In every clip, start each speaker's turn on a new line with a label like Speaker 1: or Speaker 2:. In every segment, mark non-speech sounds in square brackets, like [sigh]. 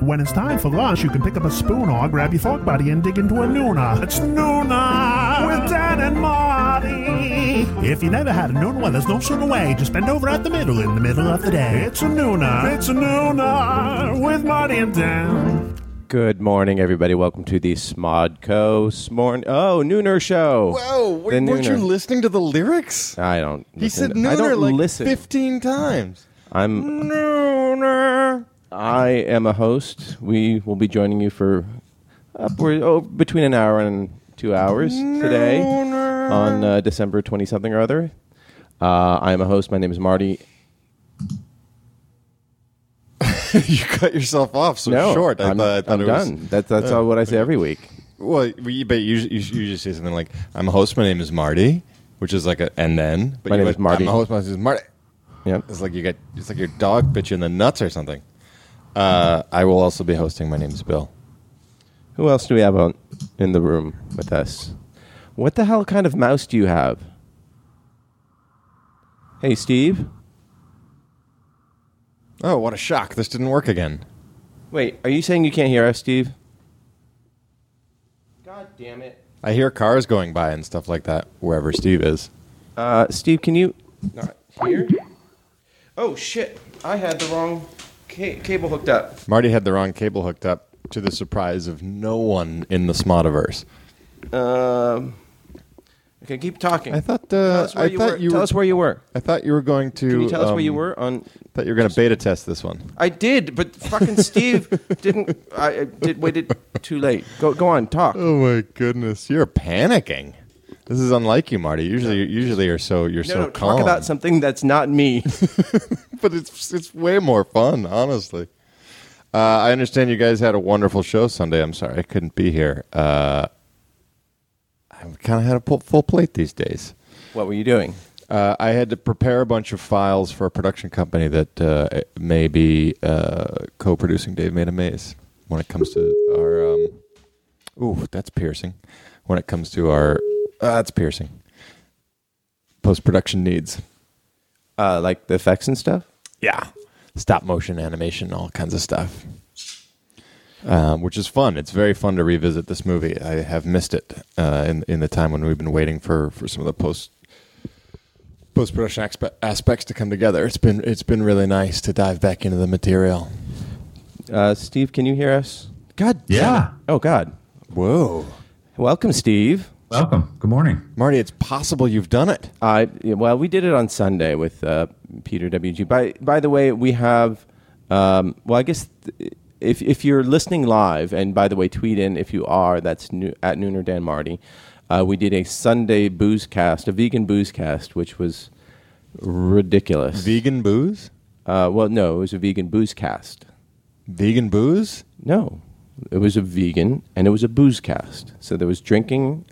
Speaker 1: when it's time for lunch, you can pick up a spoon or grab your fork buddy and dig into a Nuna. It's Nuna with Dan and Marty. If you never had a Nuna, there's no sooner way. Just bend over at the middle in the middle of the day. It's a Nuna. It's a Nuna with Marty and Dan.
Speaker 2: Good morning, everybody. Welcome to the Smodco Smorn. Oh, Nooner Show.
Speaker 3: Whoa,
Speaker 2: The
Speaker 3: wait, weren't you
Speaker 2: Nooner.
Speaker 3: listening to the lyrics?
Speaker 2: I don't.
Speaker 3: He
Speaker 2: listen
Speaker 3: said
Speaker 2: to- I
Speaker 3: nooner
Speaker 2: don't
Speaker 3: like
Speaker 2: listen.
Speaker 3: 15 times.
Speaker 2: I'm.
Speaker 3: Nooner.
Speaker 2: I am a host. We will be joining you for upward oh, between an hour and two hours today
Speaker 3: Nooner.
Speaker 2: on uh, December twenty something or other. Uh, I am a host. My name is Marty.
Speaker 3: [laughs] you cut yourself off so
Speaker 2: No,
Speaker 3: short. I,
Speaker 2: I'm,
Speaker 3: thought, I thought
Speaker 2: I'm
Speaker 3: it
Speaker 2: done.
Speaker 3: was. Oh.
Speaker 2: That's that's all what I say every week.
Speaker 3: Well, you, but you, you, you just say something like, I'm a host, my name is Marty, which is like a, and then. But
Speaker 2: My
Speaker 3: you
Speaker 2: name
Speaker 3: went,
Speaker 2: is Marty.
Speaker 3: I'm a host, my name is Marty.
Speaker 2: Yep.
Speaker 3: It's like you got, it's like your dog bit you in the nuts or something. Uh, I will also be hosting. My name is Bill.
Speaker 2: Who else do we have on, in the room with us? What the hell kind of mouse do you have? Hey, Steve.
Speaker 3: Oh, what a shock. This didn't work again.
Speaker 2: Wait, are you saying you can't hear us, Steve? God damn it.
Speaker 3: I hear cars going by and stuff like that wherever Steve is.
Speaker 2: Uh, Steve, can you not hear? Oh shit! I had the wrong ca- cable hooked up.
Speaker 3: Marty had the wrong cable hooked up to the surprise of no one in the Smotiverse.
Speaker 2: Um. Okay, keep talking.
Speaker 3: I thought
Speaker 2: Tell
Speaker 3: uh,
Speaker 2: us where
Speaker 3: I
Speaker 2: you
Speaker 3: thought
Speaker 2: were.
Speaker 3: you
Speaker 2: tell
Speaker 3: were.
Speaker 2: us where you were.
Speaker 3: I thought you were going to.
Speaker 2: Can you tell us where you
Speaker 3: um,
Speaker 2: were on?
Speaker 3: Thought you were going to beta test this one.
Speaker 2: I did, but fucking
Speaker 3: [laughs]
Speaker 2: Steve didn't. I I did waited too late. Go go on, talk.
Speaker 3: Oh my goodness, you're panicking. This is unlike you, Marty. Usually, usually you're so you're
Speaker 2: no,
Speaker 3: so
Speaker 2: no,
Speaker 3: calm.
Speaker 2: talk about something that's not me.
Speaker 3: [laughs] but it's it's way more fun, honestly. Uh, I understand you guys had a wonderful show Sunday. I'm sorry I couldn't be here. Uh, I kind of had a pu- full plate these days.
Speaker 2: what were you doing?
Speaker 3: Uh, I had to prepare a bunch of files for a production company that uh, may be uh, co-producing Dave Made a Maze when it comes to our. Um, ooh, that's piercing. When it comes to our, uh, that's piercing. Post-production needs.
Speaker 2: Uh, like the effects and stuff.
Speaker 3: Yeah, stop motion animation, all kinds of stuff. Um, which is fun. It's very fun to revisit this movie. I have missed it uh, in in the time when we've been waiting for, for some of the post post production aspe- aspects to come together. It's been it's been really nice to dive back into the material.
Speaker 2: Uh, Steve, can you hear us? God. damn
Speaker 4: Yeah.
Speaker 2: it. Oh God.
Speaker 3: Whoa,
Speaker 2: Welcome, Steve.
Speaker 4: Welcome. Good morning.
Speaker 3: Marty, it's possible you've done it.
Speaker 2: I Uh, yeah, well, we did it on Sunday with uh, Peter WG. By by the way, we have. Um, well, I guess th- if if you're listening live, and by the way, tweet in if you are. That's new, at Nooner Dan Marty. Uh, we did a Sunday booze cast, a vegan booze cast, which was ridiculous.
Speaker 3: Vegan booze,
Speaker 2: uh, well, no, it was a vegan booze cast.
Speaker 3: vegan booze.
Speaker 2: No, it was a vegan and it was a booze cast. So there was drinking,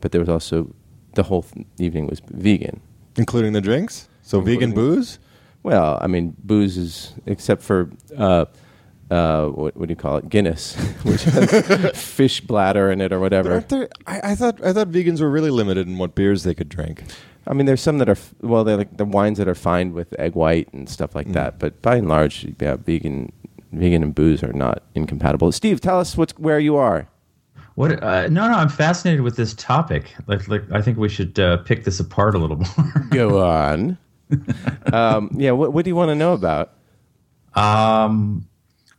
Speaker 2: but there was also the whole th- evening was vegan.
Speaker 3: Including the drinks, so vegan booze.
Speaker 2: Well, I mean, booze is except for uh, uh, what, what do you call it? Guinness, [laughs] which has fish bladder in it or whatever.
Speaker 3: Aren't there? I, I thought I thought vegans were really limited in what beers they could drink.
Speaker 2: I mean, there's some that are f- well, they're like the wines that are fined with egg white and stuff like that. But by and large, yeah, vegan, vegan and booze are not incompatible. Steve, tell us what's where you are.
Speaker 4: What? Uh, no, no. I'm fascinated with this topic. Like, like I think we should uh, pick this apart a little [laughs] more.
Speaker 2: Go on. [laughs] um, yeah, what, what do you want to know about?
Speaker 4: um,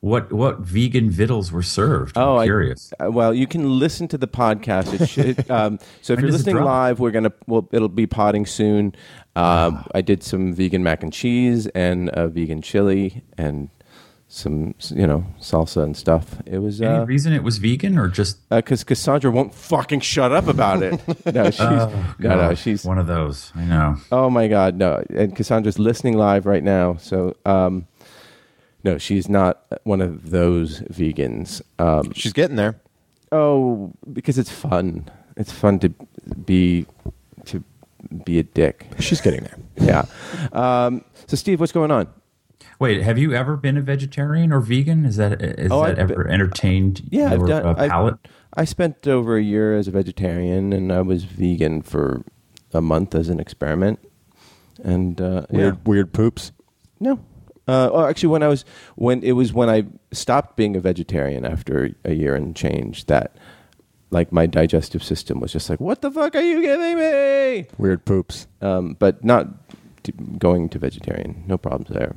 Speaker 4: what what vegan vittles were served?
Speaker 2: Oh,
Speaker 4: I'm
Speaker 2: I-
Speaker 4: curious.
Speaker 2: Uh, well, you can listen to the podcast. It
Speaker 4: [laughs]
Speaker 2: should, um, so if
Speaker 4: When
Speaker 2: you're
Speaker 4: does it
Speaker 2: listening
Speaker 4: drop?
Speaker 2: live, we're gonna well, it'll be potting soon. Um,
Speaker 4: Ah.
Speaker 2: I did some vegan mac and cheese and a vegan chili and some you know salsa and stuff. It was
Speaker 4: Any
Speaker 2: because
Speaker 4: reason it was vegan or just?
Speaker 2: uh, 'cause Cassandra won't fucking shut up about
Speaker 4: [laughs]
Speaker 2: it. no, she's no, no,
Speaker 4: Oh, God,
Speaker 2: she's
Speaker 4: one of those. I know.
Speaker 2: Oh my God, no! And Cassandra's listening live right now, so um, no, she's not one of those vegans. Um,
Speaker 3: She's getting there.
Speaker 2: oh, because it's fun. It's fun to be to be a dick.
Speaker 3: She's getting there.
Speaker 2: Yeah. Um, so, Steve, what's going on?
Speaker 4: Wait, have you ever been a vegetarian or vegan? Is that is
Speaker 2: Oh,
Speaker 4: that
Speaker 2: I've
Speaker 4: ever entertained
Speaker 2: Yeah,
Speaker 4: your
Speaker 2: I've done.
Speaker 4: uh,
Speaker 2: I-
Speaker 4: palate?
Speaker 2: I, spent over a year as a vegetarian, and I was vegan for a month as an experiment. And uh, yeah.
Speaker 3: Weird, weird poops.
Speaker 2: No, Uh, oh, actually, when I was when it was when I stopped being a vegetarian after a year and change that, like my digestive system was just like, "What the fuck are you giving me?"
Speaker 3: Weird poops.
Speaker 2: Um, but not t- going to vegetarian, no problems there.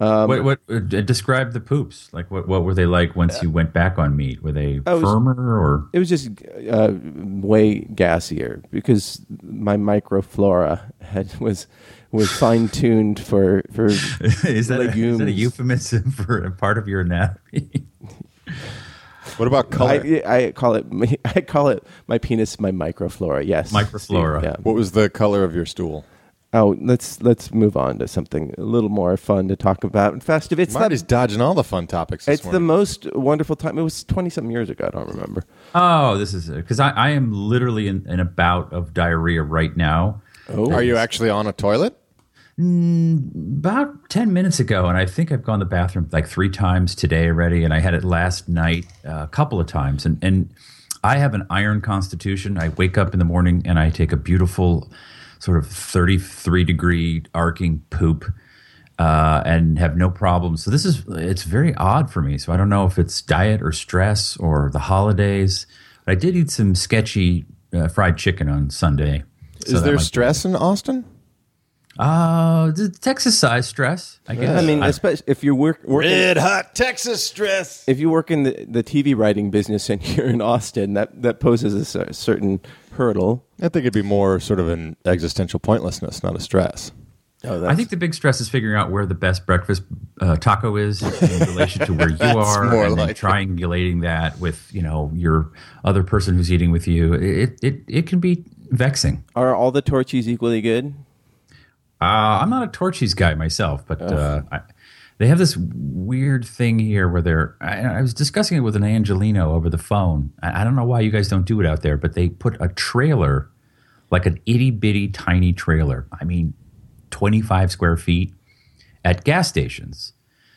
Speaker 2: um,
Speaker 4: what what uh, describe the poops? Like what what were they like once you went back on meat? Were they
Speaker 2: I was-
Speaker 4: firmer or [laughs]
Speaker 2: It was just uh, way gassier because my microflora had was was fine tuned for for
Speaker 4: is that, a, is that a
Speaker 2: Legumes.
Speaker 4: euphemism [laughs] for a part of your anatomy?
Speaker 3: What about color?
Speaker 2: I, I call it [laughs] I call it my penis my microflora. Yes,
Speaker 4: Microflora.
Speaker 2: Yeah.
Speaker 3: what was the color of your stool?
Speaker 2: Oh, let's let's move on to something a little more fun to talk about and festive. It's
Speaker 3: Marty's dodging all the fun topics.
Speaker 2: the
Speaker 3: This
Speaker 2: it's the most wonderful time. It was twenty something years ago. I don't remember.
Speaker 4: Oh, this is because I, I am literally in, in a bout of diarrhea right now.
Speaker 3: the. Are you actually on a toilet?
Speaker 4: About ten minutes ago, and I think I've gone to the bathroom like three times today already, and I had it last night uh, a couple of times. And and I have an iron constitution. I wake up in the morning and I take a beautiful, sort of thirty-three degree arcing poop, uh, and have no problems. So this is it's very odd for me. So I don't know if it's diet or stress or the holidays. But I did eat some sketchy uh, fried chicken on Sunday. So
Speaker 3: Is
Speaker 4: that
Speaker 3: there
Speaker 4: might-
Speaker 3: stress in Austin?
Speaker 4: uh, the Texas size stress? I guess.
Speaker 2: I mean, especially if you work working,
Speaker 3: hot Texas stress.
Speaker 2: if you work in the, the TV writing business and [laughs] you're in Austin, that that poses a cer- certain hurdle.
Speaker 3: I think it'd be more sort of an existential pointlessness, not a stress.
Speaker 2: Oh,
Speaker 4: I think the big stress is figuring out where the best breakfast uh, taco is in relation
Speaker 3: [laughs]
Speaker 4: to where you are,
Speaker 3: more
Speaker 4: and then
Speaker 3: like it.
Speaker 4: triangulating that with you know your other person who's eating with you. It it it can be vexing.
Speaker 2: are all the torchies equally good?
Speaker 4: Uh, I'm not a Torchies guy myself, but uh, I, they have this weird thing here where they're. I, I was discussing it with an Angelino over the phone. I, I don't know why you guys don't do it out there, but they put a trailer, like an itty bitty tiny trailer. I mean, 25 square feet at gas stations.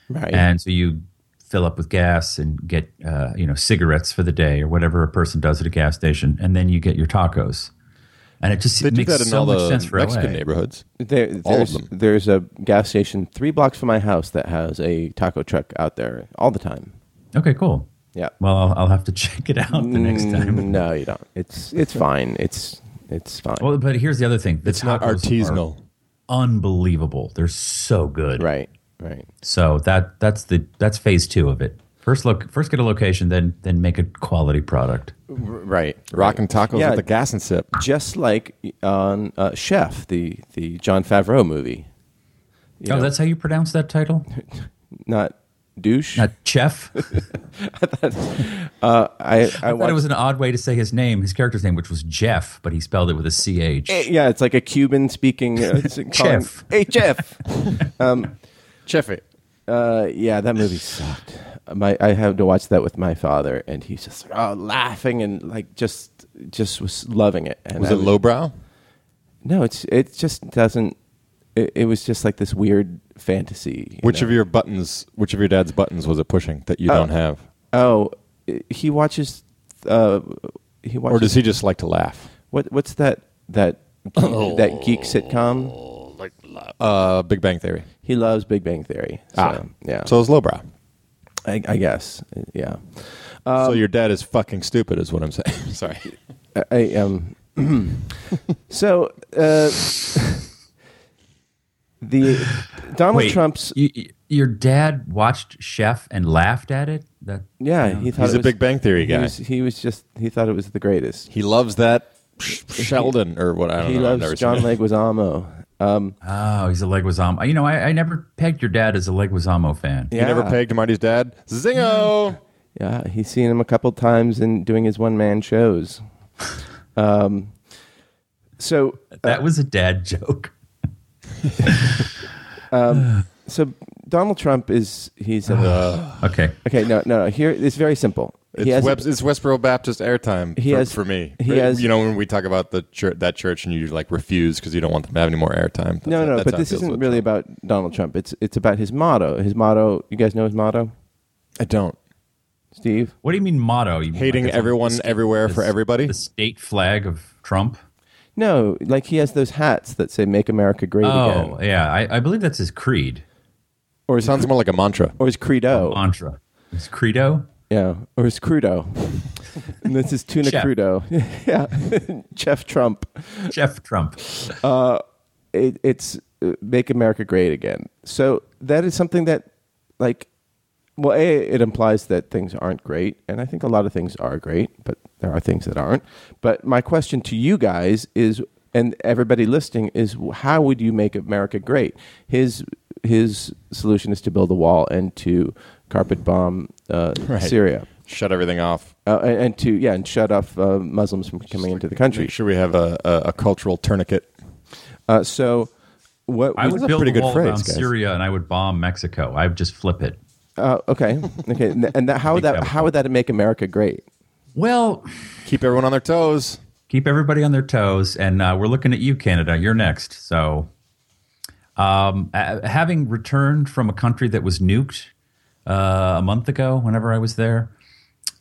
Speaker 2: Right.
Speaker 4: And so you fill up with gas and get, uh, you know, cigarettes for the day or whatever a person does at a gas station. And then you get your tacos. And it just
Speaker 3: They do
Speaker 4: makes
Speaker 3: that in
Speaker 4: so
Speaker 3: all
Speaker 4: much
Speaker 3: the
Speaker 4: sense for
Speaker 3: Mexican
Speaker 4: LA.
Speaker 3: neighborhoods.
Speaker 2: There, there's,
Speaker 3: All of them.
Speaker 2: There's a gas station three blocks from my house that has a taco truck out there all the time.
Speaker 4: Okay, cool.
Speaker 3: [laughs]
Speaker 2: Yeah.
Speaker 4: Well, I'll, I'll have to [laughs] check it out the next time.
Speaker 2: Mm, No, you don't. It's it's fine. It's it's fine.
Speaker 4: Well, but here's the other thing. The
Speaker 3: It's not
Speaker 4: tacos
Speaker 3: artisanal.
Speaker 4: are unbelievable. They're so good.
Speaker 2: right. Right.
Speaker 4: So that that's the that's phase two of it. First look, first get a location, then then make a quality product.
Speaker 2: Right.
Speaker 3: Rocking tacos
Speaker 2: Yeah.
Speaker 3: with the gas and sip.
Speaker 2: Just like on uh, Chef, the the John Favreau movie. You
Speaker 4: oh,
Speaker 2: know,
Speaker 4: that's how you pronounce
Speaker 3: [laughs]
Speaker 4: that title?
Speaker 2: not douche.
Speaker 4: Not chef.
Speaker 2: uh, I I,
Speaker 4: I thought
Speaker 2: watched,
Speaker 4: it was an odd way to say his name, his character's name, which was Jeff, but he spelled it with a C H.
Speaker 2: Eh, yeah, it's like a Cuban speaking
Speaker 3: [laughs]
Speaker 2: uh, it's calling-
Speaker 4: Chef.
Speaker 2: Hey, Chef. Um,
Speaker 3: Cheffy.
Speaker 2: Uh, yeah, that movie sucked. My, I had to watch that with my father, and he's just oh, laughing and like just just was loving it. And
Speaker 3: Was
Speaker 2: I
Speaker 3: it lowbrow?
Speaker 2: No, it's it just doesn't. It, it was just like this weird fantasy.
Speaker 3: Which of your buttons, which of your dad's buttons was it pushing that you don't have?
Speaker 2: oh, i- he watches. Uh, he watches.
Speaker 3: Or does he just like to laugh?
Speaker 2: What what's that that geek, that geek
Speaker 3: Oh.
Speaker 2: sitcom?
Speaker 3: Uh, Big Bang Theory.
Speaker 2: He loves Big Bang Theory. So,
Speaker 3: Ah.
Speaker 2: yeah.
Speaker 3: So it was lowbrow.
Speaker 2: I, I guess yeah. Um,
Speaker 3: so your dad is fucking stupid, is what
Speaker 2: [laughs]
Speaker 3: I'm saying. Sorry.
Speaker 2: I- I um. [clears throat] so uh, [laughs] the Donald Trump's
Speaker 4: y- y- your dad watched Chef and laughed at it? That
Speaker 2: yeah he thought
Speaker 3: He's
Speaker 2: it
Speaker 3: a
Speaker 2: was-
Speaker 3: Big Bang Theory
Speaker 2: He
Speaker 3: guy.
Speaker 2: was, he was just he thought it was the greatest.
Speaker 3: He loves
Speaker 2: [laughs]
Speaker 3: that Sh- Sheldon or what I don't
Speaker 2: He
Speaker 3: know. I've
Speaker 2: loves
Speaker 3: never seen
Speaker 2: John
Speaker 3: it.
Speaker 2: Leguizamo. Um,
Speaker 4: Oh, he's a Leguizamo. You know, I, I never pegged your dad as a Leguizamo fan.
Speaker 2: yeah,
Speaker 3: You never pegged Marty's dad? Zingo!
Speaker 2: Yeah, he's seen him a couple times and doing his one man shows. Um, so
Speaker 4: That was a dad [laughs] joke.
Speaker 2: so Donald Trump is he's a,
Speaker 3: [sighs]
Speaker 4: Okay.
Speaker 2: okay. No, no, no. Here it's very simple. He
Speaker 3: It's,
Speaker 2: has-
Speaker 3: Webs- it's Westboro Baptist airtime
Speaker 2: He
Speaker 3: for,
Speaker 2: has-
Speaker 3: for me.
Speaker 2: he
Speaker 3: Right?
Speaker 2: has-
Speaker 3: you know, when we talk about the church, that church and you like refuse because you don't want them to have any more airtime. That's
Speaker 2: no,
Speaker 3: how-
Speaker 2: no,
Speaker 3: that's
Speaker 2: but
Speaker 3: how it
Speaker 2: this
Speaker 3: feels
Speaker 2: isn't
Speaker 3: with
Speaker 2: really
Speaker 3: Trump.
Speaker 2: about Donald Trump. It's it's about his motto. His motto. You guys know his motto,
Speaker 3: I don't.
Speaker 2: Steve.
Speaker 4: What do you mean motto? You mean
Speaker 3: Hating
Speaker 4: like it's
Speaker 3: everyone, everywhere, for
Speaker 4: the-
Speaker 3: everybody?
Speaker 4: The state flag of Trump.
Speaker 2: No,
Speaker 3: Oh,
Speaker 2: like he has those hats that say "Make America Great Again,"
Speaker 4: Oh, yeah. I, I believe that's his creed.
Speaker 3: Or it sounds more like a mantra.
Speaker 2: or his
Speaker 3: Oh.
Speaker 2: credo.
Speaker 4: Mantra. It's credo.
Speaker 2: Yeah, or his
Speaker 3: [laughs]
Speaker 2: crudo. and this is tuna
Speaker 4: Chef.
Speaker 2: crudo. [laughs] yeah, [laughs] Chef Trump.
Speaker 4: Jeff Trump.
Speaker 2: Uh, It, it's uh, make America great again. So that is something that, like, well, a it implies that things aren't great, and I think a lot of things are great, but there are things that aren't. But my question to you guys is, and everybody listening is, how would you make America great? His his solution is to build a wall and to carpet bomb uh,
Speaker 3: Right.
Speaker 2: Syria.
Speaker 3: Shut everything off.
Speaker 2: uh, and, and to yeah, and shut off uh, Muslims from coming into the country.
Speaker 3: Make sure we have a, a, a cultural tourniquet.
Speaker 2: Uh, so, what?
Speaker 4: I
Speaker 2: we-
Speaker 4: would
Speaker 3: a
Speaker 4: build
Speaker 3: pretty
Speaker 4: a
Speaker 3: good
Speaker 4: wall
Speaker 3: phrase,
Speaker 4: around
Speaker 3: guys.
Speaker 4: Syria and I would bomb Mexico. I would just flip it.
Speaker 2: uh, okay, okay, and th- and that, how would
Speaker 4: think
Speaker 2: that
Speaker 4: that
Speaker 2: how would that make America great?
Speaker 4: Well,
Speaker 3: Keep everyone on their toes.
Speaker 4: keep everybody on their toes, and uh, we're looking at you, Canada. You're next. So, um, a- having returned from a country that was nuked uh, a month ago, whenever I was there,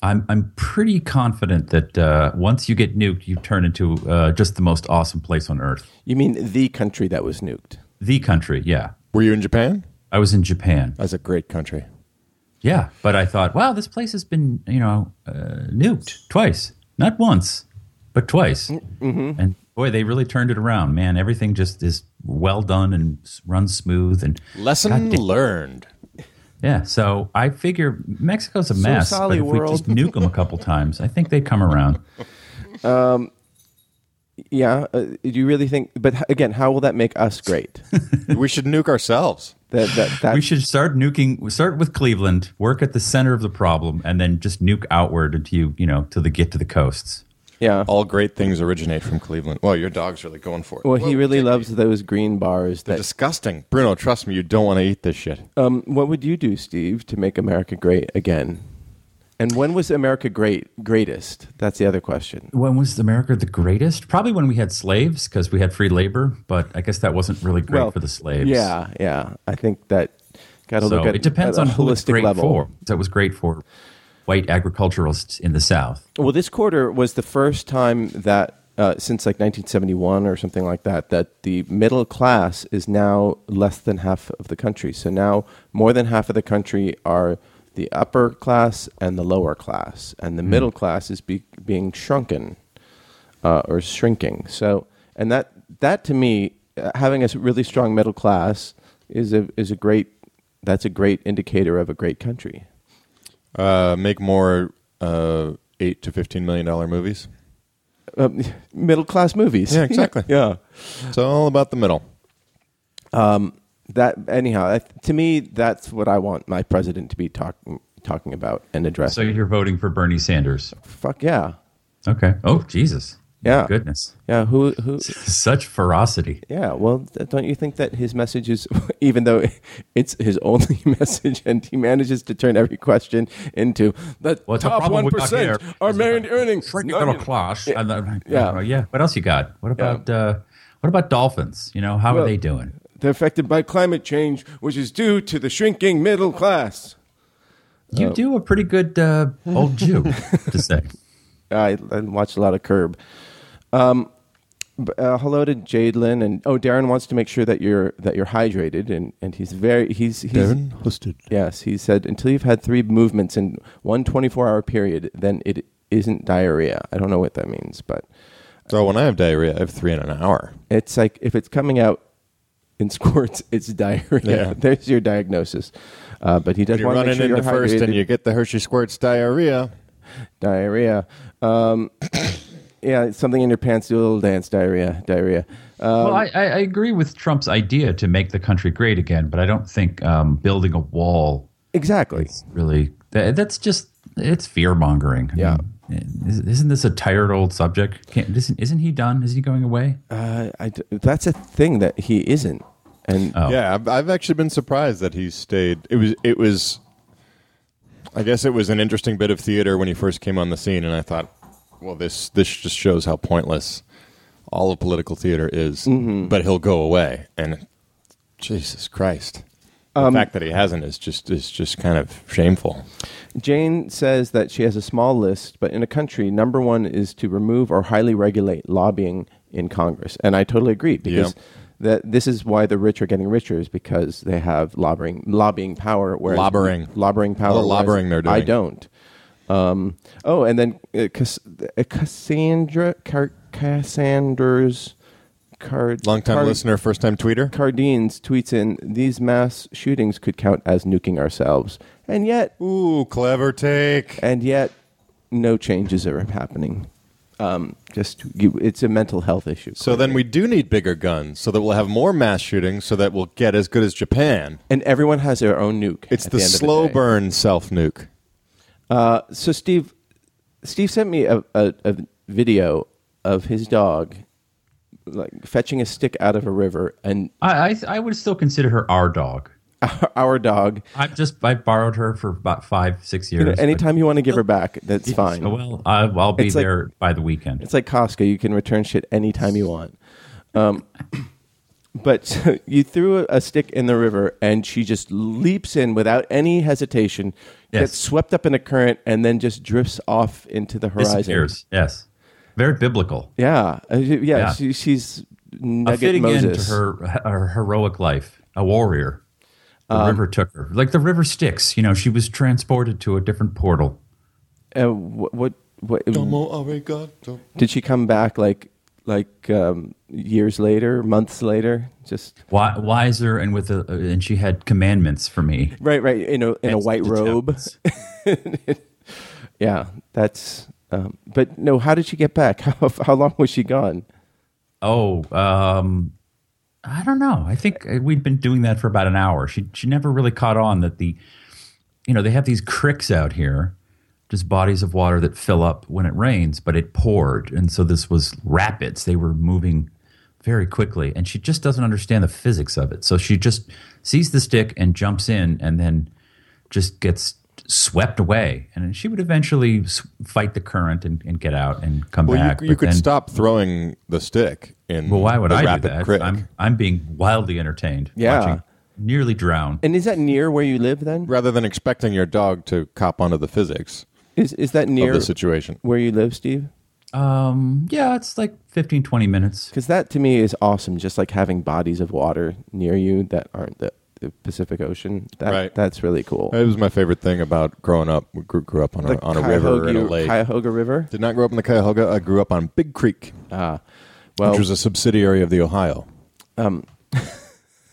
Speaker 4: I'm I'm pretty confident that uh, once you get nuked, you turn into uh, just the most awesome place on earth.
Speaker 2: You mean the country that was nuked?
Speaker 4: The country, yeah.
Speaker 3: Were you in Japan?
Speaker 4: I was in Japan.
Speaker 3: That's a great country.
Speaker 4: Yeah, but I thought, wow, this place has been, you know, uh, nuked twice, not once, but twice. And boy, they really turned it around, man. Everything just is well done and s- runs smooth. And
Speaker 3: Lesson learned.
Speaker 4: yeah, so I figure Mexico's a mess, but
Speaker 2: sorry,
Speaker 4: if we just nuke them a couple times, I think they come around.
Speaker 2: Yeah, uh, do you really think? But h- again, how will that make us
Speaker 4: [laughs]
Speaker 2: great?
Speaker 3: we should nuke ourselves.
Speaker 2: That that, that
Speaker 4: We should start nuking. Start with Cleveland, work at the center of the problem, and then just nuke outward until you, you know, till they get to the coasts.
Speaker 2: yeah.
Speaker 3: All great things originate from Cleveland. Well, your dog's really going for it.
Speaker 2: Well, he
Speaker 3: Whoa,
Speaker 2: really loves those green bars. That
Speaker 3: disgusting. Bruno, trust me, you don't want to eat this shit.
Speaker 2: um, what would you do, Steve, to make America great again? And when was America great greatest? That's the other question.
Speaker 4: when was America the greatest? Probably when we had slaves because we had free labor, but I guess that wasn't really great for the slaves.
Speaker 2: Yeah, yeah. I think that got to
Speaker 4: So
Speaker 2: look at
Speaker 4: it depends
Speaker 2: at
Speaker 4: on
Speaker 2: a
Speaker 4: who it's
Speaker 2: holistic
Speaker 4: great
Speaker 2: level.
Speaker 4: for. So it was great for white agriculturalists in the South.
Speaker 2: Well, this quarter was the first time that uh, since like 1971 or something like that that the middle class is now less than half of the country. So now more than half of the country are the upper class and the lower class, and
Speaker 3: Hmm.
Speaker 2: the middle class is be- being shrunken uh, or shrinking. So, and that that to me, uh, having a s- really strong middle class is a is a great that's a great indicator of a great country.
Speaker 3: Uh, make more uh, eight to fifteen million dollar movies.
Speaker 2: Um, middle class movies.
Speaker 3: Yeah, exactly.
Speaker 2: [laughs] yeah.
Speaker 3: It's all about the middle.
Speaker 2: that anyhow I, to me that's what i want my president to be talking talking about and
Speaker 4: So
Speaker 2: addressing
Speaker 4: you're voting for Bernie Sanders.
Speaker 2: fuck yeah
Speaker 4: Okay. Oh, Jesus.
Speaker 2: Yeah.
Speaker 4: Goodness. [laughs]
Speaker 2: yeah who who
Speaker 4: Such ferocity.
Speaker 2: yeah well th- don't you think that his message is [laughs] even though it's his only [laughs] message and he manages to turn every question into the
Speaker 4: Well, it's a
Speaker 2: top
Speaker 4: problem we got
Speaker 2: 1%
Speaker 4: here
Speaker 2: are
Speaker 4: is
Speaker 2: married
Speaker 4: about
Speaker 2: earnings
Speaker 4: Shrinking
Speaker 2: No,
Speaker 4: middle
Speaker 2: no.
Speaker 4: class.
Speaker 2: Yeah.
Speaker 4: And then-
Speaker 2: Yeah.
Speaker 4: yeah. What else you got? What about uh, what about dolphins? You know, how
Speaker 2: Well-
Speaker 4: are they doing?
Speaker 2: they're affected by climate change which is due to the shrinking middle class
Speaker 4: You do a pretty good uh, old Jew
Speaker 2: [laughs]
Speaker 4: to say.
Speaker 2: I, I watched a lot of Curb. Um, b- uh, hello to Jadelyn and oh, Darren wants to make sure that you're that you're hydrated and and he's very he's, he's
Speaker 3: hosted.
Speaker 2: Yes, he said until you've had three movements in one 24 hour period, then it isn't diarrhea. I don't know what that means, but
Speaker 3: So when I have diarrhea, I have three in an hour.
Speaker 2: it's like if it's coming out in [laughs] squirts, it's diarrhea.
Speaker 3: Yeah.
Speaker 2: [laughs] There's your diagnosis. Uh, but he does
Speaker 3: You're
Speaker 2: want to make
Speaker 3: running
Speaker 2: sure
Speaker 3: into
Speaker 2: you're
Speaker 3: first,
Speaker 2: hydrated.
Speaker 3: and you get the Hershey squirts diarrhea.
Speaker 2: diarrhea. Um, [coughs] yeah, something in your pants, do a little dance, diarrhea, diarrhea.
Speaker 4: well, I, I I agree with Trump's idea to make the country great again, but I don't think um, building a wall
Speaker 2: Exactly.
Speaker 4: really. That, that's just it's fear mongering.
Speaker 2: Yeah.
Speaker 4: isn't this a tired old subject? Can't, isn't isn't he done? Is he going away?
Speaker 2: Uh, I d that's a thing that he isn't. And
Speaker 4: Oh.
Speaker 3: Yeah, I've, I've actually been surprised that he stayed. It was it was. I guess it was an interesting bit of theater when he first came on the scene, and I thought, well, this this just shows how pointless all of political theater is. But he'll go away, and Jesus Christ, the fact that he hasn't is just is just kind of shameful.
Speaker 2: Jane says that she has a small list, but in a country, number one is to remove or highly regulate lobbying in Congress. And I totally agree because
Speaker 3: Yeah.
Speaker 2: that this is why the rich are getting richer is because they have lobbying lobbying power. Whereas
Speaker 3: Lobbering.
Speaker 2: lobbying power.
Speaker 3: All the lobbering
Speaker 2: whereas
Speaker 3: they're
Speaker 2: I
Speaker 3: doing.
Speaker 2: don't. Um, oh, and then uh, Cass- uh, Cassandra Car- Cassandra's card.
Speaker 3: Longtime listener, first time tweeter.
Speaker 2: Cardines tweets in: These mass shootings could count as nuking ourselves, and yet
Speaker 3: Ooh, clever take.
Speaker 2: and yet no changes are happening. Um, just you, it's a mental health issue.
Speaker 3: So then we do need bigger guns so that we'll have more mass shootings so that we'll get as good as Japan.
Speaker 2: and everyone has their own nuke.
Speaker 3: It's
Speaker 2: at
Speaker 3: the,
Speaker 2: end of
Speaker 3: slow
Speaker 2: day. Uh,
Speaker 3: burn self nuke.
Speaker 2: So Steve, Steve sent me a, a, a video of his dog like fetching a stick out of a river, and [laughs]
Speaker 4: I, I I would still consider her our dog.
Speaker 2: our dog.
Speaker 4: I've just I borrowed her for about five six years.
Speaker 2: You know, anytime you want to give her back, that's
Speaker 4: but- Oh,
Speaker 2: fine.
Speaker 4: well, I, I'll be
Speaker 2: It's like-
Speaker 4: there by the weekend.
Speaker 2: It's like Costco. You can return shit anytime you want. Um, but [laughs] so you threw a, a stick in the river, and she just leaps in without any hesitation,
Speaker 4: Yes.
Speaker 2: gets swept up in a current, and then just drifts off into the horizon.
Speaker 4: Disappears. Yes, very biblical.
Speaker 2: Yeah, Uh, yeah.
Speaker 4: Yeah.
Speaker 2: She, she's
Speaker 4: A
Speaker 2: nugget
Speaker 4: fitting
Speaker 2: Moses.
Speaker 4: end to her, her heroic life, a warrior. The
Speaker 2: Um,
Speaker 4: river took her, like the river Styx. You know, she was transported to a different portal.
Speaker 2: Uh, what, what, what? Did she come back like like um, years later, months later? Just
Speaker 4: Wi- wiser and with a, and she had commandments for me.
Speaker 2: right, right. In a in a
Speaker 4: And
Speaker 2: white robe.
Speaker 4: tablets.
Speaker 2: [laughs] Yeah, that's. Um, but no, how did she get back? [laughs] How how long was she gone?
Speaker 4: Oh, um, I don't know. I think uh, we'd been doing that for about an hour. She she never really caught on that the, you know, they have these cricks out here, just bodies of water that fill up when it rains, but it poured, and so this was rapids. They were moving very quickly, and she just doesn't understand the physics of it. So she just sees the stick and jumps in, and then just gets swept away and she would eventually s- fight the current and, and get out and come
Speaker 3: Well,
Speaker 4: back
Speaker 3: you, you
Speaker 4: but
Speaker 3: could
Speaker 4: then-
Speaker 3: stop throwing the stick in.
Speaker 4: well, why would
Speaker 3: a
Speaker 4: I
Speaker 3: rapid
Speaker 4: do that?
Speaker 3: crick.
Speaker 4: I'm I'm being wildly entertained.
Speaker 2: Yeah.
Speaker 4: watching nearly drown.
Speaker 2: And is that near where you live? Then
Speaker 3: Rather than expecting your dog to cop onto the physics
Speaker 2: is is that near
Speaker 3: of the situation.
Speaker 2: where you live, Steve?
Speaker 4: Um, yeah, it's like 15, 20 minutes.
Speaker 2: Because that to me is awesome. Just like having bodies of water near you that aren't the, the Pacific Ocean. That,
Speaker 3: Right.
Speaker 2: That's really cool.
Speaker 3: It was my favorite thing about growing up. We grew, grew up on a,
Speaker 2: The
Speaker 3: on a river and a
Speaker 2: Cuyahoga-
Speaker 3: lake.
Speaker 2: Cuyahoga River.
Speaker 3: Did not grow up in the Cuyahoga. I grew up on Big Creek,
Speaker 2: Ah, well,
Speaker 3: which was a subsidiary of the Ohio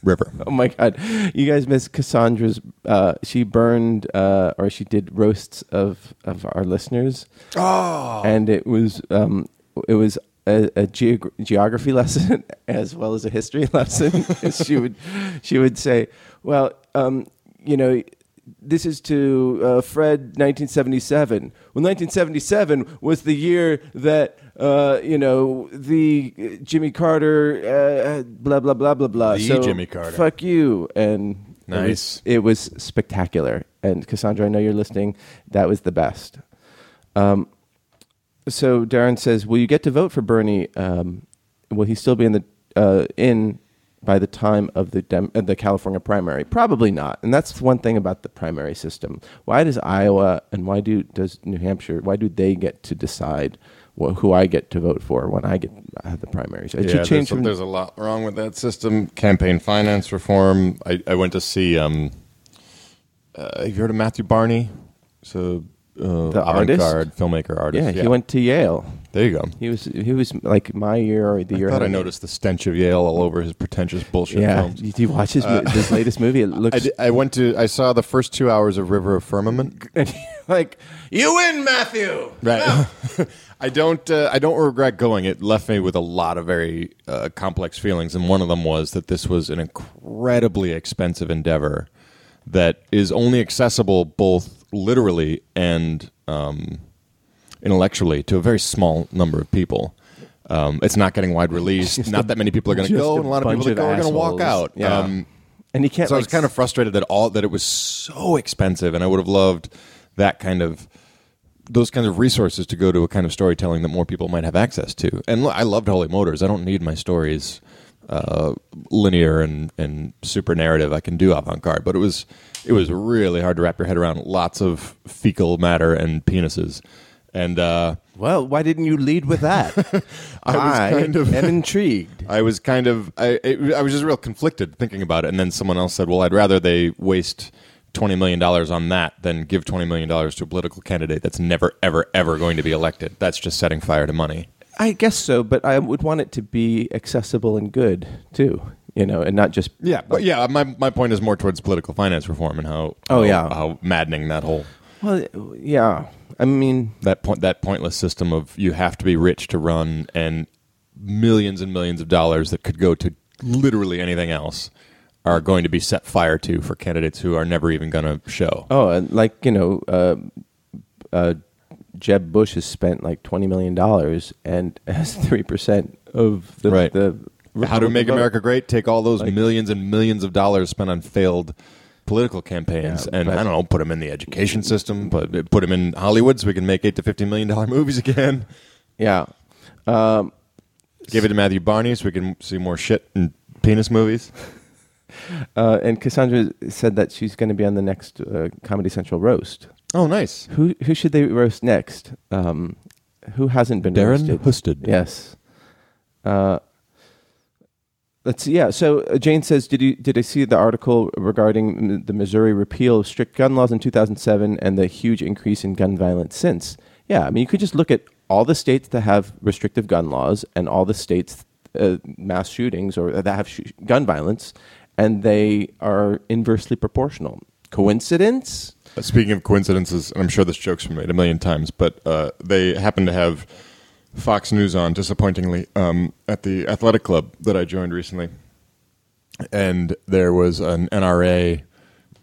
Speaker 3: River.
Speaker 2: [laughs] Oh my God, you guys missed Cassandra's. Uh, she burned, uh, or she did roasts of of our listeners. Oh, and it was um, it was a, a geog- geography [laughs] lesson as well as a history [laughs] lesson. she would she would say, "Well, um, you know." This is to uh, Fred 1977. Well, 1977 was the year that, uh, you know, the uh, Jimmy Carter, uh, blah, blah, blah, blah, blah.
Speaker 3: The
Speaker 2: so
Speaker 3: Jimmy Carter.
Speaker 2: fuck fuck you and it was-
Speaker 3: Nice.
Speaker 2: it was, spectacular and cassandra i know you're listening that was the best um, so darren says will you get to vote for bernie um, will he still be in the uh, in by the time of the Dem- uh, the california primary probably not and that's one thing about the primary system why does iowa and why do does new hampshire why do they get to decide wh- who i get to vote for when i get I have the primaries it should
Speaker 3: Yeah,
Speaker 2: change
Speaker 3: there's,
Speaker 2: from
Speaker 3: a, there's a lot wrong with that system. Campaign finance reform. I, I went to see. Um, uh, have you heard of Matthew Barney? So uh,
Speaker 2: The artist?
Speaker 3: avant-garde filmmaker artist.
Speaker 2: yeah he went to yale
Speaker 3: There you go.
Speaker 2: He was he was like my year or the year.
Speaker 3: I thought I
Speaker 2: after.
Speaker 3: noticed the stench of Yale all over his pretentious bullshit
Speaker 2: [laughs] Yeah,
Speaker 3: films. Uh,
Speaker 2: did you watch [laughs] his mo- this latest movie? It looks
Speaker 3: I, di- I went to. I saw the first two hours of River of Firmament.
Speaker 2: [laughs] like
Speaker 3: You win, Matthew. Right. [laughs] I don't. Uh, I don't regret going. It left me with a lot of very uh, complex feelings, and one of them was that this was an incredibly expensive endeavor that is only accessible both literally and um, intellectually to a very small number of people. Um, it's not getting wide release.
Speaker 2: [laughs]
Speaker 3: Not that many people are going to
Speaker 2: just
Speaker 3: go, and a lot of
Speaker 2: bunch
Speaker 3: people that go are going to walk
Speaker 2: assholes.
Speaker 3: out. Um,
Speaker 2: Yeah, and he can't.
Speaker 3: So I
Speaker 2: like,
Speaker 3: was kind of frustrated that all that it was so expensive, and I would have loved that kind of those kinds of resources to go to a kind of storytelling that more people might have access to. And look, I loved Holy Motors. I don't need my stories uh, linear and, and super narrative. I can do avant garde, but it was it was really hard to wrap your head around. Lots of fecal matter and penises, and uh,
Speaker 2: Well, why didn't you lead with that?
Speaker 3: [laughs] I was kind of- [laughs]
Speaker 2: am intrigued.
Speaker 3: I was kind of I it, I was just real conflicted thinking about it, and then someone else said, "Well, I'd rather they waste." Twenty million dollars on that, than give twenty million dollars to a political candidate that's never, ever, ever going to be elected. That's just setting fire to money.
Speaker 2: I guess so, but I would want it to be accessible and good too, you know, and not just
Speaker 3: Yeah, but yeah, my, my point is more towards political finance reform and how
Speaker 2: Oh,
Speaker 3: how-
Speaker 2: yeah.
Speaker 3: how maddening that whole
Speaker 2: Well, yeah. I mean,
Speaker 3: that point that pointless system of you have to be rich to run and millions and millions of dollars that could go to literally anything else are going to be set fire to for candidates who are never even going to show.
Speaker 2: oh, and like you know, uh, uh, Jeb Bush has spent like twenty million dollars and [laughs] has three percent of the,
Speaker 3: Right.
Speaker 2: the
Speaker 3: how to make
Speaker 2: vote.
Speaker 3: America great? Take all those millions and millions of dollars spent on failed political campaigns
Speaker 2: Yeah,
Speaker 3: and I don't know, put them in the education system, but put them in Hollywood so we can make eight to fifteen million dollar [laughs] movies again.
Speaker 2: Yeah,
Speaker 3: Give it to Matthew Barney so we can see more shit and penis movies.
Speaker 2: uh, and Cassandra said that she's going to be on the next uh, Comedy Central roast.
Speaker 3: Oh, nice.
Speaker 2: Who who should they roast next? Um, who hasn't been
Speaker 3: Darren
Speaker 2: roasted?
Speaker 3: Husted.
Speaker 2: Yes. Uh, let's see. Yeah. So uh, Jane says, did you did I see the article regarding m- the Missouri repeal of strict gun laws in 2007 and the huge increase in gun violence since? Yeah. I mean, you could just look at all the states that have restrictive gun laws and all the states uh, mass shootings or uh, that have sh- gun violence, and they are inversely proportional. Coincidence?
Speaker 3: Uh, Speaking of coincidences, and I'm sure this joke's been made a million times, but uh, they happen to have Fox News on, disappointingly, um, at the athletic club that I joined recently. And there was an NRA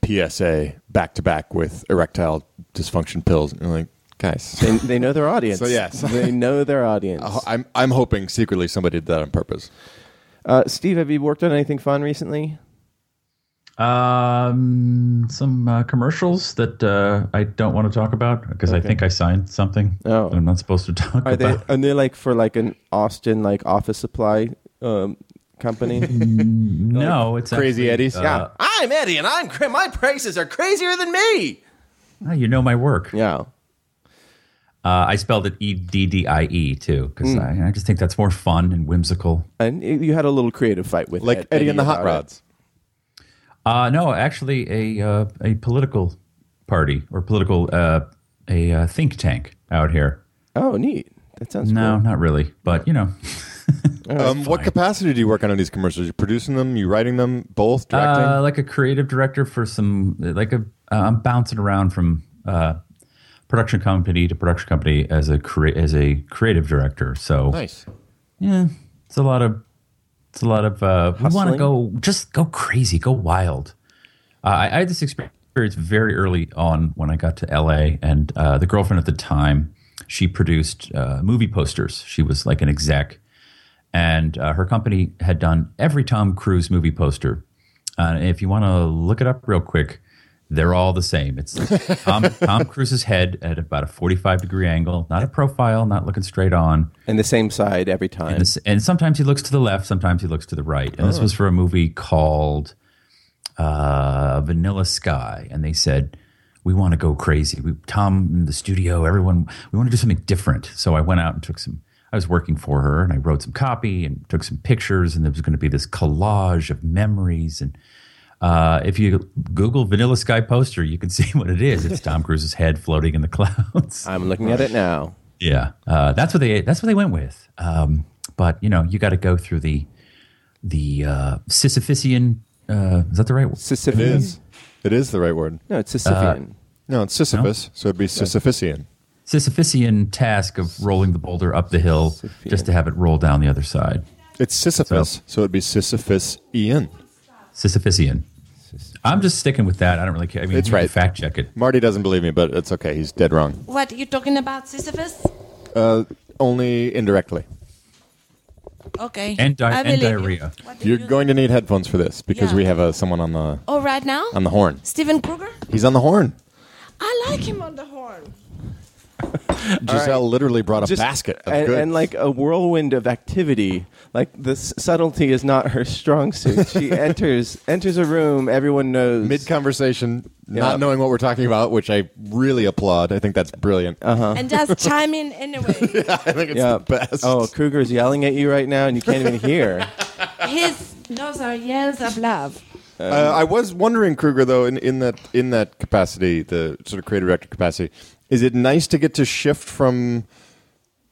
Speaker 3: PSA back to back with erectile dysfunction pills. And you're like, guys,
Speaker 2: [laughs] They, they know their audience.
Speaker 3: So,
Speaker 2: [laughs]
Speaker 3: yes.
Speaker 2: they know their audience.
Speaker 3: I'm, I'm hoping secretly somebody did that on purpose.
Speaker 2: Uh, Steve, have you worked on anything fun recently?
Speaker 4: Um, some uh, commercials that uh, I don't want to talk about because I think I signed something
Speaker 2: Oh.
Speaker 4: that I'm not supposed to [laughs] talk
Speaker 2: Are they
Speaker 4: about.
Speaker 2: are they like for like an Austin like office supply um,
Speaker 4: [laughs]
Speaker 2: company?
Speaker 4: no, it's
Speaker 3: Crazy
Speaker 4: actually,
Speaker 3: Eddies?
Speaker 4: uh,
Speaker 2: yeah, I'm Eddie, and I'm cra- my prices are crazier than me.
Speaker 4: ah, you know my work.
Speaker 2: Yeah,
Speaker 4: Uh, I spelled it E D D I E too
Speaker 2: Hmm.
Speaker 4: because I, I just think that's more fun and whimsical.
Speaker 2: and y- you had a little creative fight with
Speaker 3: Like
Speaker 2: Ed-
Speaker 3: Eddie, and the Hot
Speaker 2: about it.
Speaker 3: Rods.
Speaker 4: Uh, no, actually, a uh, a political party or political uh, a uh, think tank out here.
Speaker 2: Oh, neat. That sounds
Speaker 4: No, not really, but you know, uh,
Speaker 3: Um, what capacity do you work on in these commercials? You producing them? You writing them? Both? Directing?
Speaker 4: uh, like a creative director for some like a uh, I'm bouncing around from uh, production company to production company as a crea- as a creative director. So
Speaker 2: Oh,
Speaker 3: nice.
Speaker 4: yeah, it's a lot of it's a lot of uh, we want
Speaker 2: Hustling?
Speaker 4: to go just go crazy, go wild. Uh, I, I had this experience very early on when I got to LA, and uh, the girlfriend at the time she produced uh, movie posters. She was like an exec, and uh, her company had done every Tom Cruise movie poster. Uh, if you want to look it up real quick, they're all the same. It's Tom, Tom Cruise's head at about a 45 degree angle, not a profile, not looking straight on.
Speaker 2: And the same side every time.
Speaker 4: And, this, and sometimes he looks to the left, sometimes he looks to the right. And this was for a movie called uh, Vanilla Sky. And they said, we want to go crazy. We, Tom in the studio, everyone, we want to do something different. So I went out and took some, I was working for her and I wrote some copy and took some pictures. And there was going to be this collage of memories. And uh, if you Google Vanilla Sky poster, you can [laughs] see what it is. It's Tom Cruise's head floating in the [laughs] clouds.
Speaker 2: I'm looking at it now.
Speaker 4: Yeah, uh, that's what they that's what they went with. Um, but you know, you got to go through the the uh, Sisyphusian. Uh, is that the right? word?
Speaker 2: Sisyphean.
Speaker 3: It
Speaker 4: mm.
Speaker 3: is. It is the right word.
Speaker 2: No, it's Sisyphean.
Speaker 4: Uh,
Speaker 3: No, it's Sisyphus, so it'd be Sisyphusian.
Speaker 4: Sisyphusian task of rolling the boulder up the hill just to have it roll down the other side.
Speaker 3: It's Sisyphus, so, it'd be Sisyphusian.
Speaker 4: Sisyphusian. I'm just sticking with that. I don't really care. I mean,
Speaker 3: It's
Speaker 4: you can
Speaker 3: right.
Speaker 4: Fact check it.
Speaker 3: Marty doesn't believe me, but it's okay. He's dead wrong. Uh,
Speaker 5: What you talking about, Sisyphus?
Speaker 3: Only indirectly.
Speaker 5: Okay.
Speaker 4: And di-
Speaker 5: I
Speaker 4: and
Speaker 5: believe you.
Speaker 4: diarrhea.
Speaker 5: What did
Speaker 3: You're
Speaker 5: you-
Speaker 3: going to need headphones for this because
Speaker 5: Yeah.
Speaker 3: we have uh, someone on the
Speaker 5: Oh, right now?
Speaker 3: Um, on the horn.
Speaker 5: Steven Kruger?
Speaker 3: He's on the horn.
Speaker 5: I like him on the horn.
Speaker 3: Giselle literally brought a
Speaker 2: Just-
Speaker 3: basket of
Speaker 2: and,
Speaker 3: goods.
Speaker 2: and like a whirlwind of activity. Like the s- subtlety is not her strong suit.
Speaker 3: [laughs]
Speaker 2: She enters enters a room. Everyone knows.
Speaker 3: mid conversation,
Speaker 2: Yeah.
Speaker 3: not knowing what we're talking about, which I really applaud. I think that's brilliant. [laughs]
Speaker 5: And just chime in anyway.
Speaker 3: I think it's
Speaker 2: Yeah.
Speaker 3: the best.
Speaker 2: Oh, Kruger's yelling at you right now, and you can't
Speaker 3: [laughs]
Speaker 2: even hear.
Speaker 5: His those are yells of love.
Speaker 3: Uh, I was wondering, Kruger, though, in, in that in that capacity, the sort of creative director capacity, is it nice to get to shift from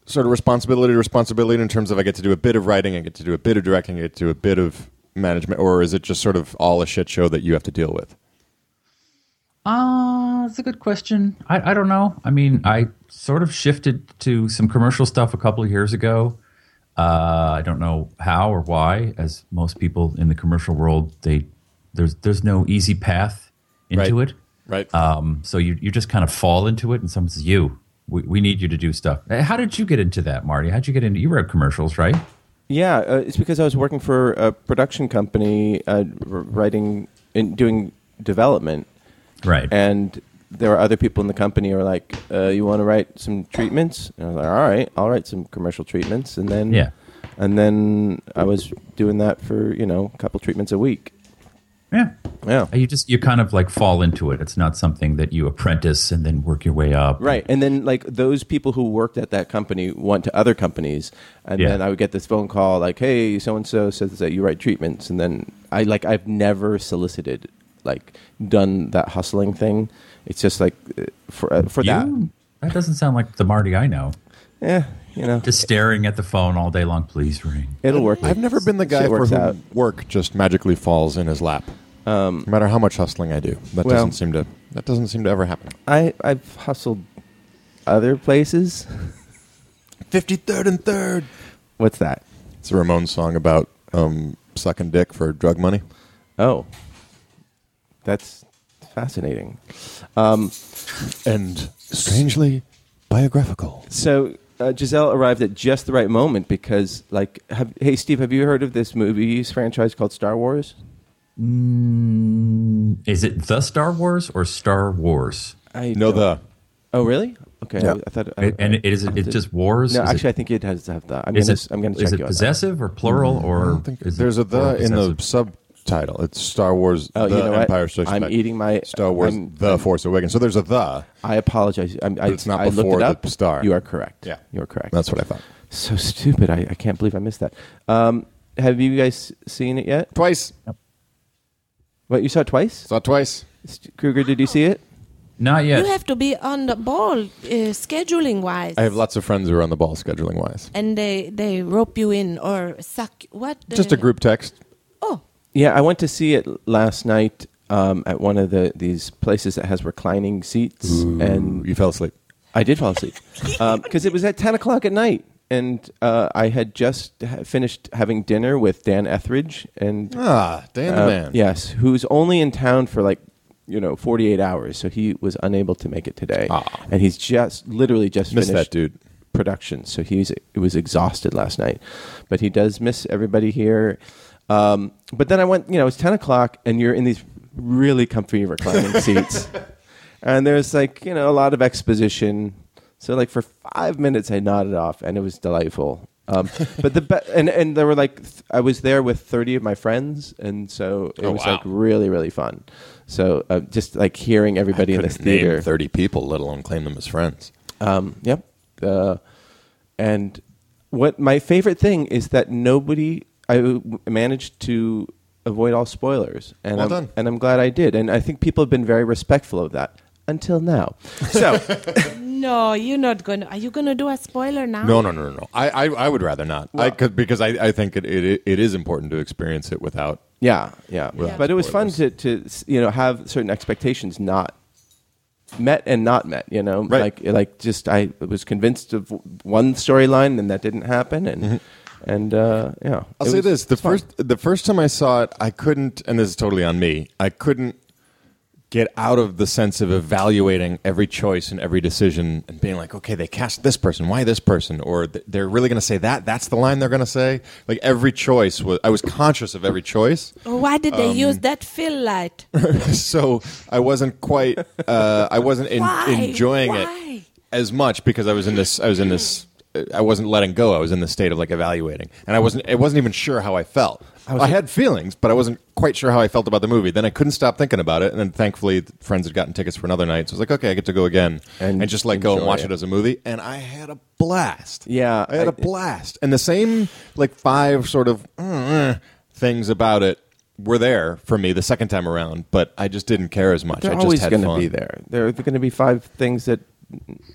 Speaker 3: sort of responsibility to responsibility in terms of I get to do a bit of writing, I get to do a bit of directing, I get to do a bit of management, or is it just sort of all a shit show that you have to deal with?
Speaker 4: Uh, that's a good question. I, I don't know. I mean, I sort of shifted to some commercial stuff a couple of years ago. Uh, I don't know how or why. As most people in the commercial world, they there's there's no easy path into
Speaker 3: Right.
Speaker 4: it.
Speaker 3: Right.
Speaker 2: Uh,
Speaker 4: Um, so you you just kind of fall into it, and someone says, "You, we, we need you to do stuff." Eh, How did you get into that, Marty? How'd you get into? You wrote commercials, right?
Speaker 2: Yeah, uh, it's because I was working for a production company, uh, r- writing and doing development,
Speaker 4: Right.
Speaker 2: and there were other people in the company who were like, uh, "You want to write some treatments?" And I was like, "All right, I'll write some commercial treatments." And then,
Speaker 4: Yeah.
Speaker 2: and then I was doing that for you know a couple treatments a week.
Speaker 4: yeah.
Speaker 2: Yeah,
Speaker 4: You just you kind of like fall into it. It's not something that you apprentice and then work your way up.
Speaker 2: right. And then like those people who worked at that company went to other companies, and
Speaker 4: Yeah.
Speaker 2: then I would get this phone call like, "Hey, so and so says that you write treatments," and then I like I've never solicited like done that hustling thing. It's just like uh, for uh, for that,
Speaker 4: You? That doesn't sound like the Marty I know.
Speaker 2: yeah, you know,
Speaker 4: Just staring at the phone all day long. Please ring.
Speaker 2: it'll work.
Speaker 3: I've never been the guy
Speaker 2: Shit
Speaker 3: for
Speaker 2: works
Speaker 3: whom
Speaker 2: out.
Speaker 3: work just magically falls in his lap. no matter how much hustling I do, that
Speaker 2: well-
Speaker 3: doesn't seem to that doesn't seem to ever happen.
Speaker 2: I I've hustled other places.
Speaker 3: Fifty third and third.
Speaker 2: What's that?
Speaker 3: It's a Ramones song about um, sucking dick for drug money.
Speaker 2: Oh, that's fascinating. Um,
Speaker 3: and strangely biographical.
Speaker 2: So uh, Giselle arrived at just the right moment because, like, have, hey Steve, have you heard of this movies franchise called Star Wars?
Speaker 4: Is it the Star Wars or Star Wars?
Speaker 2: I
Speaker 3: No, the
Speaker 2: Oh, really? Okay,
Speaker 3: Yeah.
Speaker 2: I, I thought. uh,
Speaker 4: And- and it is-
Speaker 2: I-
Speaker 4: it's just wars?
Speaker 2: No,
Speaker 4: Is it-
Speaker 2: actually, I think it has to have that. I'm
Speaker 4: Is
Speaker 2: gonna.
Speaker 4: it?
Speaker 2: I'm gonna check
Speaker 4: is it
Speaker 2: you out.
Speaker 4: possessive or plural
Speaker 3: Mm,
Speaker 4: or? is it
Speaker 3: there's a the
Speaker 4: plural
Speaker 3: in the
Speaker 4: possessive?
Speaker 3: subtitle. It's Star Wars:
Speaker 2: Oh,
Speaker 3: The
Speaker 2: you know what?
Speaker 3: Empire Strikes
Speaker 2: I'm
Speaker 3: Back.
Speaker 2: eating my-
Speaker 3: Star Wars:
Speaker 2: I'm-
Speaker 3: The Force Awakens. So there's a the.
Speaker 2: I apologize. I'm, I,
Speaker 3: But it's not
Speaker 2: I looked
Speaker 3: before
Speaker 2: it up.
Speaker 3: the star.
Speaker 2: You are correct.
Speaker 3: Yeah.
Speaker 2: you are correct.
Speaker 3: That's what I thought.
Speaker 2: so stupid. I, I can't believe I missed that. Um, have you guys seen it yet?
Speaker 3: Twice
Speaker 2: What you saw it twice?
Speaker 3: saw it twice.
Speaker 2: St- Kruger, did you see it?
Speaker 4: Not yet.
Speaker 5: You have to be on the ball uh, scheduling wise.
Speaker 3: I have lots of friends who are on the ball scheduling wise.
Speaker 5: and they they rope you in or suck what?
Speaker 3: Just a
Speaker 5: uh,
Speaker 3: group text.
Speaker 5: Oh,
Speaker 2: Yeah, I went to see it last night um, at one of the these places that has reclining seats, and
Speaker 3: You fell asleep.
Speaker 2: I did fall asleep because it was at ten o'clock at night, and uh, I had just ha- finished having dinner with Dan Etheridge, and
Speaker 3: Ah, Dan the
Speaker 2: uh,
Speaker 3: man.
Speaker 2: yes, who's only in town for like you know forty eight hours, so he was unable to make it today,
Speaker 3: Ah.
Speaker 2: and he's just literally just
Speaker 3: Missed
Speaker 2: finished
Speaker 3: that dude.
Speaker 2: production, so he's it was exhausted last night, but he does miss everybody here. Um, but then I went, you know, it's ten o'clock, and you're in these really comfy
Speaker 3: [laughs]
Speaker 2: reclining seats, and there's like you know a lot of exposition. So like for five minutes, I nodded off, and it was delightful.
Speaker 3: [laughs]
Speaker 2: Um, but the be- and and there were like th- I was there with thirty of my friends, and so it
Speaker 3: Oh,
Speaker 2: was
Speaker 3: wow.
Speaker 2: like really really fun. So uh, just like hearing everybody in this
Speaker 3: Couldn't name
Speaker 2: theater,
Speaker 3: thirty people, let alone claim them as friends.
Speaker 2: um, yep. Uh, and what my favorite thing is that nobody. I w- managed to avoid all spoilers, and
Speaker 3: Well
Speaker 2: I'm,
Speaker 3: done.
Speaker 2: and I'm glad I did. And I think people have been very respectful of that until now.
Speaker 3: [laughs]
Speaker 2: So
Speaker 5: no, you're not gonna. Are you gonna do a spoiler now?
Speaker 3: No, no, no, no, no. I, I, I would rather not. I could because I, I think it, it, it is important to experience it without.
Speaker 2: yeah, yeah.
Speaker 3: Without
Speaker 2: But it was fun to,
Speaker 3: spoilers.
Speaker 2: to s- you know have certain expectations not met and not met. You know,
Speaker 3: Right.
Speaker 2: like like just I was convinced of w- one storyline, and that didn't happen, and and uh, yeah.
Speaker 3: Mm-hmm. I'll
Speaker 2: it
Speaker 3: say
Speaker 2: was-
Speaker 3: this: the
Speaker 2: it's fun.
Speaker 3: first the first time I saw it, I couldn't, and this is totally on me. I couldn't get out of the sense of evaluating every choice and every decision and being like, okay, they cast this person, why this person, or th- they're really going to say that. That's the line they're going to say. Like every choice was, I was conscious of every choice,
Speaker 5: Oh, Why did they
Speaker 3: Um,
Speaker 5: use that fill light?
Speaker 3: [laughs] so I wasn't quite, uh, I wasn't en-
Speaker 5: Why?
Speaker 3: enjoying it.
Speaker 5: Why?
Speaker 3: as much because I was in this. I was in this. I wasn't letting go. I was in the state of like evaluating, and I wasn't. I wasn't even sure how I felt. I, had feelings, but I wasn't quite sure how I felt about the movie. Then I couldn't stop thinking about it, and then thankfully friends had gotten tickets for another night, so I was like, okay, I get to go again
Speaker 2: And
Speaker 3: and, just let go and
Speaker 2: enjoy
Speaker 3: watch
Speaker 2: it.
Speaker 3: it. as a movie. And I had a blast.
Speaker 2: Yeah,
Speaker 3: I had a
Speaker 2: I-
Speaker 3: blast. And the same like five sort of uh, things about it were there for me the second time around, but I just didn't care as much.
Speaker 2: They're
Speaker 3: I just
Speaker 2: always
Speaker 3: had
Speaker 2: going to
Speaker 3: fun.
Speaker 2: be there. There are going to be five things that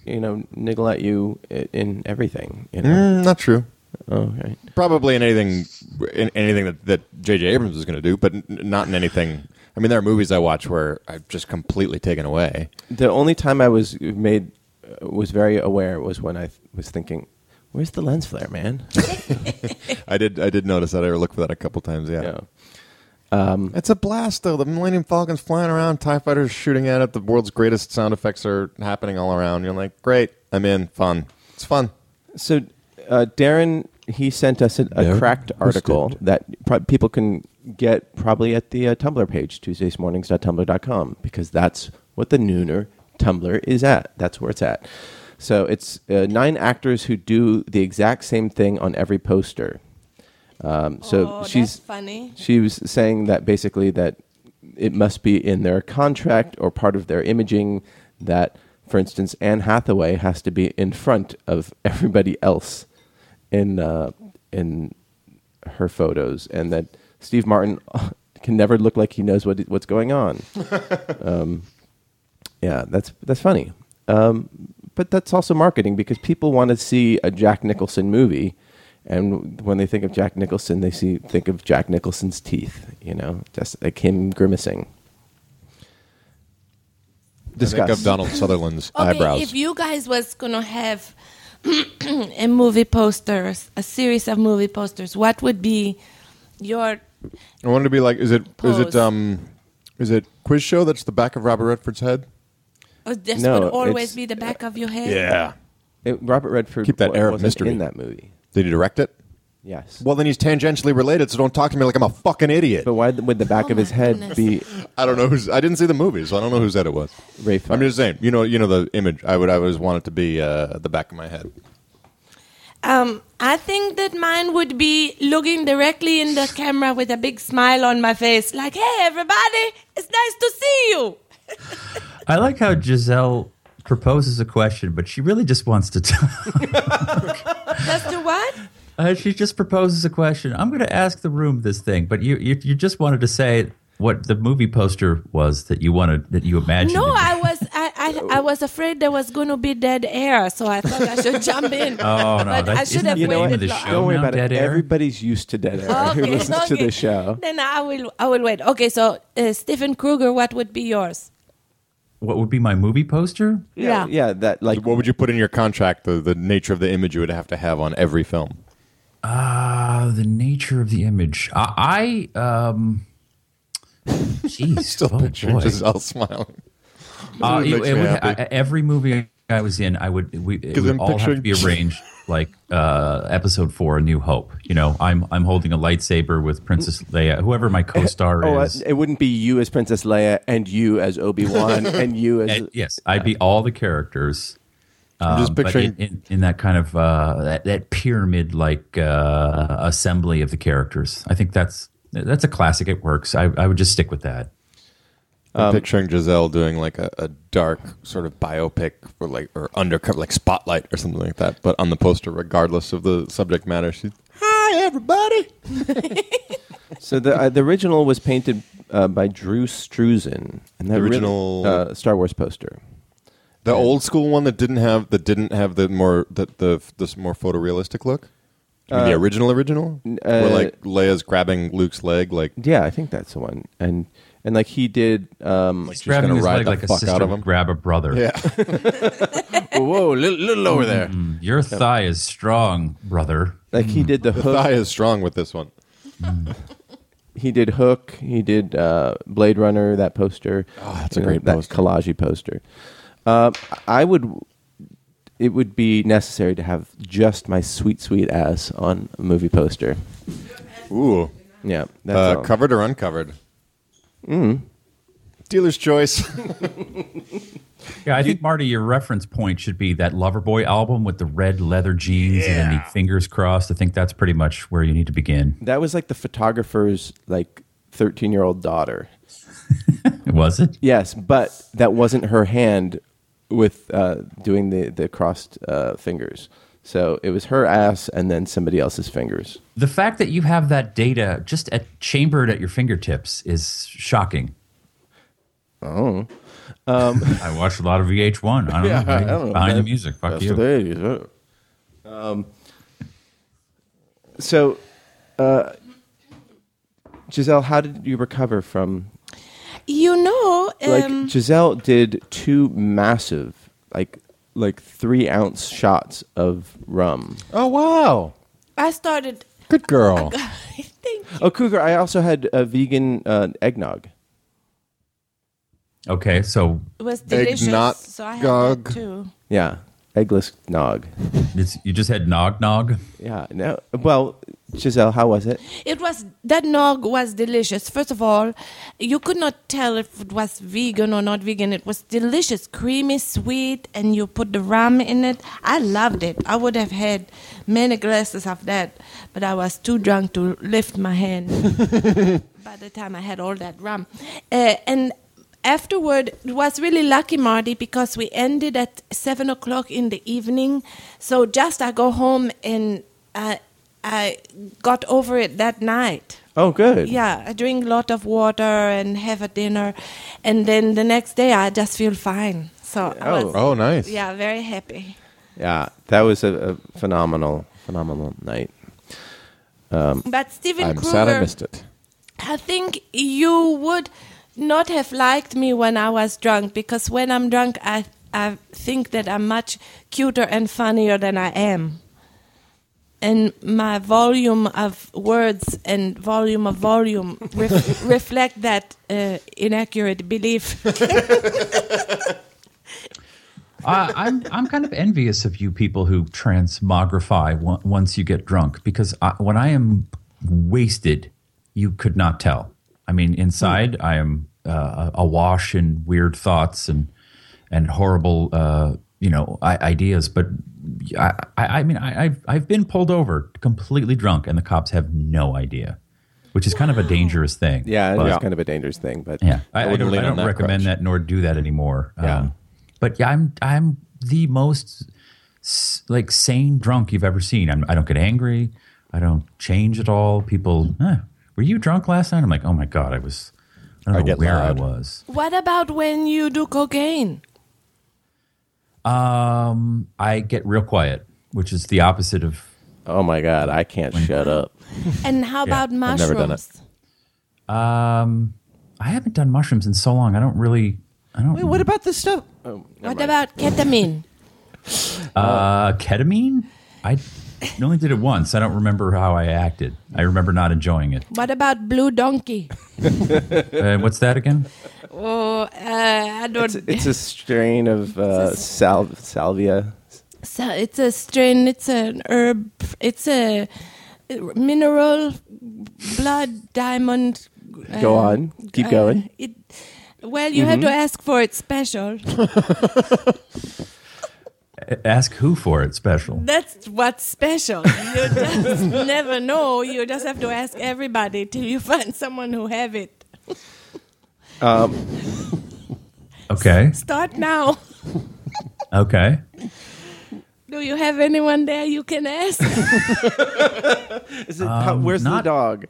Speaker 2: you know niggle at you i- in everything. You know?
Speaker 3: Mm, not true.
Speaker 2: Oh, right.
Speaker 3: Probably in anything, in anything that that J.J. Abrams was going to do, but n- not in anything. I mean, there are movies I watch where I've just completely
Speaker 2: [laughs]
Speaker 3: taken away.
Speaker 2: The only time I was made uh, was very aware was when I th- was thinking, "Where's the lens flare,
Speaker 3: [laughs]
Speaker 2: man?"
Speaker 3: I did, I did notice that. I looked for that a couple times. Yeah,
Speaker 2: yeah.
Speaker 3: it's a blast though. The Millennium Falcon's flying around, Tie fighters shooting at it. The world's greatest sound effects are happening all around. You're like, great, I'm in. Fun. It's fun.
Speaker 2: So, uh, Darren, he sent us a, a
Speaker 3: Darren
Speaker 2: cracked article
Speaker 3: Husted.
Speaker 2: that pro- people can get probably at the uh, Tumblr page, tuesdaysmornings.tumblr.com, because that's what the Nooner Tumblr is at. That's where it's at. So, it's uh, nine actors who do the exact same thing on every poster. Um, so
Speaker 5: Oh, that's
Speaker 2: she's
Speaker 5: funny.
Speaker 2: She was saying that basically that it must be in their contract or part of their imaging that, for instance, Anne Hathaway has to be in front of everybody else in uh, in her photos, and that Steve Martin [laughs] can never look like he knows what what's going on. um, yeah, that's that's funny. Um, but that's also marketing because people want to see a Jack Nicholson movie, and when they think of Jack Nicholson, they see think of Jack Nicholson's teeth. You know, just like him grimacing.
Speaker 3: I think
Speaker 2: Discuss.
Speaker 3: of Donald Sutherland's
Speaker 5: Okay,
Speaker 3: eyebrows.
Speaker 5: if you guys was gonna have [clears throat] a movie posters, a series of movie posters, what would be your?
Speaker 3: I wanted to be like, is it is
Speaker 5: Pose.
Speaker 3: it um, is it quiz show that's the back of Robert Redford's head?
Speaker 5: Oh, this
Speaker 2: No,
Speaker 5: would
Speaker 2: it's-
Speaker 5: always be the back of your head.
Speaker 2: It- Robert Redford
Speaker 3: Keep that
Speaker 2: wa-
Speaker 3: air of
Speaker 2: wasn't
Speaker 3: mystery.
Speaker 2: in that movie.
Speaker 3: Did he direct it?
Speaker 2: Yes.
Speaker 3: Well, then he's tangentially related, so don't talk to me like I'm a fucking idiot.
Speaker 2: but why th- would the back
Speaker 5: Oh
Speaker 2: of his
Speaker 5: my
Speaker 2: head
Speaker 5: goodness. [laughs]
Speaker 2: be
Speaker 3: I don't know who's. I didn't see the movie, so I don't know whose head it was.
Speaker 2: Ray
Speaker 3: I'm
Speaker 2: Fiennes?
Speaker 3: just saying. You know, you know the image. I would. I always want it to be uh, the back of my head.
Speaker 5: Um, I think that mine would be looking directly in the camera with a big smile on my face, like, "Hey, everybody, it's nice to see you."
Speaker 4: I like how Giselle proposes a question, but she really just wants to [laughs] talk.
Speaker 5: That's the what?
Speaker 4: Uh, she just proposes a question. I'm going to ask the room this thing, but you, you you just wanted to say what the movie poster was that you wanted that you imagined. it
Speaker 5: No,
Speaker 4: was.
Speaker 5: I was I, I I was afraid there was going to be dead air, so I thought I should jump in.
Speaker 4: Oh no!
Speaker 5: But
Speaker 4: that-
Speaker 5: I should
Speaker 4: isn't
Speaker 5: have
Speaker 4: that the name
Speaker 5: waited
Speaker 4: of the
Speaker 5: long.
Speaker 4: show
Speaker 2: Don't worry
Speaker 4: now,
Speaker 2: about
Speaker 4: Dead
Speaker 2: it.
Speaker 4: Air?
Speaker 2: Everybody's used to dead air. [laughs] Who listens to the show?
Speaker 5: Then I will I will wait. Okay, so uh, Stephen Kruger, what would be yours?
Speaker 4: What would be my movie poster?
Speaker 5: Yeah.
Speaker 2: yeah. That like
Speaker 3: What would you put in your contract? The the nature of the image you would have to have on every film.
Speaker 4: Uh, the nature of the image. I, I um, jeez,
Speaker 3: Still
Speaker 4: oh,
Speaker 3: picturing
Speaker 4: boy.
Speaker 3: Giselle smiling.
Speaker 4: Uh,
Speaker 3: It
Speaker 4: it,
Speaker 3: makes
Speaker 4: it
Speaker 3: me
Speaker 4: would,
Speaker 3: happy.
Speaker 4: I- every movie I was in, I would we it
Speaker 3: 'Cause
Speaker 4: would
Speaker 3: I'm
Speaker 4: all have to be
Speaker 3: picturing-
Speaker 4: arranged like uh, episode four, A New Hope. You know, I'm I'm holding a lightsaber with Princess Leia, whoever my co-star
Speaker 2: Oh, uh, [laughs]
Speaker 4: is.
Speaker 2: it wouldn't be you as Princess Leia and you as Obi Wan
Speaker 3: [laughs]
Speaker 2: and you as
Speaker 4: And yes, I'd be all the characters.
Speaker 3: I'm just
Speaker 4: um, but
Speaker 3: picturing.
Speaker 4: in, in, in that kind of uh, that, that pyramid like uh, assembly of the characters. I think that's that's a classic. It works. I, I would just stick with that. um,
Speaker 3: I'm picturing Giselle doing like a, a dark sort of biopic or like or undercover like spotlight or something like that. But on the poster, regardless of the subject matter, she's hi everybody.
Speaker 2: [laughs] So the uh, the original was painted uh, by Drew Struzan, and that
Speaker 3: The
Speaker 2: really-
Speaker 3: original-
Speaker 2: uh, Star Wars poster.
Speaker 3: The old school one that didn't have that didn't have the more the the this more photorealistic look. You mean the original original, where like Leia's grabbing Luke's leg, like
Speaker 2: Yeah, I think that's the one, and and like he did. Um,
Speaker 3: she's
Speaker 4: Grabbing
Speaker 3: gonna
Speaker 4: his
Speaker 3: ride
Speaker 4: leg
Speaker 3: the
Speaker 4: like a
Speaker 3: fuck
Speaker 4: sister
Speaker 3: out of
Speaker 4: would
Speaker 3: him.
Speaker 4: grab a brother. [laughs]
Speaker 2: whoa, little, little over there.
Speaker 4: Mm-hmm. Your thigh is strong, brother.
Speaker 2: Like he did the hook.
Speaker 3: Hmm. Thigh is strong with this one.
Speaker 2: He did Hook. He did uh, Blade Runner. That poster. Oh,
Speaker 3: Ah, that's a great
Speaker 2: that
Speaker 3: poster.
Speaker 2: collage poster. Uh, I would. It would be necessary to have just my sweet, sweet ass on a movie poster.
Speaker 3: Ooh,
Speaker 2: Yeah, that's
Speaker 3: uh,
Speaker 2: all.
Speaker 3: covered or uncovered? Mm. Dealer's choice.
Speaker 4: Yeah, I think Marty, your reference point should be that Loverboy album with the red leather jeans and then the fingers crossed. I think that's pretty much where you need to begin.
Speaker 2: That was like the photographer's like 13 year old daughter.
Speaker 4: Was it?
Speaker 2: Yes, but that wasn't her hand with uh, doing the the crossed uh, fingers. So it was her ass and then somebody else's [laughs] fingers.
Speaker 4: The fact that you have that data just at chambered at your fingertips is shocking. Oh. [laughs] I watched a lot of VH1. I don't know.
Speaker 2: I
Speaker 4: maybe
Speaker 2: don't know.
Speaker 4: Behind the
Speaker 2: That-
Speaker 4: music. Fuck
Speaker 2: That's
Speaker 4: you.
Speaker 2: the way it is, huh? Um, so, uh, Giselle, how did you recover from?
Speaker 5: You know, um,
Speaker 2: Like Giselle did two massive, like like three ounce shots of rum.
Speaker 3: Oh wow,
Speaker 5: I started. [laughs]
Speaker 3: good girl.
Speaker 5: I think
Speaker 2: Oh, Cougar, I also had a vegan uh, eggnog.
Speaker 4: Okay, so
Speaker 5: it was delicious.
Speaker 3: not
Speaker 5: so I had that
Speaker 3: gog.
Speaker 5: too.
Speaker 2: Yeah, eggless nog.
Speaker 4: it's, you just had Nog Nog.
Speaker 2: Yeah. No. Well, Giselle, how was it?
Speaker 5: It was that nog was delicious. First of all, you could not tell if it was vegan or not vegan. It was delicious, creamy, sweet, and you put the rum in it. I loved it. I would have had many glasses of that, but I was too drunk to lift my hand. By the time I had all that rum, uh, and afterward it was really lucky, Marty, because we ended at seven o'clock in the evening. So just I go home and. I I got over it that night.
Speaker 2: Oh, good.
Speaker 5: Yeah, I drink a lot of water and have a dinner, and then the next day I just feel fine. So I was,
Speaker 3: Oh nice.
Speaker 5: yeah, very happy.
Speaker 2: Yeah. That was a, a phenomenal, phenomenal night.
Speaker 5: But Steven
Speaker 3: I'm
Speaker 5: Kruger,
Speaker 3: sad I missed it.
Speaker 5: I think you would not have liked me when I was drunk because when I'm drunk, I I think that I'm much cuter and funnier than I am. And my volume of words and volume of volume [laughs] ref- reflect that uh, inaccurate belief.
Speaker 4: I, Uh, I'm I'm kind of envious of you people who transmogrify on- once you get drunk because I, when I am wasted, you could not tell. I mean, inside I am uh, awash in weird thoughts and and horrible uh, you know I, ideas. But I I, I mean I, I've I've been pulled over completely drunk and the cops have no idea, which is kind of a dangerous thing.
Speaker 2: Yeah,
Speaker 4: But-
Speaker 2: it's kind of a dangerous thing, but
Speaker 4: yeah, I, I,
Speaker 3: wouldn't
Speaker 4: don't,
Speaker 3: lean on
Speaker 4: I don't
Speaker 3: that
Speaker 4: recommend
Speaker 3: crutch.
Speaker 4: that nor do that anymore. Um,
Speaker 2: Yeah.
Speaker 4: but yeah, I'm I'm the most s- like sane drunk you've ever seen. I'm, I don't get angry. I don't change at all. People, eh, were you drunk last night? I'm like, oh my god, I was. I
Speaker 3: I
Speaker 4: don't know
Speaker 3: get
Speaker 4: where
Speaker 3: loud.
Speaker 4: I was.
Speaker 5: [laughs] what about when you do cocaine?
Speaker 4: Um, I get real quiet, which is the opposite of.
Speaker 2: oh my god, I can't shut up.
Speaker 5: And how about mushrooms?
Speaker 3: never done it.
Speaker 4: Um, I haven't done mushrooms in so long. I don't really. I don't.
Speaker 2: What about this stuff? Oh,
Speaker 5: What about ketamine?
Speaker 4: Uh, ketamine. I only did it once. I don't remember how I acted. I remember not enjoying
Speaker 3: [laughs]
Speaker 4: it.
Speaker 5: What about blue donkey?
Speaker 4: Uh, what's that again?
Speaker 5: Oh, uh, I don't.
Speaker 2: it's, it's a strain of uh, sal- salvia.
Speaker 5: So it's a strain. It's an herb. It's a mineral, blood, diamond.
Speaker 2: Go
Speaker 5: uh,
Speaker 2: on, keep
Speaker 5: uh,
Speaker 2: going.
Speaker 5: It, well, you had to ask for it special.
Speaker 4: Ask who for it special.
Speaker 5: That's what's special. You just [laughs] never know. You just have to ask everybody till you find someone who have it.
Speaker 4: Okay.
Speaker 5: Start now.
Speaker 4: Okay.
Speaker 5: Do you have anyone there you can ask?
Speaker 2: Is it,
Speaker 5: um,
Speaker 2: how, where's
Speaker 4: not-
Speaker 2: the dog?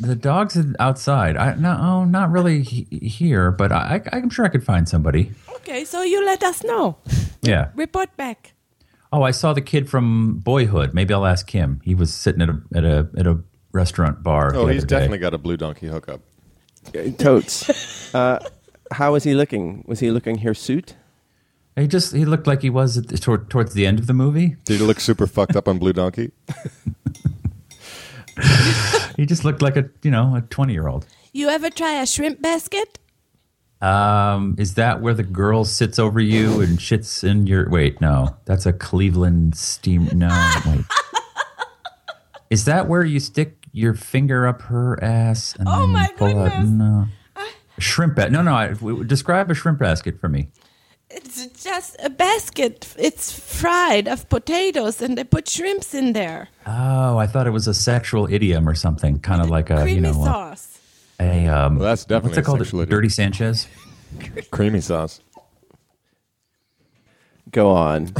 Speaker 4: The dog's outside. I no, oh, not really he- here, but I, I, I'm sure I could find somebody.
Speaker 5: Okay, so you let us know.
Speaker 4: Yeah.
Speaker 5: Report back.
Speaker 4: Oh, I saw the kid from Boyhood. Maybe I'll ask him. He was sitting at a at a at a restaurant bar. the
Speaker 3: Oh, he's
Speaker 4: other day.
Speaker 3: definitely got a blue donkey hookup.
Speaker 2: Totes. uh, how was he looking? Was he looking hirsute?
Speaker 4: He just he looked like he was at the, toward, towards the end of the movie.
Speaker 3: Did he look super fucked up on blue donkey?
Speaker 4: He just looked like a you know a twenty year old.
Speaker 5: You ever try a shrimp basket?
Speaker 4: Um, is that where the girl sits over you and shits in your? Wait, no, that's a Cleveland steam. No,
Speaker 5: [laughs]
Speaker 4: wait. Is that where you stick your finger up her ass and
Speaker 5: Oh
Speaker 4: then
Speaker 5: my
Speaker 4: pull out?
Speaker 5: goodness.
Speaker 4: No. Shrimp basket. No, no. I, w- w- describe a shrimp basket for me.
Speaker 5: It's just a basket. It's fried of potatoes, and they put shrimps in there.
Speaker 4: Oh, I thought it was a sexual idiom or something, kind of like a
Speaker 5: Creamy
Speaker 4: Uh, you know a-
Speaker 5: sauce.
Speaker 4: a, um.
Speaker 3: Well, that's definitely
Speaker 4: what's it called?
Speaker 3: a sexual idiom.
Speaker 4: Dirty Sanchez.
Speaker 3: [laughs] Creamy sauce.
Speaker 2: Go on.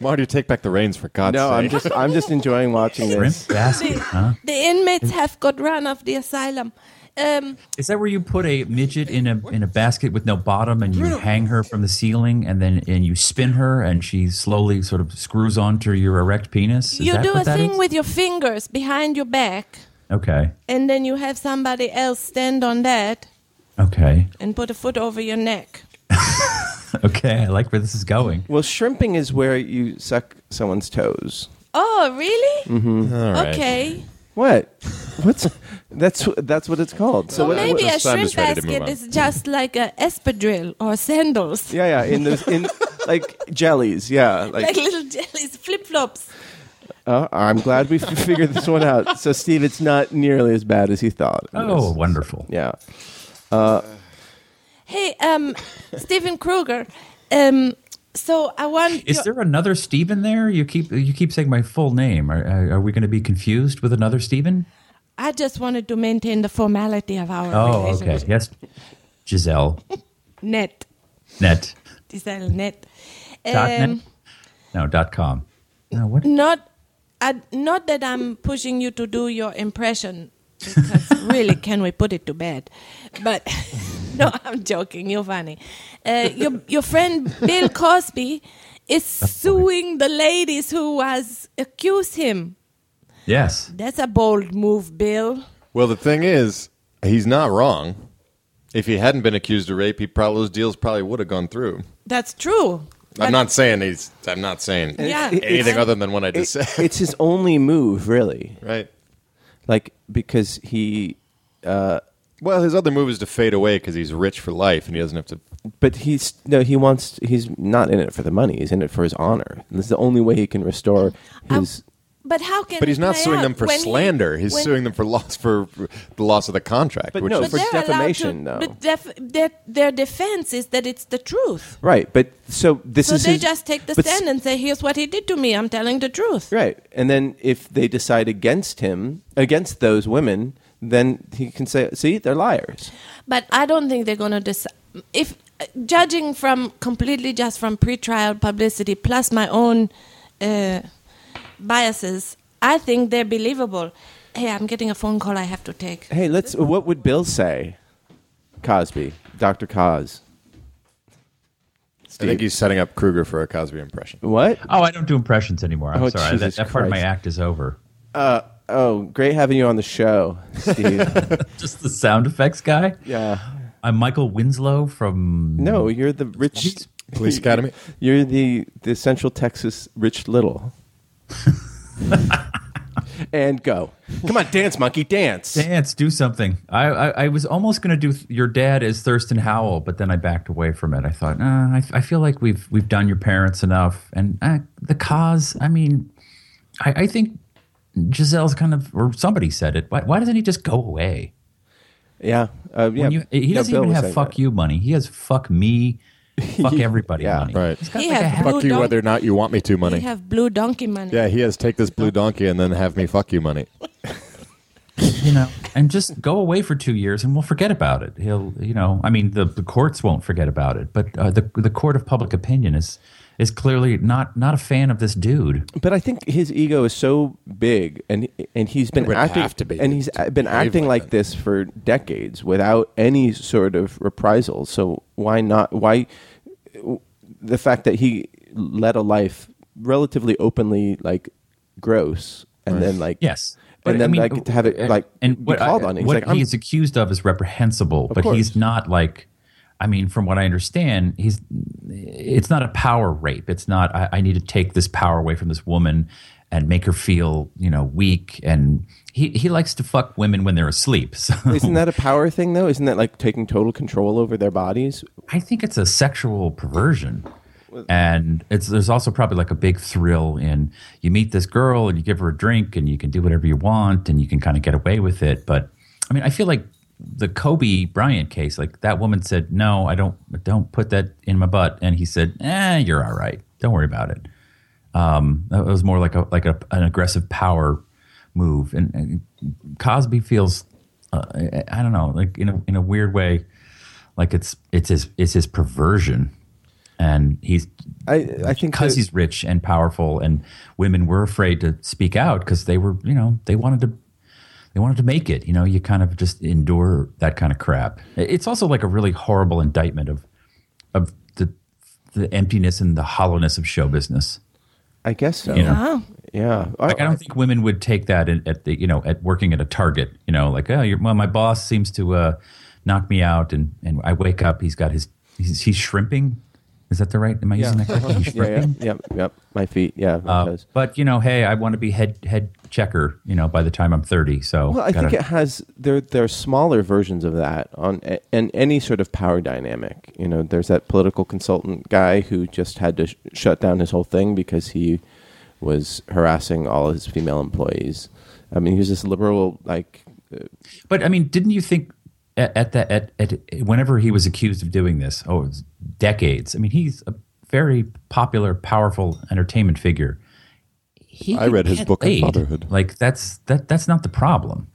Speaker 3: Marty, take back the reins for God's
Speaker 2: No,
Speaker 3: sake.
Speaker 2: I'm just I'm just enjoying watching
Speaker 4: Shrimp
Speaker 2: this.
Speaker 4: basket, huh?
Speaker 5: The inmates have got run of the asylum. Um,
Speaker 4: Is that where you put a midget in a in a basket with no bottom and you hang her from the ceiling and then and you spin her and she slowly sort of screws onto your erect penis? Is
Speaker 5: you
Speaker 4: that
Speaker 5: do
Speaker 4: what
Speaker 5: a
Speaker 4: that
Speaker 5: thing
Speaker 4: is?
Speaker 5: with your fingers behind your back,
Speaker 4: Okay.
Speaker 5: and then you have somebody else stand on that
Speaker 4: Okay. [laughs]
Speaker 5: and put a foot over your neck.
Speaker 4: Okay. I like where this is going.
Speaker 2: Well, shrimping is where you suck someone's toes.
Speaker 5: Oh, really?
Speaker 3: Mm-hmm. All right.
Speaker 5: Okay.
Speaker 2: What? What's that's that's what it's called. So
Speaker 5: So
Speaker 2: what,
Speaker 5: maybe a
Speaker 3: what- I'm
Speaker 5: shrimp
Speaker 3: just ready to move
Speaker 5: basket
Speaker 3: on.
Speaker 5: is just like a espadrille or sandals,
Speaker 2: yeah, yeah, in those in like jellies. [laughs] Yeah, like,
Speaker 5: like [laughs] little jellies, flip flops.
Speaker 2: Uh, I'm glad we [laughs] f- figured this one out. So Steve, it's not nearly as bad as he thought. It
Speaker 4: Oh,
Speaker 2: is.
Speaker 4: wonderful.
Speaker 2: yeah.
Speaker 5: Hey, um, Steven Kruger. Um, so I want.
Speaker 4: Is
Speaker 5: your-
Speaker 4: there another Steven there? You keep you keep saying my full name. Are are, are we going to be confused with another Steven?
Speaker 5: I just wanted to maintain the formality of our
Speaker 4: Oh, okay.
Speaker 5: relationship.
Speaker 4: Yes. Giselle.
Speaker 5: Net, [laughs]
Speaker 4: Net.
Speaker 5: Giselle Net.
Speaker 4: Dot net.
Speaker 5: Um,
Speaker 4: No. Dot com. No. What?
Speaker 5: not, I, not that I'm pushing you to do your impression. Because [laughs] really, can we put it to bed? But [laughs] no, I'm joking. You're funny. Uh, your your friend Bill Cosby is suing the ladies who was accused him.
Speaker 4: Yes.
Speaker 5: That's a bold move, Bill.
Speaker 3: Well, the thing is, he's not wrong. If he hadn't been accused of rape, he probably those deals probably would have gone through.
Speaker 5: That's true.
Speaker 3: I'm not saying he's. I'm not saying
Speaker 5: Yeah.
Speaker 3: anything
Speaker 5: It's-
Speaker 3: other than what I
Speaker 2: It-
Speaker 3: just said. [laughs]
Speaker 2: it's his only move, really.
Speaker 3: right.
Speaker 2: Like because he,
Speaker 3: Well, his other move is to fade away because he's rich for life and he doesn't have to.
Speaker 2: but he's no, he wants. He's not in it for the money. He's in it for his honor. And this is the only way he can restore his.
Speaker 5: But how can?
Speaker 3: But he's
Speaker 5: it
Speaker 3: not
Speaker 5: play
Speaker 3: suing
Speaker 5: out
Speaker 3: them for
Speaker 5: when he-
Speaker 3: slander. he's
Speaker 5: when-
Speaker 3: suing them for loss for for the loss of the contract.
Speaker 2: But
Speaker 3: which
Speaker 2: no,
Speaker 3: is-
Speaker 5: But
Speaker 2: for
Speaker 5: they're allowed to-
Speaker 2: defamation, though.
Speaker 5: But def- their, their defense is that it's the truth.
Speaker 2: Right, but so this
Speaker 5: So
Speaker 2: is
Speaker 5: they
Speaker 2: his-
Speaker 5: just take the
Speaker 2: but s-
Speaker 5: stand and say, "Here's what he did to me. I'm telling the truth."
Speaker 2: Right. And then if they decide against him, against those women, then he can say, see, they're liars.
Speaker 5: But I don't think they're going to decide. If judging from completely just from pretrial publicity plus my own uh, biases, I think they're believable. Hey, I'm getting a phone call. I have to take.
Speaker 2: Hey, let's, what would Bill say? Cosby, Dr. Cos.
Speaker 3: I think he's setting up Kruger for a Cosby impression.
Speaker 2: What?
Speaker 4: Oh, I don't do impressions anymore. I'm
Speaker 2: Oh,
Speaker 4: sorry.
Speaker 2: Jesus
Speaker 4: that that part of my
Speaker 2: Christ.
Speaker 4: act is over.
Speaker 2: Oh, great having you on the show,
Speaker 4: [laughs]
Speaker 2: Steve.
Speaker 4: Just the sound effects guy.
Speaker 2: yeah.
Speaker 4: I'm Michael Winslow from.
Speaker 2: No, you're the rich.
Speaker 3: Police Academy.
Speaker 2: [laughs] You're the, the Central Texas Rich
Speaker 4: [laughs]
Speaker 2: Little. and go. Come on, dance, monkey, dance.
Speaker 4: Dance, do something. I, I, I was almost going to do th- your dad as Thurston Howell, but then I backed away from it. I thought, nah, I, I feel like we've we've done your parents enough, and uh, the cause. I mean, I, I think Giselle's kind of, or somebody said it. Why, why doesn't he just go away?
Speaker 2: Yeah. Uh, yeah.
Speaker 4: When you- he
Speaker 2: No,
Speaker 4: doesn't
Speaker 2: Bill
Speaker 4: even
Speaker 2: was
Speaker 4: have
Speaker 2: saying
Speaker 4: fuck
Speaker 2: that.
Speaker 4: you money. He has fuck me,
Speaker 2: [laughs]
Speaker 4: fuck everybody
Speaker 2: Yeah,
Speaker 4: money.
Speaker 3: right.
Speaker 4: He's got
Speaker 5: He
Speaker 4: like a
Speaker 5: has
Speaker 4: half
Speaker 5: blue
Speaker 3: Fuck you,
Speaker 5: donkey.
Speaker 3: whether or not you want me to,
Speaker 5: We
Speaker 3: money.
Speaker 5: have blue donkey money.
Speaker 3: yeah, he has take this blue donkey and then have me fuck you, money.
Speaker 4: you know, and just go away for two years and we'll forget about it. He'll, you know, I mean, the, the courts won't forget about it, but uh, the the court of public opinion is is clearly not not a fan of this dude.
Speaker 2: But I think his ego is so big, and and he's been
Speaker 3: would
Speaker 2: acting,
Speaker 3: have to be
Speaker 2: and he's
Speaker 3: to
Speaker 2: been
Speaker 3: behave
Speaker 2: acting
Speaker 3: like
Speaker 2: like this for decades without any sort of reprisals. So why not? Why the fact that he led a life relatively openly like gross, and then like
Speaker 4: Yes.
Speaker 2: and then like to have it like
Speaker 4: uh, and
Speaker 2: be
Speaker 4: what,
Speaker 2: called
Speaker 4: I-
Speaker 2: on. it. He's
Speaker 4: what
Speaker 2: like, I'm-
Speaker 4: he's accused of is reprehensible, but
Speaker 2: course.
Speaker 4: he's not like. I mean, from what I understand, he's it's not a power rape. It's not I, I need to take this power away from this woman and make her feel you know weak. And he he likes to fuck women when they're asleep. [laughs] So
Speaker 2: [laughs] isn't that a power thing though? Isn't that like taking total control over their bodies?
Speaker 4: I think it's a sexual perversion. And it's there's also probably like a big thrill in you meet this girl and you give her a drink and you can do whatever you want and you can kind of get away with it. But I mean, I feel like the Kobe Bryant case, like that woman said, "No, I don't don't put that in my butt," and he said, "Eh, you're all right. Don't worry about it." Um, that was more like a like a, an aggressive power move, and, and Cosby feels, uh, I- I don't know, like in a in a weird way, like it's it's his it's his perversion, and he's
Speaker 2: I, I think
Speaker 4: because
Speaker 2: that-
Speaker 4: he's rich and powerful and women were afraid to speak out because they were you know they wanted to they wanted to make it you know you kind of just endure that kind of crap it's also like a really horrible indictment of of the the emptiness and the hollowness of show business
Speaker 2: I guess so.
Speaker 4: you know
Speaker 2: Yeah.
Speaker 4: like, I don't think women would take that in, at the you know at working at a Target. You know, like oh, you're, well, my boss seems to uh, knock me out, and and I wake up, he's got his he's, he's shrimping. Is that the right? Am
Speaker 2: [laughs]
Speaker 4: I using that correctly? He's
Speaker 2: yeah, yeah,
Speaker 4: shrimping.
Speaker 2: yeah, yeah. My feet. Yeah. my
Speaker 4: Uh,
Speaker 2: toes.
Speaker 4: but you know, hey, I want to be head head checker. You know, by the time I'm 30, so
Speaker 2: Well, I
Speaker 4: gotta-
Speaker 2: think it has there. There are smaller versions of that on a- and any sort of power dynamic. You know, there's that political consultant guy who just had to sh- shut down his whole thing because he was harassing all his female employees. I mean, he was this liberal like.
Speaker 4: But I mean, didn't you think at, at that at, at whenever he was accused of doing this, oh, it was decades. I mean, he's a very popular, powerful entertainment figure. He
Speaker 3: I
Speaker 4: could
Speaker 3: read his
Speaker 4: get
Speaker 3: book on fatherhood.
Speaker 4: Like that's that that's not the problem,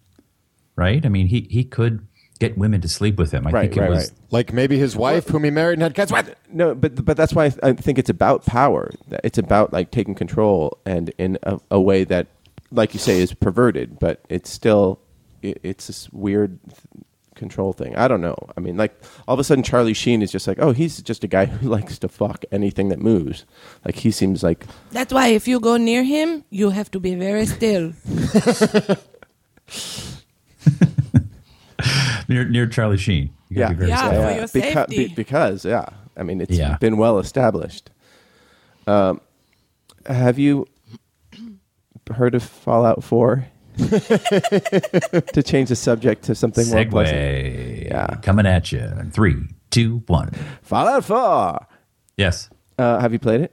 Speaker 4: right? I mean, he he could get women to sleep with him. I
Speaker 2: Right,
Speaker 4: think it
Speaker 2: right,
Speaker 4: was.
Speaker 2: right.
Speaker 3: Like maybe his wife, whom he married and had kids with.
Speaker 2: No, but but that's why I, th- I think it's about power. That It's about like taking control and in a, a way that, like you say, is perverted. But it's still, it, it's this weird th- control thing. I don't know. I mean, like all of a sudden, Charlie Sheen is just like, oh, he's just a guy who [laughs] likes to fuck anything that moves. Like he seems like
Speaker 5: That's why if you go near him, you have to be very still.
Speaker 4: near near Charlie Sheen. You
Speaker 2: yeah,
Speaker 4: gotta be very
Speaker 5: Yeah,
Speaker 4: safe.
Speaker 5: for your
Speaker 2: Beca-
Speaker 5: safety.
Speaker 2: be- because yeah, I mean, it's
Speaker 4: Yeah.
Speaker 2: been well established. Um, have you heard of Fallout Four? [laughs] to change the subject to something more pleasant.
Speaker 4: Segway
Speaker 2: Yeah.
Speaker 4: coming at you. Three, two, one.
Speaker 2: Fallout Four.
Speaker 4: Yes,
Speaker 2: Uh, have you played it?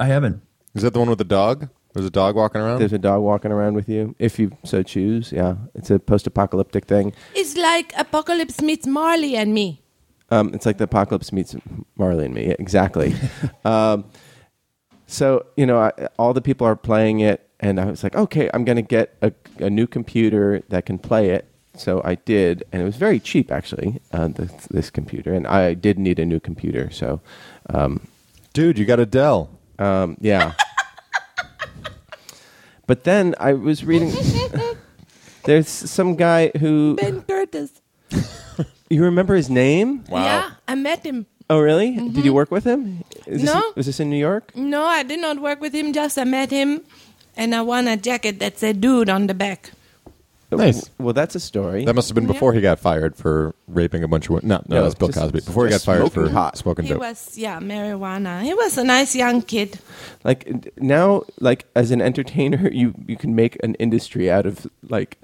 Speaker 4: I haven't.
Speaker 3: Is that the one with the dog? There's a dog walking
Speaker 4: Um.
Speaker 3: around.
Speaker 2: There's a dog walking around with you, if you so choose. Yeah, it's a post-apocalyptic thing.
Speaker 5: It's like Apocalypse meets Marley and me. [laughs]
Speaker 2: Um, it's like the apocalypse meets Marley and me. Yeah, Exactly. um, so, you know, I, all the people are playing it, and I was like, okay, I'm going to get a, a new computer that can play it. So I did, and it was very cheap, actually, uh, this, this computer. And I did need a new computer. So, um,
Speaker 3: Dude, you got a Dell.
Speaker 2: um, yeah. but then I was reading. There's some guy who
Speaker 5: Ben Curtis.
Speaker 2: you remember his name?
Speaker 5: Yeah, I met him.
Speaker 2: Oh, really? Did you work with him? Is this-
Speaker 5: No.
Speaker 2: was this in New York?
Speaker 5: No, I did not work with him. Just I met him, and I won a jacket that said "dude" on the back.
Speaker 3: Nice.
Speaker 2: Well, that's a story.
Speaker 3: That must have been before he got fired for raping a bunch of women. No, no,
Speaker 2: No,
Speaker 3: that's Bill
Speaker 2: just-
Speaker 3: Cosby. Before he got
Speaker 2: just
Speaker 3: fired
Speaker 2: smoking
Speaker 3: for
Speaker 2: pot.
Speaker 3: smoking
Speaker 5: He
Speaker 3: dope.
Speaker 5: was yeah marijuana. He was a nice young kid.
Speaker 2: like n- now, like as an entertainer, [laughs] you you can make an industry out of like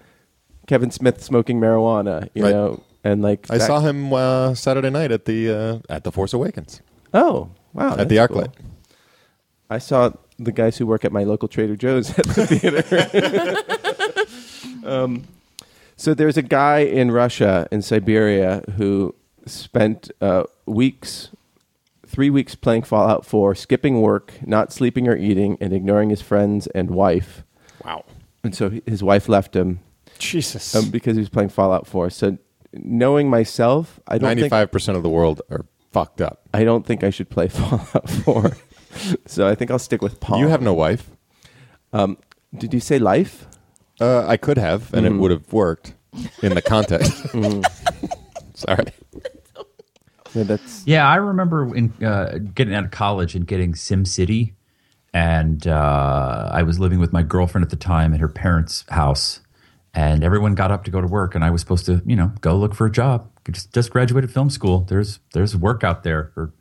Speaker 2: Kevin Smith smoking marijuana, you
Speaker 3: Right.
Speaker 2: know, and like
Speaker 3: I
Speaker 2: that-
Speaker 3: saw him uh, Saturday night at the uh, at the Force Awakens
Speaker 2: Oh, wow!
Speaker 3: at the
Speaker 2: that's
Speaker 3: ArcLight.
Speaker 2: cool. I saw the guys who work at my local Trader Joe's [laughs] at the theater.
Speaker 3: [laughs]
Speaker 2: um, so there's a guy in Russia, in Siberia, who spent uh, weeks, three weeks playing Fallout 4, skipping work, not sleeping or eating, and ignoring his friends and wife.
Speaker 3: Wow,
Speaker 2: And so his wife left him
Speaker 3: Jesus!
Speaker 2: um, because he was playing Fallout 4. So knowing myself, I don't think
Speaker 3: Ninety-five percent of the world are fucked up.
Speaker 2: I don't think I should play [laughs] Fallout
Speaker 3: [laughs]
Speaker 2: 4. so I think I'll stick with Paul.
Speaker 3: You have no wife.
Speaker 2: Did you say life?
Speaker 3: Uh, I could have,
Speaker 2: Mm-hmm.
Speaker 3: and it would have worked in
Speaker 2: [laughs]
Speaker 3: the context. [laughs] Sorry.
Speaker 2: Yeah, that's
Speaker 4: Yeah, I remember in, uh, getting out of college and getting SimCity, and uh, I was living with my girlfriend at the time at her parents' house, and everyone got up to go to work, and I was supposed to, you know, go look for a job. Just, just graduated film school. There's there's work out there for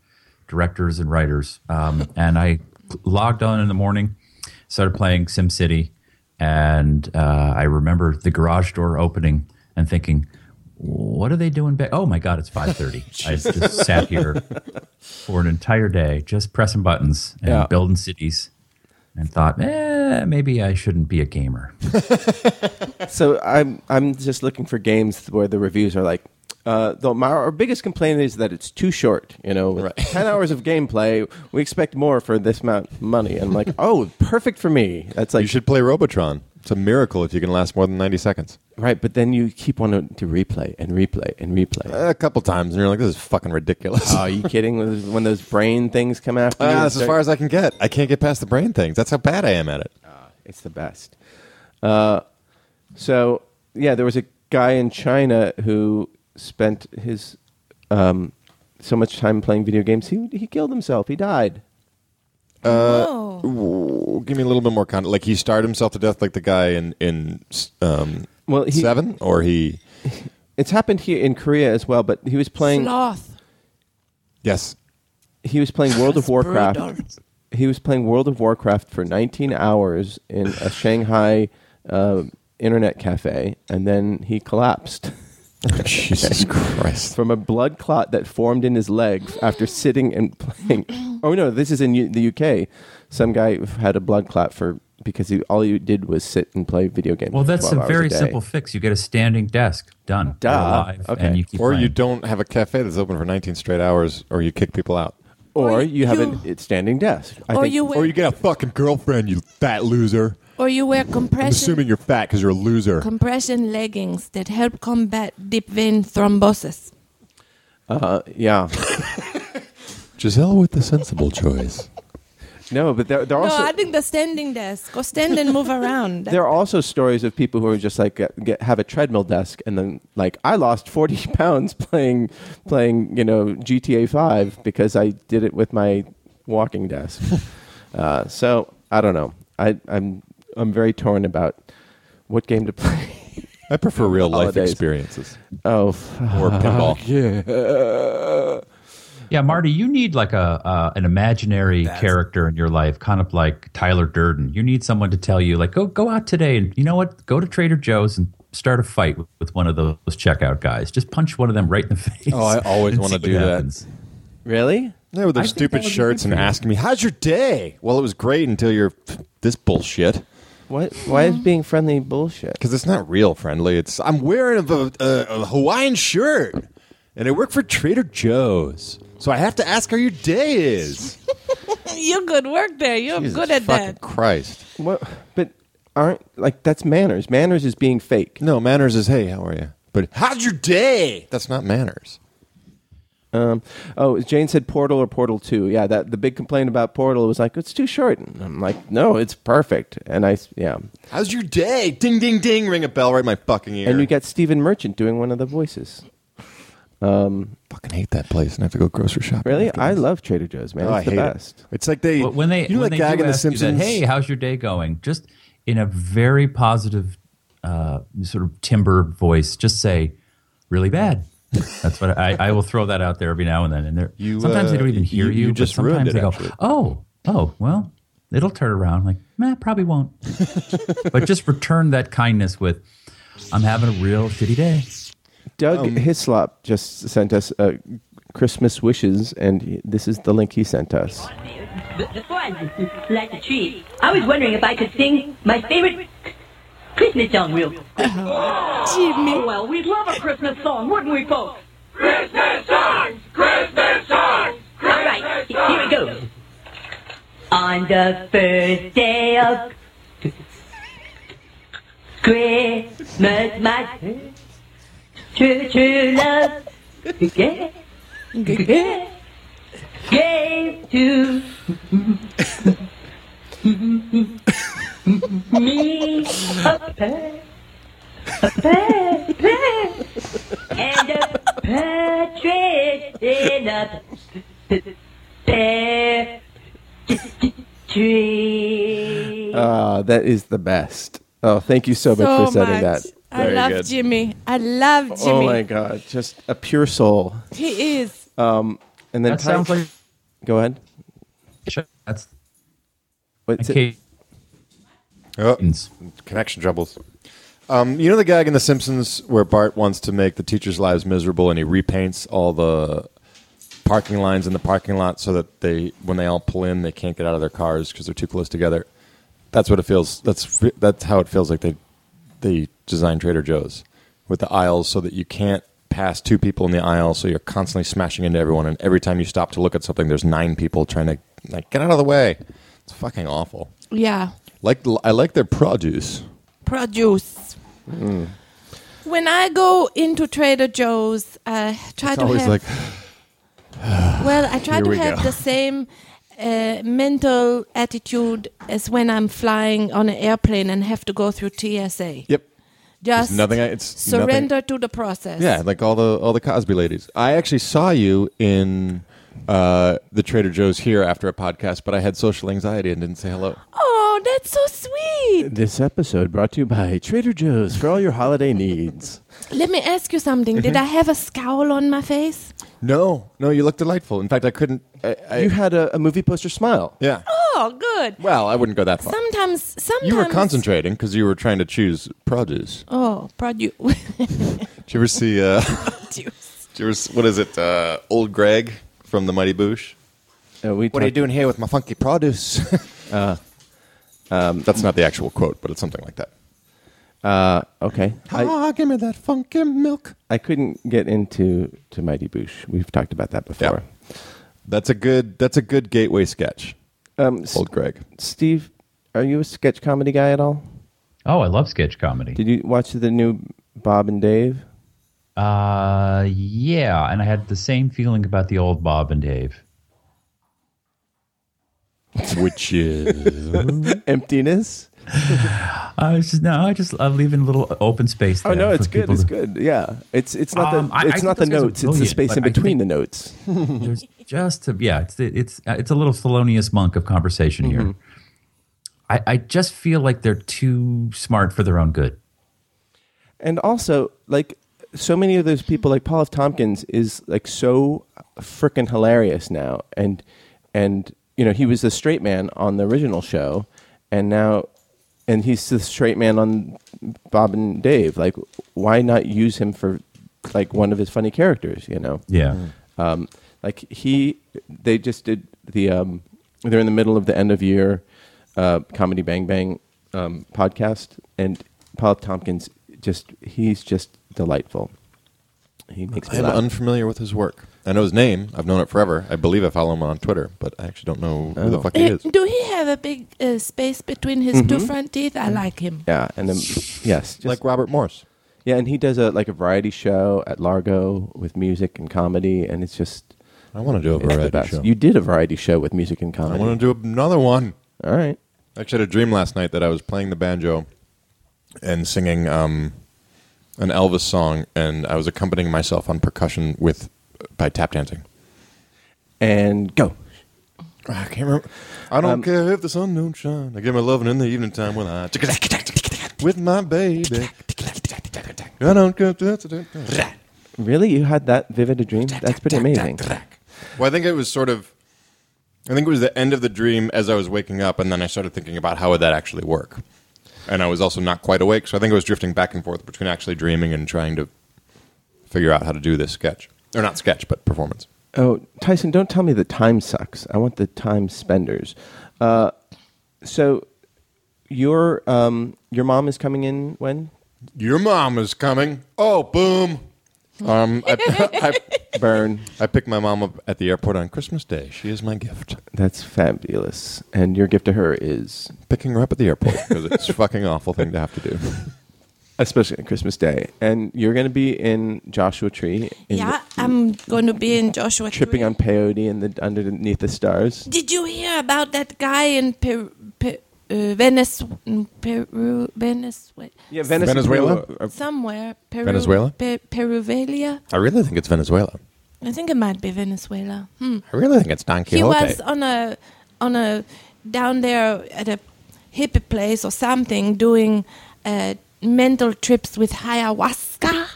Speaker 4: directors and writers, um, and I logged on in the morning, started playing SimCity, and uh, I remember the garage door opening and thinking, what are they doing back? Oh my God,
Speaker 2: [laughs]
Speaker 4: it's 5.30. I just sat here for an entire day, just pressing buttons and
Speaker 2: Yeah.
Speaker 4: building cities. and thought, eh, maybe I shouldn't be a gamer.
Speaker 2: So I'm I'm just looking for games where the reviews are like, uh, though my, our biggest complaint is that it's too short. You know, with ten hours of gameplay, we expect more for this amount of money. And I'm like, oh, perfect for me. That's like
Speaker 3: you should play Robotron. It's a miracle if you can last more than 90 seconds.
Speaker 2: right, but then you keep wanting to replay and replay and replay.
Speaker 3: A couple times, and you're like, this is fucking ridiculous.
Speaker 2: Are Ah, you kidding? When those- When those brain things come after you,
Speaker 3: Ah,
Speaker 2: and
Speaker 3: that's [laughs] as
Speaker 2: start-
Speaker 3: far as I can get. I can't get past the brain things. That's how bad I am at it.
Speaker 2: it's the best. Uh, so yeah, there was a guy in China who spent his um, so much time playing video games. He he killed himself. He died. Uh,
Speaker 5: Whoa.
Speaker 3: Ooh, give me a little bit more context. Like he starved himself to death, like the guy in in um,
Speaker 2: Well, he-
Speaker 3: seven, or he
Speaker 2: It's happened here in Korea as well. But he was playing
Speaker 5: Sloth.
Speaker 2: [laughs]
Speaker 3: yes,
Speaker 2: he was playing World of
Speaker 5: That's
Speaker 2: Warcraft.
Speaker 5: brutal.
Speaker 2: He was playing World of Warcraft for 19 hours in a Shanghai uh, internet cafe, and then he collapsed. [laughs]
Speaker 3: Jesus Christ.
Speaker 2: from a blood clot that formed in his leg after sitting and
Speaker 5: [coughs]
Speaker 2: playing. Oh no, this is in U- the UK. Some guy had a blood clot for because he, all you did was sit and play video games.
Speaker 4: Well,
Speaker 2: for [laughs]
Speaker 4: that's
Speaker 2: 12
Speaker 4: a
Speaker 2: hours
Speaker 4: very
Speaker 2: day.
Speaker 4: simple fix. You get a standing desk, done.
Speaker 2: Duh.
Speaker 4: You're alive,
Speaker 2: Okay.
Speaker 4: And you keep
Speaker 3: Or you
Speaker 4: playing.
Speaker 3: don't have a cafe that's open for 19 straight hours, or you kick people out,
Speaker 2: Or
Speaker 5: Or
Speaker 2: you have
Speaker 5: you-
Speaker 2: an it's standing desk. I
Speaker 5: Or
Speaker 2: think-
Speaker 5: you, wear,
Speaker 3: or you get a fucking girlfriend, you fat loser.
Speaker 5: or you wear
Speaker 3: I'm
Speaker 5: compression
Speaker 3: assuming you're fat because you're a loser.
Speaker 5: compression leggings that help combat deep vein thrombosis.
Speaker 2: uh, yeah,
Speaker 3: Giselle with the sensible choice.
Speaker 2: no, but there, there are also
Speaker 5: no, I think the standing desk. Go stand and move
Speaker 2: [laughs]
Speaker 5: around.
Speaker 2: there are also stories of people who are just like get, get, have a treadmill desk and then like I lost forty [laughs] pounds playing playing you know GTA Five because I did it with my walking [laughs] desk. uh, so I don't know. I, I'm I'm very torn about what game to play. [laughs]
Speaker 3: I prefer real life
Speaker 2: Holidays.
Speaker 3: experiences
Speaker 2: oh, fuck.
Speaker 3: or pinball.
Speaker 4: Yeah, Marty, you need like a uh, an imaginary character in your life, kind of like Tyler Durden. You need someone to tell you, like, go go out today, and you know what? Go to Trader Joe's and start a fight with, with one of those checkout guys. Just punch one of them right in the [laughs] face.
Speaker 3: Oh, I always
Speaker 4: and
Speaker 3: wanna
Speaker 4: see
Speaker 3: do
Speaker 4: what
Speaker 3: that.
Speaker 4: happens.
Speaker 2: [laughs] really?
Speaker 3: Yeah, with their stupid shirts and asking me, "How's your day?" Well, it was great until you're this bullshit.
Speaker 2: What? Why is being friendly bullshit?
Speaker 3: Because it's not real friendly. It's I'm wearing a, a, a Hawaiian shirt, and I work for Trader Joe's, so I have to ask how your day is.
Speaker 5: you good work there. You're
Speaker 3: Jesus
Speaker 5: good at
Speaker 3: fucking
Speaker 5: that.
Speaker 3: Christ.
Speaker 2: What? But aren't like that's manners. Manners is being fake.
Speaker 3: No manners is hey, how are you? But how's your day? That's not manners.
Speaker 2: Um, oh, Jane said Portal or Portal Two. Yeah, that the big complaint about Portal was like it's too short. And I'm like, no, it's perfect. And I s- yeah,
Speaker 3: How's your day? Ding ding ding! Ring a bell right in my fucking ear.
Speaker 2: and you got Stephen Merchant doing one of the voices.
Speaker 3: fucking hate that place, and I have to go grocery shopping.
Speaker 2: Really,
Speaker 3: after
Speaker 2: I
Speaker 3: this.
Speaker 2: love Trader Joe's, man.
Speaker 3: Oh, I
Speaker 2: it's the
Speaker 3: hate
Speaker 2: best.
Speaker 3: it. It's like they
Speaker 4: But when they
Speaker 3: you know
Speaker 4: when
Speaker 3: that
Speaker 4: they
Speaker 3: gag
Speaker 4: do
Speaker 3: in The
Speaker 4: ask you that,
Speaker 3: Simpsons.
Speaker 4: hey, how's your day going? Just in a very positive, uh, sort of timber voice, just say, really bad. That's what I, I will throw that out there every now and then. And they're,
Speaker 3: You,
Speaker 4: sometimes
Speaker 3: uh,
Speaker 4: they don't even
Speaker 3: you-
Speaker 4: hear
Speaker 3: you
Speaker 4: you. but
Speaker 3: just ruined
Speaker 4: sometimes
Speaker 3: it,
Speaker 4: they go,
Speaker 3: actually.
Speaker 4: oh, oh, well, it'll turn around. Like, nah, probably won't. but just return that kindness with, I'm having a real shitty day.
Speaker 2: Doug Hislop just sent us uh, Christmas wishes, and he- this is the link he sent us.
Speaker 6: Before I light the tree, I was wondering if I could sing my favorite Christmas song real quick. Oh,
Speaker 5: Jimmy.
Speaker 6: Well, we'd love a Christmas song, wouldn't we, folks? All right, he- here it goes. On the first day of Christmas, my true, true love gave, gave to me a pair, a pair, pair, and a partridge in a pear tree.
Speaker 2: Uh, that is the best. Oh, thank you so, much
Speaker 5: So
Speaker 2: for sending
Speaker 5: much.
Speaker 2: that.
Speaker 5: I
Speaker 2: Very
Speaker 5: love
Speaker 2: good.
Speaker 5: Jimmy. I love Jimmy.
Speaker 2: Oh my God, just a pure soul.
Speaker 5: He is.
Speaker 2: And then
Speaker 4: That sounds like,
Speaker 2: go ahead.
Speaker 4: that's
Speaker 2: What's it?
Speaker 4: cadence.
Speaker 3: Oh, connection troubles. Um, you know the gag in The Simpsons where Bart wants to make the teachers' lives miserable, and he repaints all the parking lines in the parking lot so that they, when they all pull in, they can't get out of their cars because they're too close together. That's what it feels. That's that's how it feels like they they designed Trader Joe's with the aisles so that you can't pass two people in the aisle, so you're constantly smashing into everyone. And every time you stop to look at something, there's nine people trying to like get out of the way. It's fucking awful.
Speaker 5: Yeah.
Speaker 3: Like I like their produce.
Speaker 5: Produce.
Speaker 3: Mm.
Speaker 5: When I go into Trader Joe's, I try
Speaker 3: It's
Speaker 5: to
Speaker 3: always
Speaker 5: have.
Speaker 3: like [sighs]
Speaker 5: Well, I try
Speaker 3: Here
Speaker 5: to
Speaker 3: we
Speaker 5: have
Speaker 3: go.
Speaker 5: the same uh, mental attitude as when I'm flying on an airplane and have to go through TSA.
Speaker 3: yep.
Speaker 5: Just
Speaker 3: nothing I- it's nothing-
Speaker 5: surrender to the process.
Speaker 3: Yeah, like all the all the Cosby ladies. I actually saw you in uh, the Trader Joe's here after a podcast, but I had social anxiety and didn't say hello.
Speaker 5: Oh, that's so sweet.
Speaker 2: This episode brought to you by Trader Joe's for all your [laughs] holiday needs.
Speaker 5: Let me ask you something. Did
Speaker 3: Mm-hmm.
Speaker 5: I have a scowl on my face?
Speaker 3: No, no, you look delightful. In fact, I couldn't. I, I,
Speaker 2: you had a, a movie poster smile.
Speaker 3: [gasps] yeah.
Speaker 5: Oh, good.
Speaker 3: Well, I wouldn't go that far.
Speaker 5: Sometimes, sometimes
Speaker 3: you were concentrating because you were trying to choose produce.
Speaker 5: Oh, [laughs] produce.
Speaker 3: Did you ever see? Uh, [laughs] did you ever, s- what is it? Uh, Old Greg from the Mighty Boosh.
Speaker 2: Uh, we
Speaker 3: What are you
Speaker 2: talked-
Speaker 3: doing here with my funky produce? [laughs] Uh, um, That's not the actual quote, but it's something like that.
Speaker 2: Uh, okay. I,
Speaker 3: ah, give me that funky milk.
Speaker 2: I couldn't get into to Mighty Boosh. We've talked about that before.
Speaker 3: That's a good. That's a good gateway sketch.
Speaker 2: Um, S-
Speaker 3: Old [laughs] Greg.
Speaker 2: Steve, are you a sketch comedy guy at all?
Speaker 4: Oh, I love sketch comedy.
Speaker 2: Did you watch the new Bob and Dave?
Speaker 4: Uh, yeah, and I had the same feeling about the old Bob and Dave.
Speaker 3: Which is
Speaker 2: Emptiness.
Speaker 4: I was just, no, I just I leave in a little open space.
Speaker 2: Oh
Speaker 4: there
Speaker 2: no, it's
Speaker 4: for
Speaker 2: good.
Speaker 4: people
Speaker 2: It's
Speaker 4: to-
Speaker 2: good. Yeah, it's it's not
Speaker 4: Um,
Speaker 2: the
Speaker 4: I- I
Speaker 2: it's
Speaker 4: think
Speaker 2: not the
Speaker 4: those guys are
Speaker 2: notes. It's the
Speaker 4: brilliant,
Speaker 2: space
Speaker 4: but
Speaker 2: in
Speaker 4: I
Speaker 2: between
Speaker 4: think-
Speaker 2: the notes.
Speaker 4: There's just a, yeah, it's it's uh, it's a little Thelonious Monk of conversation here.
Speaker 2: Mm-hmm.
Speaker 4: I, I just feel like they're too smart for their own good.
Speaker 2: And also, like so many of those people, like Paul F. Tompkins, is like so freaking hilarious now. And and you know he was the straight man on the original show, and now and he's the straight man on Bob and Dave. Like, why not use him for like one of his funny characters? You know.
Speaker 4: Yeah,
Speaker 2: Um, like he, they just did the. Um, they're in the middle of the end of year uh, comedy Bang Bang um, podcast, and Paul Tompkins just he's just delightful. He makes me
Speaker 3: I'm
Speaker 2: laugh.
Speaker 3: unfamiliar with his work. I know his name. I've known it forever. I believe I follow him on Twitter, but I actually don't know who the fuck he
Speaker 5: Eh,
Speaker 3: is.
Speaker 5: Do he have a big uh, space between his two front teeth? I like him.
Speaker 2: Mm-hmm. yeah, and then yes, just-
Speaker 3: like Robert Morse.
Speaker 2: yeah, and he does a like a variety show at Largo with music and comedy, and it's just
Speaker 3: I want to do a
Speaker 2: it's the
Speaker 3: variety
Speaker 2: best.
Speaker 3: show.
Speaker 2: You did a variety show with music and
Speaker 3: I
Speaker 2: comedy.
Speaker 3: want to do another one.
Speaker 2: All right.
Speaker 3: I actually had a dream last night that I was playing the banjo and singing um, an Elvis song, and I was accompanying myself on percussion with by tap dancing.
Speaker 2: And go.
Speaker 3: I can't remember. I don't care if the sun don't shine. I give my loving in the evening time when I with my baby. I don't care.
Speaker 2: Really? You had that vivid a dream? That's pretty amazing.
Speaker 3: Well, I think it was sort of. I think it was the end of the dream as I was waking up, and then I started thinking about how would that actually work. And I was also not quite awake, so I think I was drifting back and forth between actually dreaming and trying to figure out how to do this sketch. Or not sketch, but performance.
Speaker 2: Oh, Tyson, don't tell me that time sucks. I want the time spenders. Uh, so, your um, your mom is coming in
Speaker 5: [laughs]
Speaker 2: when?
Speaker 3: Your mom is coming. Oh, boom. Um, I, I,
Speaker 2: Burn.
Speaker 3: I picked my mom up at the airport on Christmas Day. She is my gift.
Speaker 2: That's fabulous. And your gift to her is,
Speaker 3: Picking her up at the airport because [laughs] it's a fucking awful thing to have to do.
Speaker 2: especially on Christmas Day, and you're going to be in Joshua Tree. In
Speaker 5: yeah,
Speaker 2: the-
Speaker 5: I'm going to be in Joshua.
Speaker 2: tripping
Speaker 5: Tree.
Speaker 2: on peyote and the underneath the stars.
Speaker 5: Did you hear about that guy in Peru, Peru, uh, Venice, in Peru, Venezuela,
Speaker 2: Yeah, Venice
Speaker 3: Venezuela?
Speaker 2: Peru are-
Speaker 5: somewhere? Peru,
Speaker 3: Venezuela?
Speaker 5: Pe- Peruvalia?
Speaker 3: I really think it's Venezuela.
Speaker 5: I think it might be Venezuela. Hmm.
Speaker 3: I really think it's Don
Speaker 5: He
Speaker 3: Quixote.
Speaker 5: was on a on a down there at a hippie place or something doing uh, mental trips with ayahuasca.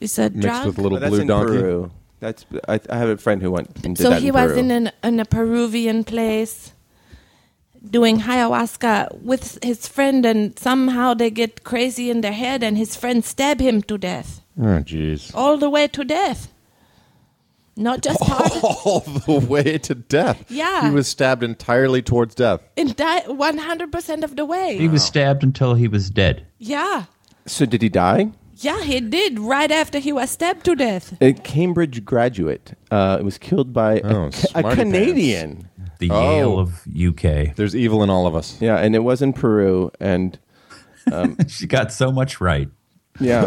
Speaker 5: It's a
Speaker 3: Mixed
Speaker 5: drug.
Speaker 3: with a little
Speaker 2: But Oh, that's
Speaker 3: blue
Speaker 2: in
Speaker 3: donkey.
Speaker 2: Peru. That's I, I have a friend who went. And did
Speaker 5: so
Speaker 2: that
Speaker 5: he
Speaker 2: in
Speaker 5: was
Speaker 2: Peru.
Speaker 5: in an in a Peruvian place doing ayahuasca with his friend, and somehow they get crazy in their head, and his friend stab him to death,
Speaker 3: Oh, jeez.
Speaker 5: all the way to death. Not just part
Speaker 2: [laughs]
Speaker 3: all the way to death.
Speaker 5: Yeah.
Speaker 3: He was stabbed entirely towards death.
Speaker 5: in that 100% of the way.
Speaker 4: He was stabbed until he was dead.
Speaker 5: Yeah.
Speaker 2: So did he die?
Speaker 5: Yeah, he did right after he was stabbed to death.
Speaker 2: A Cambridge graduate uh, was killed by
Speaker 3: Oh,
Speaker 2: a, Ca- a
Speaker 3: smarty
Speaker 2: Canadian.
Speaker 4: The
Speaker 3: Oh.
Speaker 4: Yale of UK.
Speaker 3: There's evil in all of us.
Speaker 2: Yeah, and it was in Peru, and
Speaker 4: [laughs] She got so much right.
Speaker 3: [laughs]
Speaker 2: yeah,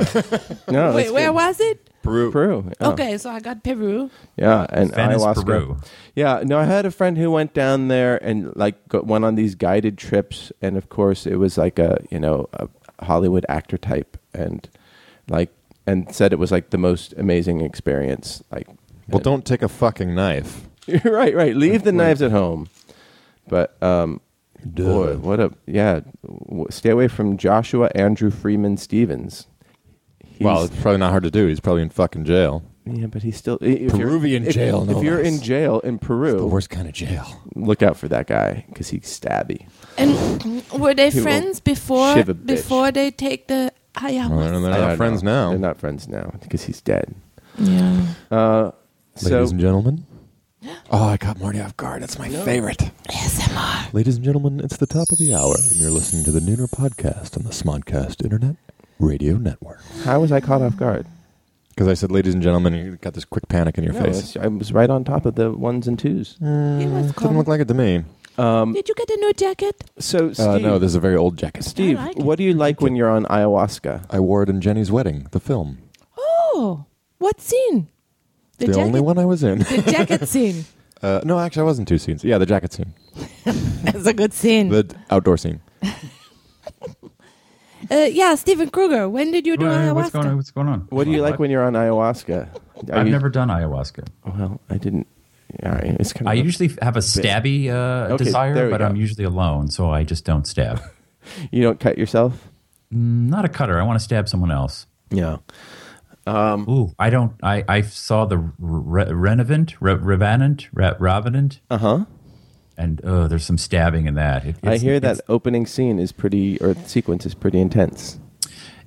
Speaker 2: no,
Speaker 5: Wait,
Speaker 2: it's Oh, good.
Speaker 5: where
Speaker 2: Oh.
Speaker 5: was it?
Speaker 3: Peru.
Speaker 2: Peru? yeah.
Speaker 5: Okay, so I got Peru. Oh.
Speaker 2: Yeah, and
Speaker 4: Venice,
Speaker 2: ayahuasca.
Speaker 4: Peru.
Speaker 2: Yeah, no, I had a friend who went down there and like go went on these guided trips, and of course it was like a you know a Hollywood actor type, and like and said it was like the most amazing experience. Like,
Speaker 3: Well, don't take a fucking knife.
Speaker 2: [laughs] right, right, leave the knives at home, but um, boy, what a yeah, w- stay away from Joshua Andrew Freeman Stevens. He's-
Speaker 3: well, it's probably not hard to do. He's probably in fucking jail.
Speaker 2: Yeah, but he's still i- if you're-
Speaker 3: Peruvian
Speaker 2: if-
Speaker 3: jail,
Speaker 2: If
Speaker 3: no
Speaker 2: you're
Speaker 3: less.
Speaker 2: in jail in
Speaker 3: The
Speaker 2: Peru,
Speaker 3: worst kind of jail.
Speaker 2: look out for that guy because he's stabby.
Speaker 5: And were they
Speaker 2: will
Speaker 5: friends before
Speaker 2: shiv a bitch. Oh,
Speaker 5: before they take the
Speaker 3: Well, they're
Speaker 5: ayahuasca?
Speaker 2: I
Speaker 3: not
Speaker 2: don't
Speaker 3: friends
Speaker 2: know.
Speaker 3: now.
Speaker 2: They're not friends now because he's dead.
Speaker 5: Yeah.
Speaker 2: so
Speaker 3: Ladies and gentlemen. [gasps] Oh, I caught Marty off guard. That's my favorite.
Speaker 5: ASMR.
Speaker 3: Ladies and gentlemen, it's the top of the hour, and you're listening to the Nooner Podcast on the Smodcast Internet Radio Network.
Speaker 2: how was I caught off guard?
Speaker 3: Because I said, ladies and gentlemen, and you got this quick panic in your
Speaker 2: No,
Speaker 3: face. Uh,
Speaker 2: it's- I was right on top of the ones and twos.
Speaker 5: He was
Speaker 3: Doesn't
Speaker 5: cold.
Speaker 3: look like it to me.
Speaker 5: Did you get a new jacket?
Speaker 2: So, Steve,
Speaker 3: Uh, no, this is a very old jacket.
Speaker 2: Steve,
Speaker 5: I like
Speaker 2: what do you like when you're on ayahuasca?
Speaker 3: I wore it in Jenny's wedding, the film.
Speaker 5: Oh, what scene?
Speaker 3: The, only one I was in. [laughs]
Speaker 5: The
Speaker 2: [laughs]
Speaker 5: jacket scene.
Speaker 3: Uh, no, actually, I wasn't two scenes. Yeah, the jacket scene,
Speaker 5: That's a good
Speaker 2: Hmm.
Speaker 5: scene.
Speaker 3: the d- outdoor scene.
Speaker 5: uh, yeah, Steven Kruger. When did you do ayahuasca?
Speaker 4: What's going on? What's going on?
Speaker 2: What do you like when you're on ayahuasca? Are
Speaker 4: I've
Speaker 2: you-
Speaker 4: never done ayahuasca.
Speaker 2: Well, I didn't. All right, it's kind
Speaker 4: I
Speaker 2: of.
Speaker 4: usually have a stabby uh,
Speaker 2: Okay, there
Speaker 4: desire,
Speaker 2: we
Speaker 4: but
Speaker 2: go.
Speaker 4: I'm usually alone, so I just don't stab.
Speaker 2: you don't cut yourself.
Speaker 4: I'm not a cutter. I want to stab someone else.
Speaker 2: Yeah.
Speaker 4: Ooh, I don't. I, I saw the re- Revenant, Re- Revenant, Re- Revenant. Uh huh. And oh, there's some stabbing in that. It-
Speaker 2: Uh-huh. I
Speaker 4: it's-
Speaker 2: hear
Speaker 4: it's-
Speaker 2: that opening scene is pretty, or sequence is pretty intense.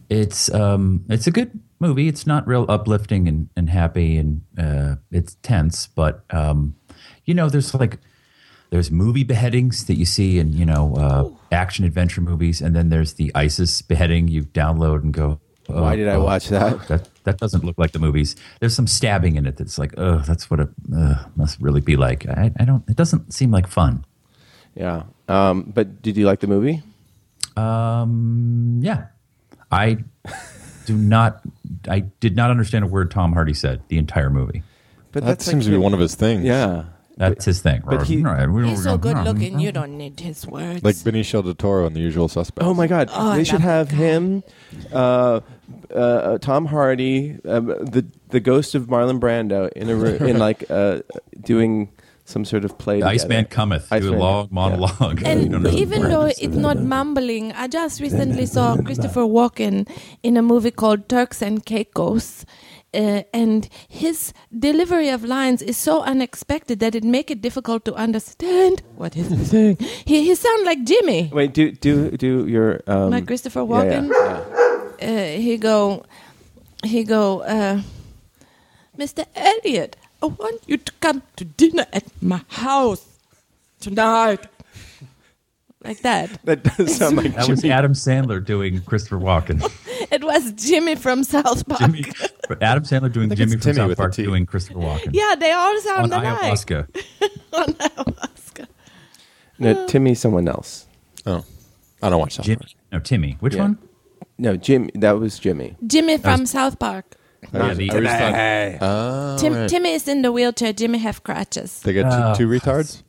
Speaker 4: it's um it's a good movie it's not real uplifting and, and happy and uh it's tense but um you know there's like there's movie beheadings that you see in you know uh action adventure movies and then there's the isis beheading you download and go oh,
Speaker 2: Why did I
Speaker 4: oh,
Speaker 2: watch that?
Speaker 4: that that doesn't look like the movies there's some stabbing in it that's like oh that's what it uh, must really be like I, I don't it doesn't seem like fun
Speaker 2: Yeah. Um, but did you like the movie?
Speaker 4: Um, yeah, I do not. I did not understand a word Tom Hardy said the entire movie.
Speaker 2: But
Speaker 3: That seems to be one of his things.
Speaker 2: Yeah.
Speaker 4: That's his thing.
Speaker 2: but he-
Speaker 5: He's so good looking. You don't need his words.
Speaker 3: Like Benicio del Toro in The Usual Suspects.
Speaker 2: Oh my God!
Speaker 5: Oh, I
Speaker 2: they should
Speaker 5: love
Speaker 2: have him, uh, uh, Tom Hardy, um, the the ghost of Marlon Brando in a room,
Speaker 4: [laughs]
Speaker 2: in like uh, doing some sort of play. together.
Speaker 4: Iceman cometh through a
Speaker 2: Iceman-
Speaker 4: long
Speaker 2: yeah.
Speaker 4: monologue. [laughs] You don't
Speaker 5: And
Speaker 4: know the
Speaker 5: even
Speaker 4: word.
Speaker 5: though it's not mumbling, I just recently saw Christopher Walken in a movie called Turks and Caicos. Uh, and his delivery of lines is so unexpected that it make it difficult to understand what he's [laughs] saying. He, he sound like Jimmy,
Speaker 2: Wait, do do do your um,
Speaker 5: like Christopher
Speaker 2: yeah, yeah,
Speaker 5: Walken. Uh, he go, he go, uh, Mr. Elliot, I want you to come to dinner at my house tonight. Like that.
Speaker 2: That does
Speaker 5: [laughs]
Speaker 2: sound like
Speaker 4: that was
Speaker 2: Jimmy.
Speaker 4: Adam Sandler doing Christopher Walken.
Speaker 5: It was Jimmy from South Park.
Speaker 4: Jimmy, Adam Sandler doing
Speaker 3: think
Speaker 4: Jimmy
Speaker 3: it's
Speaker 4: from
Speaker 3: Timmy
Speaker 4: South
Speaker 3: with a
Speaker 4: Park
Speaker 3: T.
Speaker 4: doing Christopher Walken
Speaker 5: [laughs] Yeah, they all
Speaker 4: on
Speaker 5: sound alike.
Speaker 4: ayahuasca.
Speaker 5: [laughs] On ayahuasca.
Speaker 2: no, Timmy, someone else.
Speaker 3: Oh. I don't watch South
Speaker 4: Jimmy,
Speaker 3: Park.
Speaker 4: no Timmy. Which
Speaker 2: Yeah.
Speaker 4: one?
Speaker 2: No, Jim. That was Jimmy.
Speaker 5: Jimmy from South Park.
Speaker 4: Yeah, the- Uh,
Speaker 3: I always thought
Speaker 5: Tim, Timmy is in the wheelchair. Jimmy have crutches.
Speaker 3: they got two,
Speaker 2: Ah.
Speaker 3: two
Speaker 2: [laughs]
Speaker 3: retards.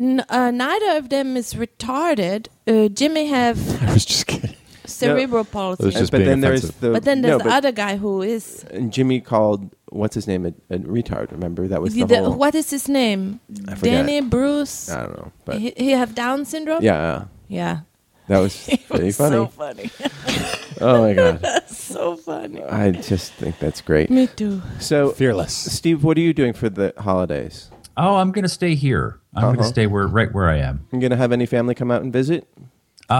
Speaker 5: N- uh, neither of them is retarded. Uh, Jimmy
Speaker 4: [laughs]
Speaker 5: have
Speaker 3: I was just kidding.
Speaker 5: cerebral
Speaker 3: It's
Speaker 5: palsy.
Speaker 3: just
Speaker 2: but
Speaker 3: being
Speaker 2: then
Speaker 3: offensive.
Speaker 2: there's the
Speaker 5: But then there's
Speaker 2: no,
Speaker 5: the other guy who is.
Speaker 2: and Jimmy called what's his name a, a retard. Remember that was the,
Speaker 5: the-
Speaker 2: whole.
Speaker 5: what is his name?
Speaker 2: forget.
Speaker 5: Danny Bruce.
Speaker 2: I don't know, but
Speaker 5: he, he have Down syndrome.
Speaker 2: yeah,
Speaker 5: yeah.
Speaker 2: that
Speaker 5: [laughs]
Speaker 2: was pretty funny. Uh,
Speaker 5: So funny. [laughs]
Speaker 2: oh my god.
Speaker 5: so funny.
Speaker 2: I just think that's great.
Speaker 5: Me too.
Speaker 2: So,
Speaker 3: Fearless.
Speaker 2: Steve, what are you doing for the holidays?
Speaker 4: Oh, I'm gonna stay here. I'm gonna
Speaker 2: Uh-huh.
Speaker 4: stay where right where I am.
Speaker 2: You going to have any family come out and visit?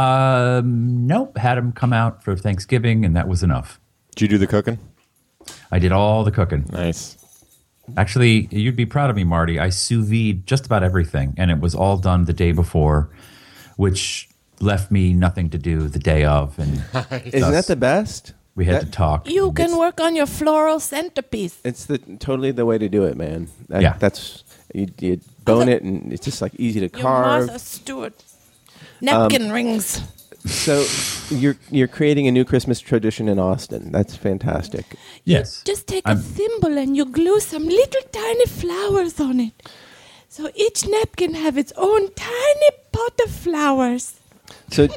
Speaker 4: Um, nope. Had him come out for Thanksgiving, and that was enough.
Speaker 3: Did you do the cooking?
Speaker 4: I did all the cooking.
Speaker 3: Nice.
Speaker 4: Actually, you'd be proud of me, Marty. I sous vide just about everything, and it was all done the day before, which left me nothing to do the day of, and
Speaker 2: Isn't that the best?
Speaker 4: we had
Speaker 2: [laughs] That-
Speaker 4: to talk.
Speaker 5: You can
Speaker 2: It's-
Speaker 5: work on your floral centerpiece.
Speaker 2: It's the totally the way to do it, man. That,
Speaker 4: Yeah.
Speaker 2: that's you, you bone it, and it's just like easy to
Speaker 5: Your
Speaker 2: carve.
Speaker 5: Martha Stewart. Napkin
Speaker 3: Um,
Speaker 5: rings.
Speaker 2: So you're you're creating a new Christmas tradition in Austin. That's fantastic.
Speaker 4: Yes,
Speaker 5: Just take a
Speaker 4: I'm-
Speaker 5: thimble and you glue some little tiny flowers on it. So each napkin have its own tiny pot of flowers.
Speaker 2: So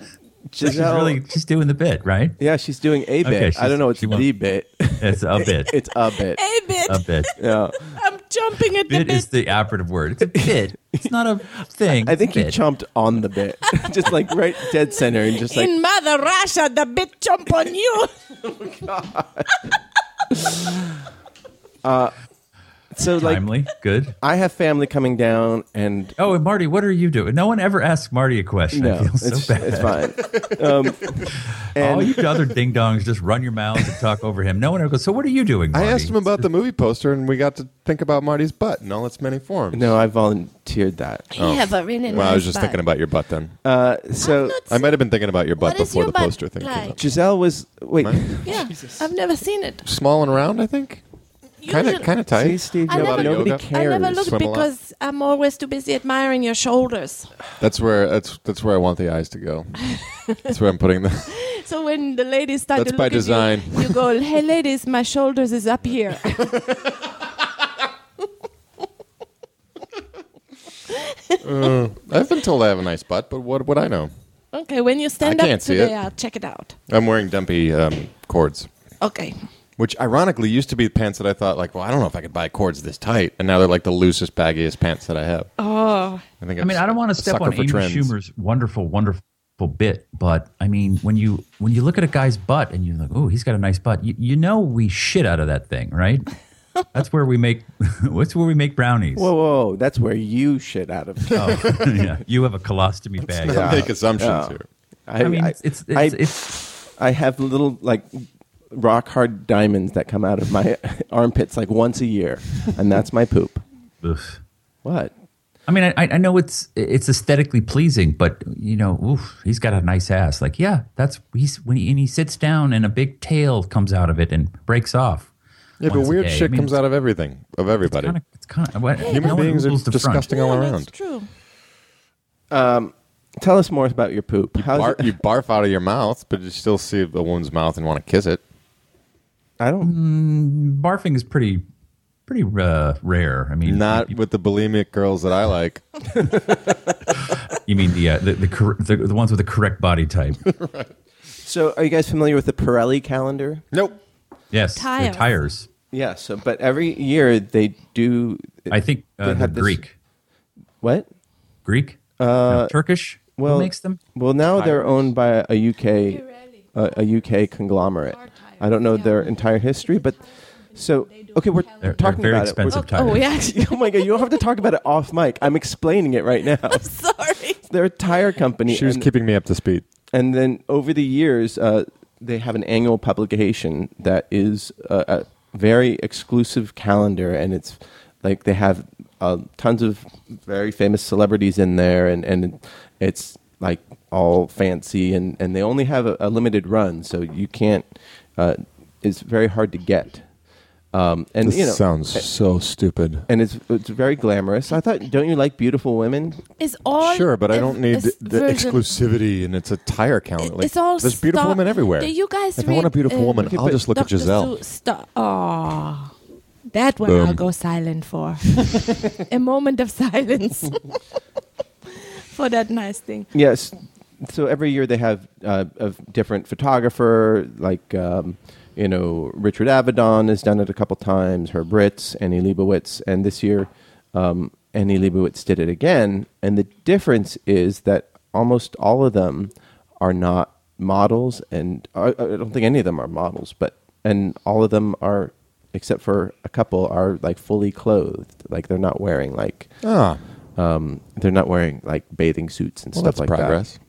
Speaker 4: she's
Speaker 2: Giselle,
Speaker 4: really she's doing the bit, right?
Speaker 2: yeah, she's doing a bit. I
Speaker 4: she's-
Speaker 2: don't know. It's
Speaker 4: she
Speaker 2: the
Speaker 4: won't-
Speaker 2: bit.
Speaker 4: It's a bit.
Speaker 2: [laughs] it's a bit.
Speaker 4: [laughs]
Speaker 5: A bit.
Speaker 3: Um,
Speaker 4: a bit.
Speaker 2: Yeah.
Speaker 5: I'm jumping at the
Speaker 4: Bit is
Speaker 5: bit.
Speaker 4: the operative word. It's a bit. It's not a thing.
Speaker 2: I think
Speaker 4: It's a
Speaker 2: you
Speaker 4: bit.
Speaker 2: chomped on the bit, [laughs] just like right dead center, and just like
Speaker 5: In Mother Russia, the bit jump on you.
Speaker 2: so like.
Speaker 4: timely. Good.
Speaker 2: I have family coming down, and
Speaker 4: Oh, and Marty, what are you doing? No one ever asked Marty a question.
Speaker 2: no,
Speaker 4: I feel
Speaker 2: it's,
Speaker 4: so bad.
Speaker 2: it's fine.
Speaker 4: All you other ding dongs just run your mouths and talk over him. No one ever goes. So what are you doing?
Speaker 3: I
Speaker 4: Marty?"
Speaker 3: asked him about the movie poster, and we got to think about Marty's butt in all its many forms.
Speaker 2: No, I volunteered that.
Speaker 5: [laughs] You have a really
Speaker 3: well, Oh. I was just
Speaker 5: nice butt.
Speaker 3: thinking about your butt then.
Speaker 2: Uh, So
Speaker 3: I
Speaker 5: Not
Speaker 3: might have been thinking about your butt
Speaker 5: What is
Speaker 3: before
Speaker 5: your
Speaker 3: the
Speaker 5: butt
Speaker 3: poster thing came
Speaker 5: like?
Speaker 3: up.
Speaker 2: Giselle was wait.
Speaker 3: Mine?
Speaker 5: Yeah, I've never seen it.
Speaker 3: Small and round, I think. Kind of,
Speaker 5: Usually-
Speaker 3: kind of tight.
Speaker 2: See, Steve,
Speaker 5: I
Speaker 2: no-
Speaker 5: never-
Speaker 2: nobody
Speaker 3: yoga.
Speaker 5: I
Speaker 2: cares.
Speaker 5: never look
Speaker 3: swim a lot.
Speaker 5: because I'm always too busy admiring your shoulders. [laughs]
Speaker 3: That's where that's that's where I want the eyes to go. that's where I'm putting them.
Speaker 5: So when the ladies start
Speaker 3: That's
Speaker 5: to
Speaker 3: by
Speaker 5: look at
Speaker 3: design.
Speaker 5: you, you, go, "Hey, ladies, my shoulders is up here."
Speaker 3: [laughs] I've been told I have a nice butt, but what would I know?
Speaker 5: okay, when you stand
Speaker 3: I
Speaker 5: up
Speaker 3: can't see
Speaker 5: today,
Speaker 3: it.
Speaker 5: I'll check it out.
Speaker 3: I'm wearing dumpy um, cords,
Speaker 5: Okay,
Speaker 3: which ironically used to be pants that I thought like, well, I don't know if I could buy cords this tight, and now they're like the loosest, baggiest pants that I have. Oh, I think.
Speaker 4: I mean, I don't want to step on Amy
Speaker 3: [laughs]
Speaker 4: Schumer's wonderful, wonderful bit, but I mean, when you when you look at a guy's butt and you're like, "Oh, he's got a nice butt," you, you know we shit out of that
Speaker 2: [laughs]
Speaker 4: thing, right? That's where we make. [laughs] That's where we make brownies. Oh,
Speaker 2: Whoa, whoa, whoa, that's where you shit out of.
Speaker 4: yeah, you have a colostomy bag.
Speaker 3: Don't make assumptions
Speaker 2: Yeah.
Speaker 3: here.
Speaker 4: [laughs] I mean, it's it's,
Speaker 2: I,
Speaker 4: it's, it's
Speaker 2: I have little like rock hard diamonds that come out of my [laughs] armpits like once a year, and that's my poop.
Speaker 4: oof.
Speaker 2: What?
Speaker 4: I mean, I, I know it's it's aesthetically pleasing, but you know, oof, he's got a nice ass. Like, yeah, that's he's when he, and he sits down and a big tail comes out of it and breaks off.
Speaker 3: Yeah, but
Speaker 4: once a
Speaker 3: weird
Speaker 4: day.
Speaker 3: shit
Speaker 4: I mean,
Speaker 3: comes
Speaker 4: it's
Speaker 3: out of everything, of everybody.
Speaker 4: Kinda, it's kind of what
Speaker 3: Human
Speaker 4: no one
Speaker 3: beings are
Speaker 4: rules the front.
Speaker 3: disgusting all
Speaker 5: Yeah,
Speaker 3: around.
Speaker 5: Oh, That's true.
Speaker 2: Tell us more about your poop. How's
Speaker 3: Bar-
Speaker 2: it-
Speaker 3: you barf out of your mouth, but you still see a woman's mouth and want to kiss it.
Speaker 2: I don't.
Speaker 4: Mm-hmm. Barfing is pretty pretty uh, rare. I mean,
Speaker 3: Not with the bulimic girls that I like.
Speaker 4: you mean the, uh, the, the cor- the the ones with the correct body type.
Speaker 2: So, are you guys familiar with the Pirelli calendar?
Speaker 3: nope.
Speaker 4: Yes,
Speaker 5: Tires.
Speaker 4: They're tires.
Speaker 2: Yeah. So, but every year they do.
Speaker 4: I think uh,
Speaker 2: They
Speaker 4: the
Speaker 2: had this-
Speaker 4: Greek
Speaker 2: What?
Speaker 4: Greek uh, Turkish.
Speaker 2: Well,
Speaker 4: Who makes them?
Speaker 2: Well, now they're owned by a UK a, a UK conglomerate. I don't know their entire history, but so okay, we're
Speaker 4: They're, they're
Speaker 2: talking
Speaker 4: very
Speaker 2: about
Speaker 4: expensive
Speaker 2: it.
Speaker 4: tires.
Speaker 5: Oh, we actually.
Speaker 2: We're- [laughs] oh my god, you don't have to talk about it off mic. I'm explaining it right now.
Speaker 5: [laughs] Sorry.
Speaker 2: They're a tire company,
Speaker 3: She was
Speaker 2: and,
Speaker 3: keeping me up to speed.
Speaker 2: and then over the years, uh, they have an annual publication that is a, a very exclusive calendar, and it's like they have uh, tons of very famous celebrities in there, and and it's like all fancy, and and they only have a, a limited run, so you can't. Uh, it's very hard to get. Um, and
Speaker 3: This
Speaker 2: you know,
Speaker 3: sounds so stupid.
Speaker 2: and it's it's very glamorous. I thought, don't you like beautiful women?
Speaker 5: It's all
Speaker 3: Sure, but I don't
Speaker 5: ev-
Speaker 3: need
Speaker 5: is
Speaker 3: the
Speaker 5: version-
Speaker 3: exclusivity, and it's a tire count. Like,
Speaker 5: it's all
Speaker 3: there's beautiful
Speaker 5: star-
Speaker 3: women everywhere.
Speaker 5: Do you guys
Speaker 3: if I want a
Speaker 5: read,
Speaker 3: beautiful
Speaker 5: uh,
Speaker 3: woman, I'll
Speaker 2: but
Speaker 3: just look at
Speaker 5: Dr.
Speaker 3: Giselle.
Speaker 5: Seuss sta- Aw. that one I'll go silent for. [laughs] a moment of silence [laughs] for that nice thing.
Speaker 2: Yes. So every year they have uh, a different photographer, like um, you know Richard Avedon has done it a couple times, Herb Ritz, Annie Leibovitz, and this year um, Annie Leibovitz did it again. And the difference is that almost all of them are not models, and I, I don't think any of them are models, but and all of them are, except for a couple, are like fully clothed, like they're not wearing like
Speaker 3: Ah,
Speaker 2: um, they're not wearing like bathing suits and
Speaker 3: well,
Speaker 2: stuff
Speaker 3: that's
Speaker 2: like
Speaker 3: progress.
Speaker 2: that.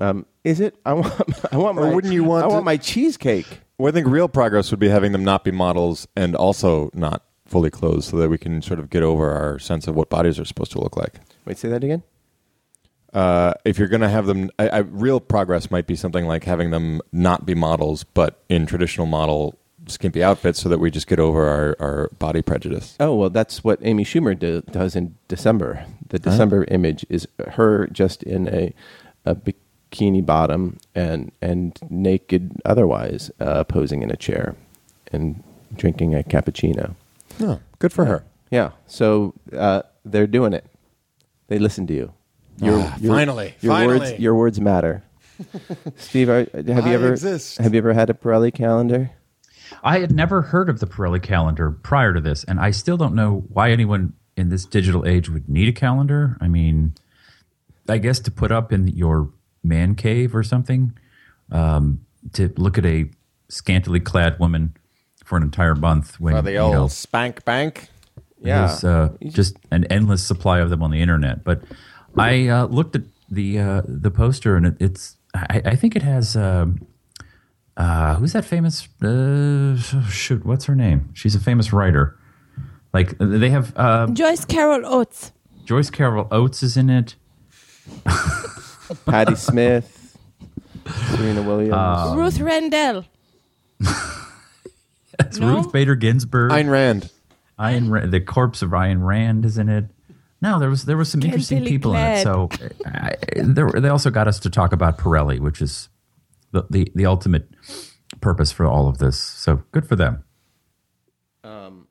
Speaker 2: Um, is it? I want. [laughs] I want.
Speaker 3: Or
Speaker 2: My,
Speaker 3: wouldn't you want
Speaker 2: I
Speaker 3: to-
Speaker 2: want my cheesecake.
Speaker 3: Well, I think real progress would be having them not be models and also not fully clothed so that we can sort of get over our sense of what bodies are supposed to look like.
Speaker 2: Wait, say that again.
Speaker 3: Uh, if you're going to have them, I, I, real progress might be something like having them not be models, but in traditional model skimpy outfits so that we just get over our, our body prejudice.
Speaker 2: Oh well, that's what Amy Schumer do, does in December. The December image is her just in a, a bikini bottom and and naked otherwise, uh, posing in a chair and drinking a cappuccino.
Speaker 3: No, good for her.
Speaker 2: Yeah, so uh, they're doing it. They listen to you. Your,
Speaker 3: Ah, finally,
Speaker 2: your
Speaker 3: finally.
Speaker 2: words, your words
Speaker 3: [laughs]
Speaker 2: matter. Steve, are, have you
Speaker 3: I
Speaker 2: ever
Speaker 3: exist.
Speaker 2: have you ever had a Pirelli calendar?
Speaker 4: I had never heard of the Pirelli calendar prior to this, and I still don't know why anyone in this digital age would need a calendar. I mean, I guess to put up in your man cave or something, um, to look at a scantily clad woman for an entire month when
Speaker 3: By the
Speaker 4: you know,
Speaker 3: old spank bank.
Speaker 2: Yeah,
Speaker 4: there's uh, just an endless supply of them on the internet. But I uh, looked at the uh, the poster, and it, it's I, I think it has um, uh, who's that famous? Uh, shoot, what's her name? She's a famous writer. Like they have uh,
Speaker 5: Joyce Carol Oates.
Speaker 4: Joyce Carol Oates is in it.
Speaker 3: [laughs]
Speaker 2: Patty Smith, Serena Williams.
Speaker 3: Ah. Um.
Speaker 5: Ruth
Speaker 4: [laughs]
Speaker 5: Rendell.
Speaker 4: It's
Speaker 5: No?
Speaker 4: Ruth Bader Ginsburg.
Speaker 3: Ayn Rand.
Speaker 4: Ayn Ra- the corpse of Ayn Rand is in it. No, there was there was some interesting
Speaker 5: Scantily
Speaker 4: people in it.
Speaker 5: clad.
Speaker 4: So I, there, they also got us to talk about Pirelli, which is the, the the ultimate purpose for all of this. So good for them.
Speaker 2: Um,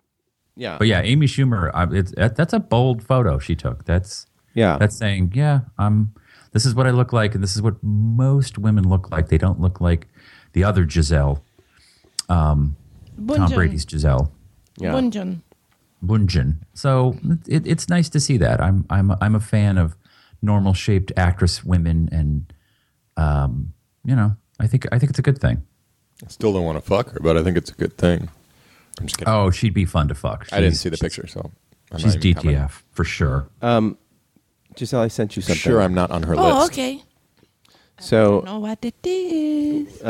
Speaker 2: yeah,
Speaker 4: But yeah, Amy Schumer, I, it's, that, that's a bold photo she took. That's
Speaker 2: yeah.
Speaker 4: that's saying, yeah, I'm. This is what I look like, and this is what most women look like. They don't look like the other Giselle, Tom
Speaker 5: Bunjun.
Speaker 4: Brady's Giselle.
Speaker 2: yeah.
Speaker 5: Bunjun.
Speaker 4: Bunjin. So it, it's nice to see that. I'm I'm a, I'm a fan of normal shaped actress women, and um, you know, I think I think it's a good thing.
Speaker 3: I still don't want to fuck her, but I think it's a good thing. I'm just kidding.
Speaker 4: Oh, she'd be fun to fuck.
Speaker 2: Oh,
Speaker 3: I didn't
Speaker 4: She's-
Speaker 3: see the picture, so I'm
Speaker 4: She's
Speaker 3: not even
Speaker 4: DTF
Speaker 3: commenting.
Speaker 4: for sure.
Speaker 2: Giselle, I sent you something.
Speaker 3: Sure, I'm not on her
Speaker 5: Oh,
Speaker 3: list.
Speaker 5: okay.
Speaker 2: So
Speaker 5: Know what it is?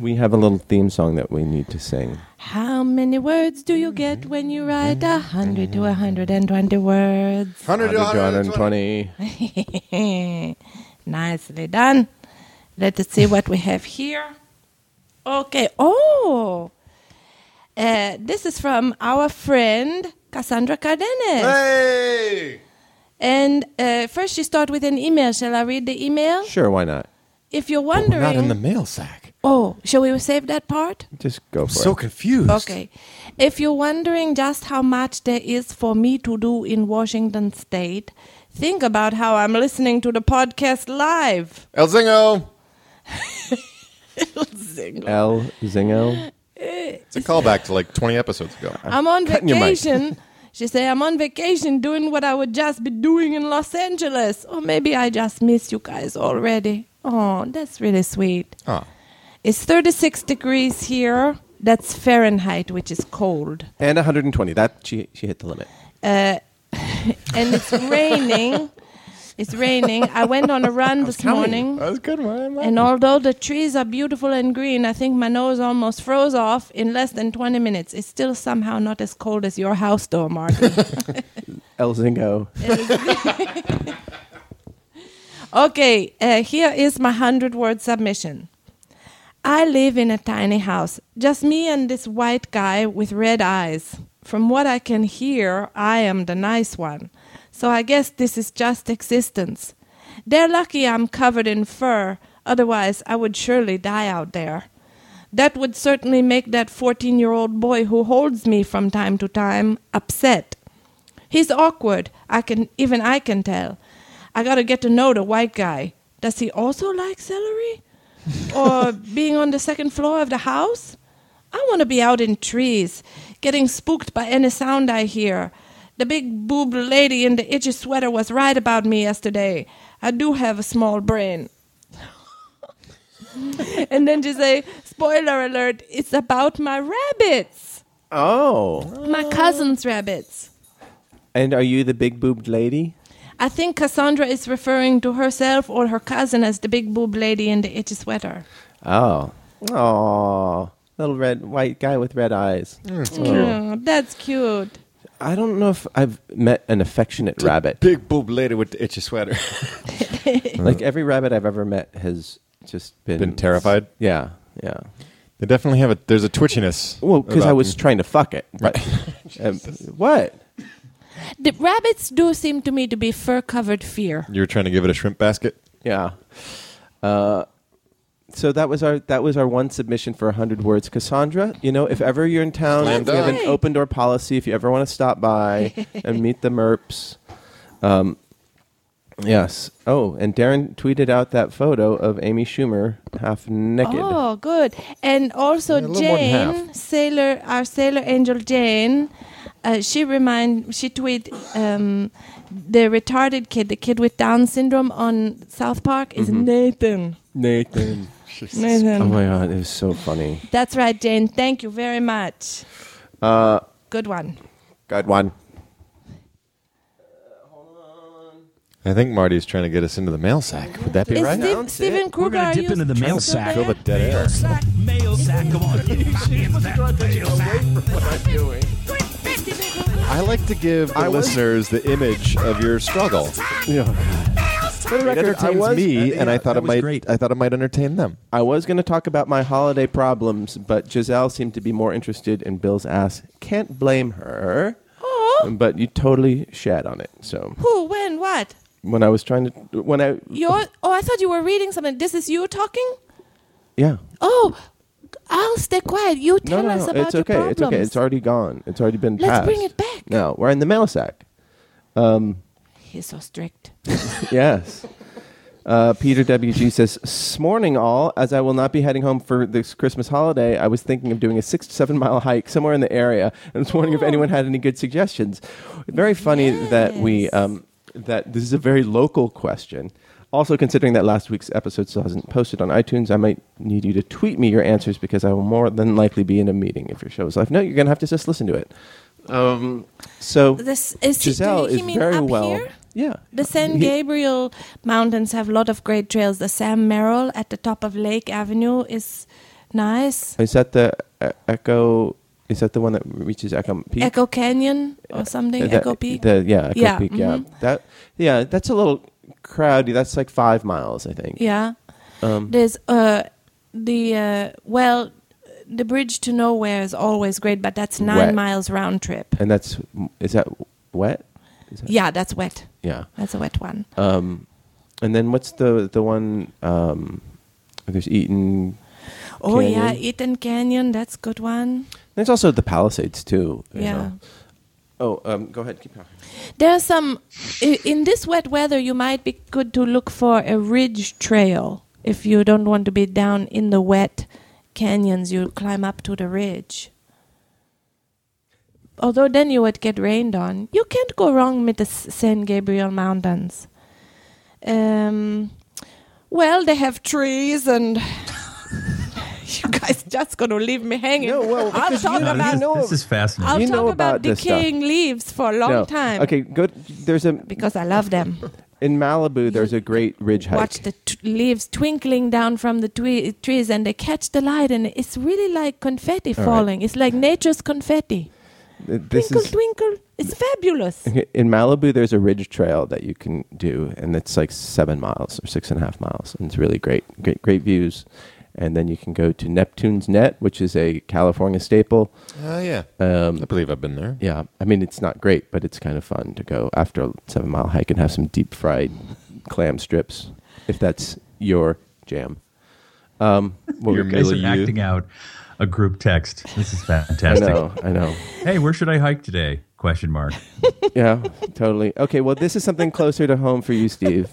Speaker 2: we have a little theme song that we need to sing.
Speaker 5: How many words do you get when you write a hundred to a hundred and twenty words?
Speaker 3: 100
Speaker 2: 120.
Speaker 5: [laughs] Nicely done. Let us see what we have here. Okay. Oh, uh, this is from our friend Cassandra Cardenas.
Speaker 3: Hey!
Speaker 5: And uh, first, she started with an email. Shall I read the email?
Speaker 2: Sure, why not?
Speaker 5: If you're
Speaker 3: We're
Speaker 5: wondering,
Speaker 3: not in the mail sack.
Speaker 5: oh, shall we save that part?
Speaker 2: Just go for
Speaker 3: So
Speaker 2: it.
Speaker 3: confused.
Speaker 5: Okay. If you're wondering just how much there is for me to do in Washington State, think about how I'm listening to the podcast live.
Speaker 3: El Zingo.
Speaker 2: El
Speaker 3: [laughs]
Speaker 2: Zingo.
Speaker 3: It's a callback to like 20 episodes ago.
Speaker 5: I'm on
Speaker 2: Cutting your mic.
Speaker 5: vacation. She said, I'm on vacation doing what I would just be doing in Los Angeles. Or maybe I just miss you guys already. Oh, that's really sweet.
Speaker 3: Oh.
Speaker 5: It's 36 degrees here. That's Fahrenheit, which is cold.
Speaker 2: And 120. That she she hit the limit.
Speaker 5: And it's
Speaker 2: [laughs]
Speaker 5: raining. It's raining. I went on a run this morning.
Speaker 3: That was a good one.
Speaker 5: And although the trees are beautiful and green, I think my nose almost froze off in less than 20 minutes. It's still somehow not as cold as your house door, Martin.
Speaker 2: El Zingo.
Speaker 5: okay, uh, here is my 100 word submission. I live in a tiny house, just me and this white guy with red eyes. From what I can hear, I am the nice one. So I guess this is just existence. They're lucky I'm covered in fur, otherwise, I would surely die out there. That would certainly make that 14 year old boy who holds me from time to time upset. He's awkward. I can even I can tell. I gotta get to know the white guy. Does he also like celery? or being on the second floor of the house? I wanna be out in trees, getting spooked by any sound I hear. The big boobed lady in the itchy sweater was right about me yesterday. I do have a small brain. [laughs] and then she say, spoiler alert, it's about my rabbits.
Speaker 2: Oh.
Speaker 5: My cousin's rabbits.
Speaker 2: And are you the big boobed lady?
Speaker 5: I think Cassandra is referring to herself or her cousin as the big boob lady in the itchy sweater.
Speaker 2: Oh. Oh. little red white guy with red eyes.
Speaker 5: Oh, that's cute.
Speaker 2: Hmm. I don't know if I've met an affectionate rabbit.
Speaker 3: Big boob lady with the itchy sweater. [laughs]
Speaker 2: Like every rabbit I've ever met has just been
Speaker 3: Been terrified?
Speaker 2: Yeah, yeah.
Speaker 3: they definitely have a. There's a twitchiness.
Speaker 2: Well, because I
Speaker 3: about
Speaker 2: was
Speaker 3: them.
Speaker 2: trying to fuck it, [laughs] but um, what?
Speaker 5: The rabbits do seem to me to be fur-covered fear.
Speaker 3: You were trying to give it a shrimp basket.
Speaker 2: Yeah. Uh, so that was our that was our one submission for 100 words, Cassandra. You know, if ever you're in town,
Speaker 3: Slam
Speaker 2: we have an
Speaker 5: dunk.
Speaker 2: open door policy. If you ever want to stop by and meet the Merps, um, yes. Oh, and Darren tweeted out that photo of Amy Schumer half naked.
Speaker 5: Oh, good. And also
Speaker 3: Yeah, a little more than
Speaker 5: Jane, Sailor, our Sailor Angel Jane, uh, she remind she tweet um, the retarded kid, the kid with Down syndrome on South Park is Nathan.
Speaker 2: Nathan.
Speaker 5: Nathan.
Speaker 2: Oh my god, it was so funny.
Speaker 5: That's right, Jane. Thank you very much. good one.
Speaker 2: Good one.
Speaker 3: I think Marty's trying to get us into the mail sack. Would that be
Speaker 5: Is
Speaker 3: right?
Speaker 5: Steve-
Speaker 2: Announce
Speaker 5: Steven
Speaker 2: it.
Speaker 5: Kruger?
Speaker 7: We're gonna
Speaker 5: are
Speaker 7: dip
Speaker 5: you
Speaker 7: into the mail
Speaker 5: still
Speaker 7: sack.
Speaker 5: there?
Speaker 3: Fill the dead air.
Speaker 7: sack, mail sack. [laughs] Come on,
Speaker 3: I like to give the
Speaker 2: I was-
Speaker 3: listeners the image of your struggle.
Speaker 2: For the
Speaker 3: It
Speaker 2: record, I
Speaker 3: entertains
Speaker 2: was,
Speaker 3: me, and I uh, thought
Speaker 7: that
Speaker 3: it
Speaker 7: was
Speaker 3: might.
Speaker 7: great.
Speaker 3: I thought it might entertain them.
Speaker 2: I was going to talk about my holiday problems, but Giselle seemed to be more interested in Bill's ass. Can't blame her.
Speaker 5: Oh,
Speaker 2: But you totally shat on it. So
Speaker 5: who? When? What?
Speaker 2: when I was trying to, when I,
Speaker 5: Your? Oh, I thought you were reading something. This is you talking?
Speaker 2: yeah,
Speaker 5: Oh, I'll stay quiet. You
Speaker 2: no,
Speaker 5: tell
Speaker 2: no,
Speaker 5: us
Speaker 2: no,
Speaker 5: about
Speaker 2: it's
Speaker 5: your
Speaker 2: okay,
Speaker 5: problems.
Speaker 2: it's okay, it's already gone, it's already been
Speaker 5: Let's
Speaker 2: passed.
Speaker 5: bring it back.
Speaker 2: No, we're in the mail sack.
Speaker 5: He's so strict.
Speaker 2: yes. Uh, Peter WG says, Smorning all, as I will not be heading home for this Christmas holiday, I was thinking of doing a six to seven mile hike somewhere in the area and was wondering if anyone had any good suggestions. Very funny that we, um, that this is a very local question. Also, considering that last week's episode still hasn't posted on iTunes, I might need you to tweet me your answers because I will more than likely be in a meeting if your show is live. No, you're going to have to just listen to it. Um, so,
Speaker 5: This is do
Speaker 2: Giselle
Speaker 5: you
Speaker 2: is
Speaker 5: mean
Speaker 2: very
Speaker 5: up
Speaker 2: well.
Speaker 5: Here?
Speaker 2: Yeah.
Speaker 5: The San
Speaker 2: He-
Speaker 5: Gabriel Mountains have a lot of great trails. The Sam Merrill at the top of Lake Avenue is nice.
Speaker 2: Is that the uh, Echo? Is that the one that reaches Echo Peak?
Speaker 5: Echo Canyon or something.
Speaker 2: Uh, that-
Speaker 5: Echo Peak.
Speaker 2: the- yeah, Echo
Speaker 5: Yeah, mm-hmm.
Speaker 2: Peak. Yeah, that. Yeah, that's a little crowdy. That's like five miles, I think. Um,
Speaker 5: yeah. There's uh, the uh, well, the bridge to nowhere is always great, but that's
Speaker 2: Wet.
Speaker 5: nine miles round trip.
Speaker 2: And that's is that wet? Is that,
Speaker 5: Yeah, that's wet.
Speaker 2: yeah.
Speaker 5: That's a wet one.
Speaker 2: Um, and then what's the the one? Um, there's Eaton.
Speaker 5: oh yeah,
Speaker 2: Canyon.
Speaker 5: Eaton Canyon. That's good one.
Speaker 2: There's also the Palisades too. you
Speaker 5: Yeah.
Speaker 2: know. Oh, um, go ahead. Keep talking.
Speaker 5: There are some i- in this wet weather. You might be good to look for a ridge trail if you don't want to be down in the wet canyons. You climb up to the ridge. Although then you would get rained on. You can't go wrong with the S- San Gabriel Mountains. Um, well, they have trees and. [laughs] you guys just gonna leave me hanging.
Speaker 2: No, well,
Speaker 5: I'll
Speaker 2: because you
Speaker 5: talk
Speaker 2: don't
Speaker 5: about
Speaker 2: know-
Speaker 4: this is fascinating.
Speaker 5: I'll
Speaker 2: You
Speaker 5: talk
Speaker 2: know
Speaker 5: about,
Speaker 2: about this stuff.
Speaker 5: decaying leaves for a long
Speaker 2: No.
Speaker 5: time.
Speaker 2: Okay, go. There's a
Speaker 5: Because I love them.
Speaker 2: in Malibu. There's a great ridge hike.
Speaker 5: Watch the t- leaves twinkling down from the twe- trees and they catch the light, and it's really like confetti
Speaker 2: right.
Speaker 5: falling. It's like nature's confetti.
Speaker 2: this
Speaker 5: twinkle,
Speaker 2: is
Speaker 5: twinkle. It's fabulous.
Speaker 2: Okay, In Malibu, there's a ridge trail that you can do, and it's like seven miles or six and a half miles, and it's really great, great, great views. And then you can go to Neptune's Net, which is a California staple.
Speaker 3: Oh yeah. I believe I've been there.
Speaker 2: Yeah, I mean it's not great, but it's kind of fun to go after a seven mile hike and have some deep fried clam strips, if that's your jam. Um, what
Speaker 3: Your
Speaker 2: were-
Speaker 3: meal.
Speaker 4: guys
Speaker 3: Really,
Speaker 4: are
Speaker 3: you-
Speaker 4: acting out a group text. This is
Speaker 2: I
Speaker 4: fantastic.
Speaker 2: know, I know.
Speaker 4: Hey, where should I hike today? Question mark.
Speaker 2: yeah, totally. Okay, well, this is something closer to home for you, Steve.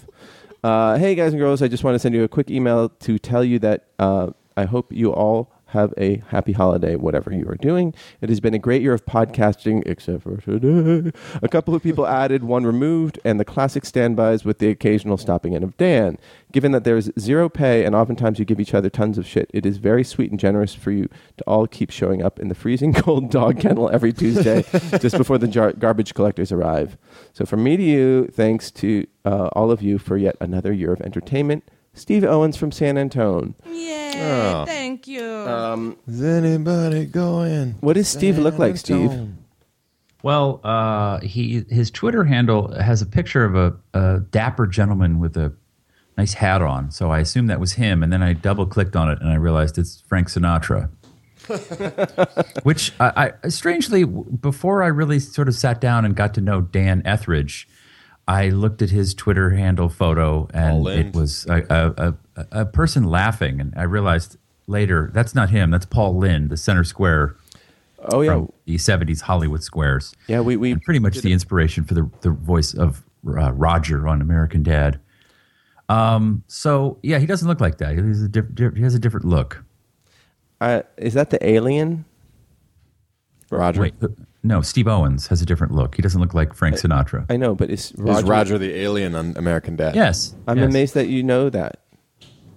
Speaker 2: Uh, hey, guys and girls, I just want to send you a quick email to tell you that uh, I hope you all have a happy holiday, whatever you are doing. It has been a great year of podcasting, except for today. A couple of people added, one removed, and the classic standbys with the occasional stopping in of Dan. Given that there is zero pay and oftentimes you give each other tons of shit, it is very sweet and generous for you to all keep showing up in the freezing [laughs] cold dog kennel every
Speaker 3: [laughs]
Speaker 2: Tuesday just before the jar- garbage collectors arrive. So from me to you, thanks to uh, all of you for yet another year of entertainment. Steve Owens from San Antone.
Speaker 5: Yeah,
Speaker 2: Ah.
Speaker 3: Oh.
Speaker 5: thank you.
Speaker 2: Uh.
Speaker 5: [laughs]
Speaker 3: Is anybody going?
Speaker 2: What does Steve look like, Steve?
Speaker 4: Well, uh, he his Twitter handle has a picture of a, a dapper gentleman with a nice hat on, so I assumed that was him. And then I double clicked on it, and I realized it's Frank Sinatra. Which I, I strangely, w- before I really sort of sat down and got to know Dan Etheridge, I looked at his Twitter handle photo, and
Speaker 3: All in.
Speaker 4: it was a, a, a, a person laughing, and I realized later that's not him. That's Paul Lynn, the center square
Speaker 2: Oh yeah,
Speaker 4: from the 70s Hollywood Squares.
Speaker 2: yeah. We we
Speaker 4: And pretty much the inspiration for the, the voice of uh, Roger on American Dad. Um, so yeah, he doesn't look like that. He's a diff- diff- he has a different look.
Speaker 2: uh, is that the alien? Roger.
Speaker 4: Wait, who- no, Steve Owens has a different look. He doesn't look like Frank Sinatra.
Speaker 2: I know, but it's
Speaker 3: Is
Speaker 2: Roger.
Speaker 3: Roger the alien on American Dad?
Speaker 4: yes,
Speaker 2: I'm
Speaker 4: yes.
Speaker 2: amazed that you know that.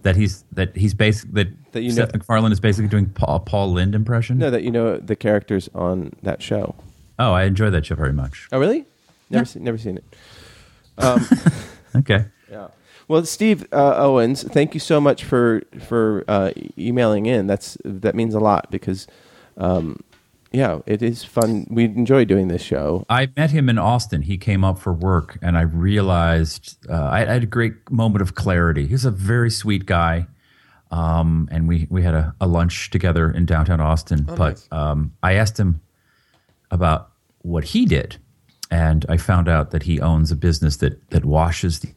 Speaker 4: that he's that he's basic that,
Speaker 2: That you
Speaker 4: Seth
Speaker 2: know-
Speaker 4: MacFarlane is basically doing Paul, Paul Lind impression.
Speaker 2: No, that you know the characters on that show.
Speaker 4: oh, I enjoy that show very much.
Speaker 2: Oh, really? Never
Speaker 4: Yeah.
Speaker 2: seen. Never seen it. Oh.
Speaker 4: Okay,
Speaker 2: Yeah. Well, Steve uh, Owens, thank you so much for for uh, e- emailing in. That's that means a lot because, um, yeah, it is fun. We enjoy doing this show.
Speaker 4: I met him in Austin. He came up for work, and I realized uh, I, I had a great moment of clarity. He was a very sweet guy, um, and we we had a, a lunch together in downtown Austin. but um, I asked him about what he did, and I found out that he owns a business that that washes the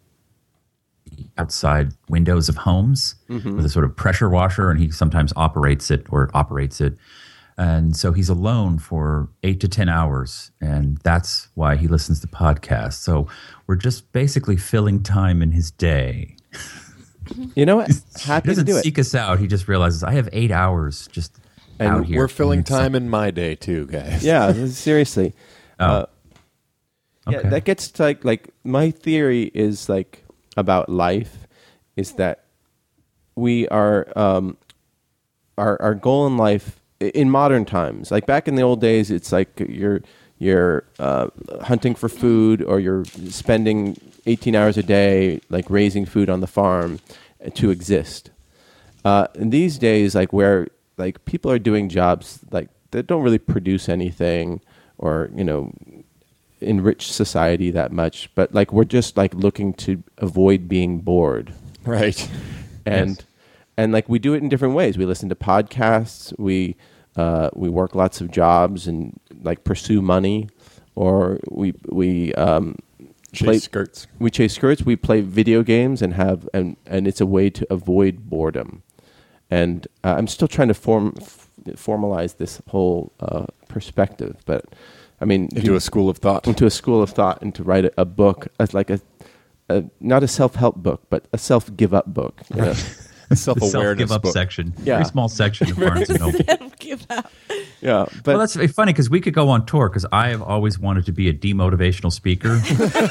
Speaker 4: outside windows of homes
Speaker 2: Mm-hmm.
Speaker 4: with a sort of pressure washer, and he sometimes operates it or operates it. And so he's alone for eight to 10 hours. And that's why he listens to podcasts. So we're just basically filling time in his day.
Speaker 2: You know what?
Speaker 4: [laughs] He
Speaker 2: Happy to
Speaker 4: doesn't
Speaker 2: do it.
Speaker 4: seek us out. He just realizes I have eight hours just out here.
Speaker 3: We're filling
Speaker 4: And so-
Speaker 3: time in my day too, guys.
Speaker 2: Yeah, seriously. Yeah,
Speaker 4: Okay.
Speaker 2: that gets to like like my theory is like about life is that we are um our our goal in life i- in modern times like back in the old days it's like you're you're uh, hunting for food or you're spending 18 hours a day like raising food on the farm uh, to exist uh, and these days like where like people are doing jobs like that don't really produce anything or you know enrich society that much but like we're just like looking to avoid being bored
Speaker 3: [laughs] Right.
Speaker 2: and and like we do it in different ways we listen to podcasts we uh, we work lots of jobs and like pursue money or we we um,
Speaker 3: Chase
Speaker 2: play-
Speaker 3: skirts.
Speaker 2: we chase skirts we play video games and have and and it's a way to avoid boredom and uh, i'm still trying to form f- formalize this whole uh, perspective but i mean
Speaker 3: Into
Speaker 2: you-
Speaker 3: a school of [laughs] thought.
Speaker 2: into a school of thought and to write a, a book as like a, a not a self-help book but a self-give-up book you know?
Speaker 4: The
Speaker 3: [laughs] Self-awareness
Speaker 4: self-give up
Speaker 3: book.
Speaker 4: section.
Speaker 2: Yeah.
Speaker 4: Very small section of Barnes and Noble.
Speaker 5: Give up.
Speaker 2: [laughs] yeah but
Speaker 4: well, that's very funny because we could go on tour because I have always wanted to be a demotivational
Speaker 2: [laughs]
Speaker 4: speaker. and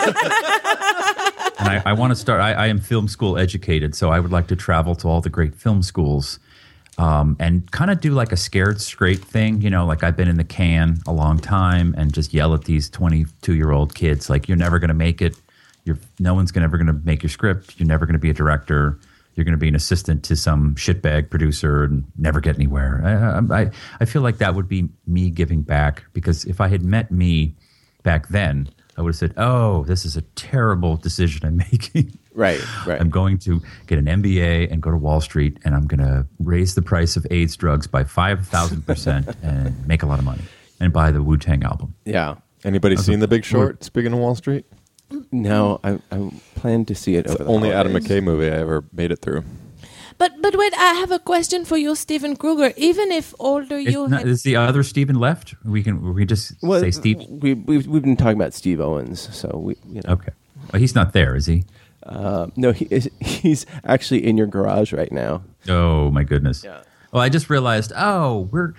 Speaker 4: I, I want to start, I, I am film school educated, so I would like to travel to all the great film schools um, and kind of do like a scared straight thing. You know, like I've been in the can a long time and just yell at these 22 year old kids, like, you're never going to make it. You're, no one's gonna, ever going to make your script. You're never going to be a director. You're going to be an assistant to some shitbag producer and never get anywhere. I, I, I- I feel like that would be me giving back because if I had met me back then, I would have said, oh, this is a terrible decision I'm [laughs] making.
Speaker 2: right right
Speaker 4: I'm going to get an MBA and go to Wall Street, and I'm going to raise the price of AIDS drugs
Speaker 2: [laughs]
Speaker 4: by 5,000% and make a lot of money and buy the Wu Tang album.
Speaker 2: yeah
Speaker 3: Anybody seen The Big Short? Speaking of Wall Street,
Speaker 2: no I, I plan to see it over the
Speaker 3: only Adam
Speaker 2: holidays.
Speaker 3: McKay movie I ever made it through.
Speaker 5: But but wait, I have a question for you, Steven Kruger. Even if older
Speaker 4: Is,
Speaker 5: you
Speaker 4: not,
Speaker 5: had-
Speaker 4: is the other Stephen left? We can we can just
Speaker 2: well,
Speaker 4: say Steve.
Speaker 2: we we've, we've been talking about Steve Owens so we you know
Speaker 4: Okay. Well, he's not there, is he?
Speaker 2: uh, no he is, [laughs] he's actually in your garage right now
Speaker 4: Oh my goodness.
Speaker 2: Yeah.
Speaker 4: Well, I just realized. Oh, we're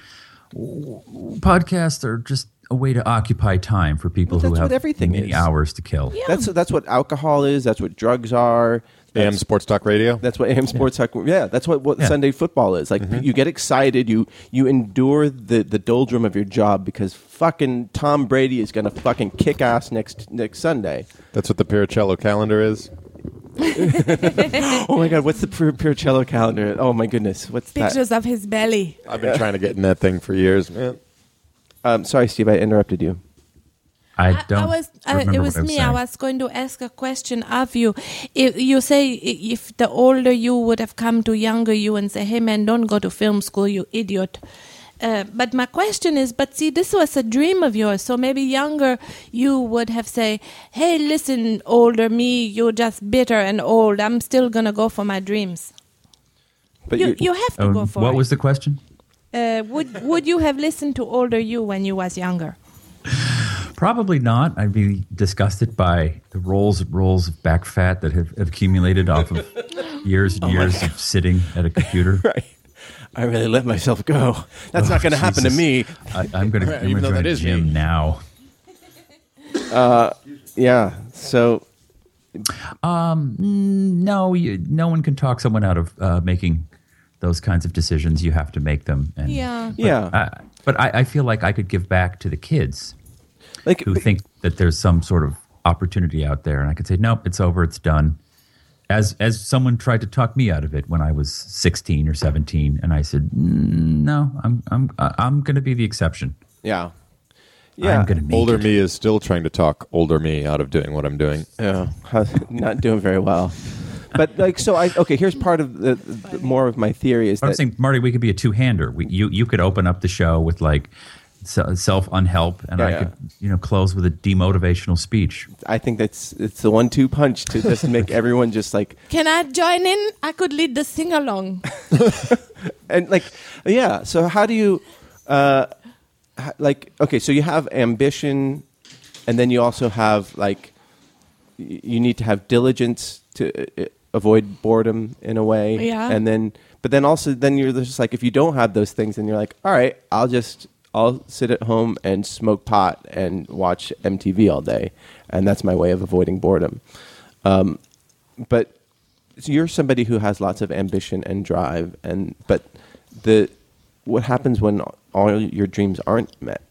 Speaker 4: podcasts are just a way to occupy time for people
Speaker 2: Well,
Speaker 4: who
Speaker 2: that's
Speaker 4: have
Speaker 2: what everything
Speaker 4: many
Speaker 2: is.
Speaker 4: hours to kill.
Speaker 2: that's that's what alcohol is that's what drugs are
Speaker 3: AM Sports Talk Radio.
Speaker 2: That's what AM Sports Talk. Yeah, Mm-hmm. that's what, what
Speaker 4: Yeah.
Speaker 2: Sunday football is. Like you get excited, you you endure the the doldrum of your job because fucking Tom Brady is gonna fucking kick ass next next Sunday.
Speaker 3: That's what the Piricello calendar is.
Speaker 2: oh my God, what's the Pur- Puricello calendar? Oh my goodness, what's
Speaker 5: Pictures of his belly.
Speaker 3: I've been trying to get in that thing for years, man.
Speaker 2: that? Um, sorry, Steve, I interrupted you.
Speaker 4: I don't.
Speaker 5: I was. I,
Speaker 4: remember
Speaker 5: it
Speaker 4: what
Speaker 5: was
Speaker 4: I
Speaker 5: me. I
Speaker 4: saying.
Speaker 5: was going to ask a question of you. If you say i- if the older you would have come to younger you and say, "Hey man, don't go to film school, you idiot." Uh, but my question is, but see, this was a dream of yours. So maybe younger you would have say, "Hey, listen, older me, you're just bitter and old. I'm still gonna go for my dreams."
Speaker 2: But
Speaker 5: You
Speaker 2: you,
Speaker 5: you have to
Speaker 4: Um,
Speaker 5: go for
Speaker 4: what
Speaker 5: it.
Speaker 4: was the question?
Speaker 5: uh, would would you have listened to older you when you was younger?
Speaker 4: Probably not. I'd be disgusted by the rolls rolls of back fat that have accumulated off of years and years of sitting at a computer.
Speaker 2: right. I really let myself go. That's not going to happen to
Speaker 4: Jesus.
Speaker 2: me.
Speaker 4: I, I'm going
Speaker 3: Right,
Speaker 4: to
Speaker 3: even though
Speaker 4: join
Speaker 3: that
Speaker 4: a
Speaker 3: is
Speaker 4: gym
Speaker 3: me.
Speaker 4: now.
Speaker 2: Yeah. So
Speaker 4: No, you, no one can talk someone out of uh, making those kinds of decisions. You have to make them. And,
Speaker 5: Yeah.
Speaker 2: yeah,
Speaker 4: I, but I, I feel like I could give back to the kids
Speaker 2: like
Speaker 4: who think that there's some sort of opportunity out there, and I could say, nope, it's over, it's done. As as someone tried to talk me out of it when I was 16 or 17, and I said, "Mm, no, I'm I'm I- I'm going to be the exception.
Speaker 2: yeah, yeah.
Speaker 4: I'm going to make
Speaker 3: Older
Speaker 4: it.
Speaker 3: me is still trying to talk older me out of doing what I'm doing.
Speaker 2: Yeah, not doing very well. But like, so I okay. Here's part of the, the more of my theory is
Speaker 4: But I'm
Speaker 2: that
Speaker 4: saying, Marty, we could be a two hander. You you could open up the show with like self unhelp, and
Speaker 2: Yeah,
Speaker 4: I
Speaker 2: yeah.
Speaker 4: could you know close with a demotivational speech.
Speaker 2: I think that's it's the one-two punch to just make everyone just like
Speaker 5: Can I join in? I could lead the sing along.
Speaker 2: and like yeah. So how do you uh, h- like okay? So you have ambition, and then you also have like y- you need to have diligence to uh, avoid boredom in a way.
Speaker 5: Yeah.
Speaker 2: And then, but then also, then you're just like, if you don't have those things, then you're like, all right, I'll just, I'll sit at home and smoke pot and watch MTV all day, and that's my way of avoiding boredom. Um, but so you're somebody who has lots of ambition and drive, and but the what happens when all your dreams aren't met?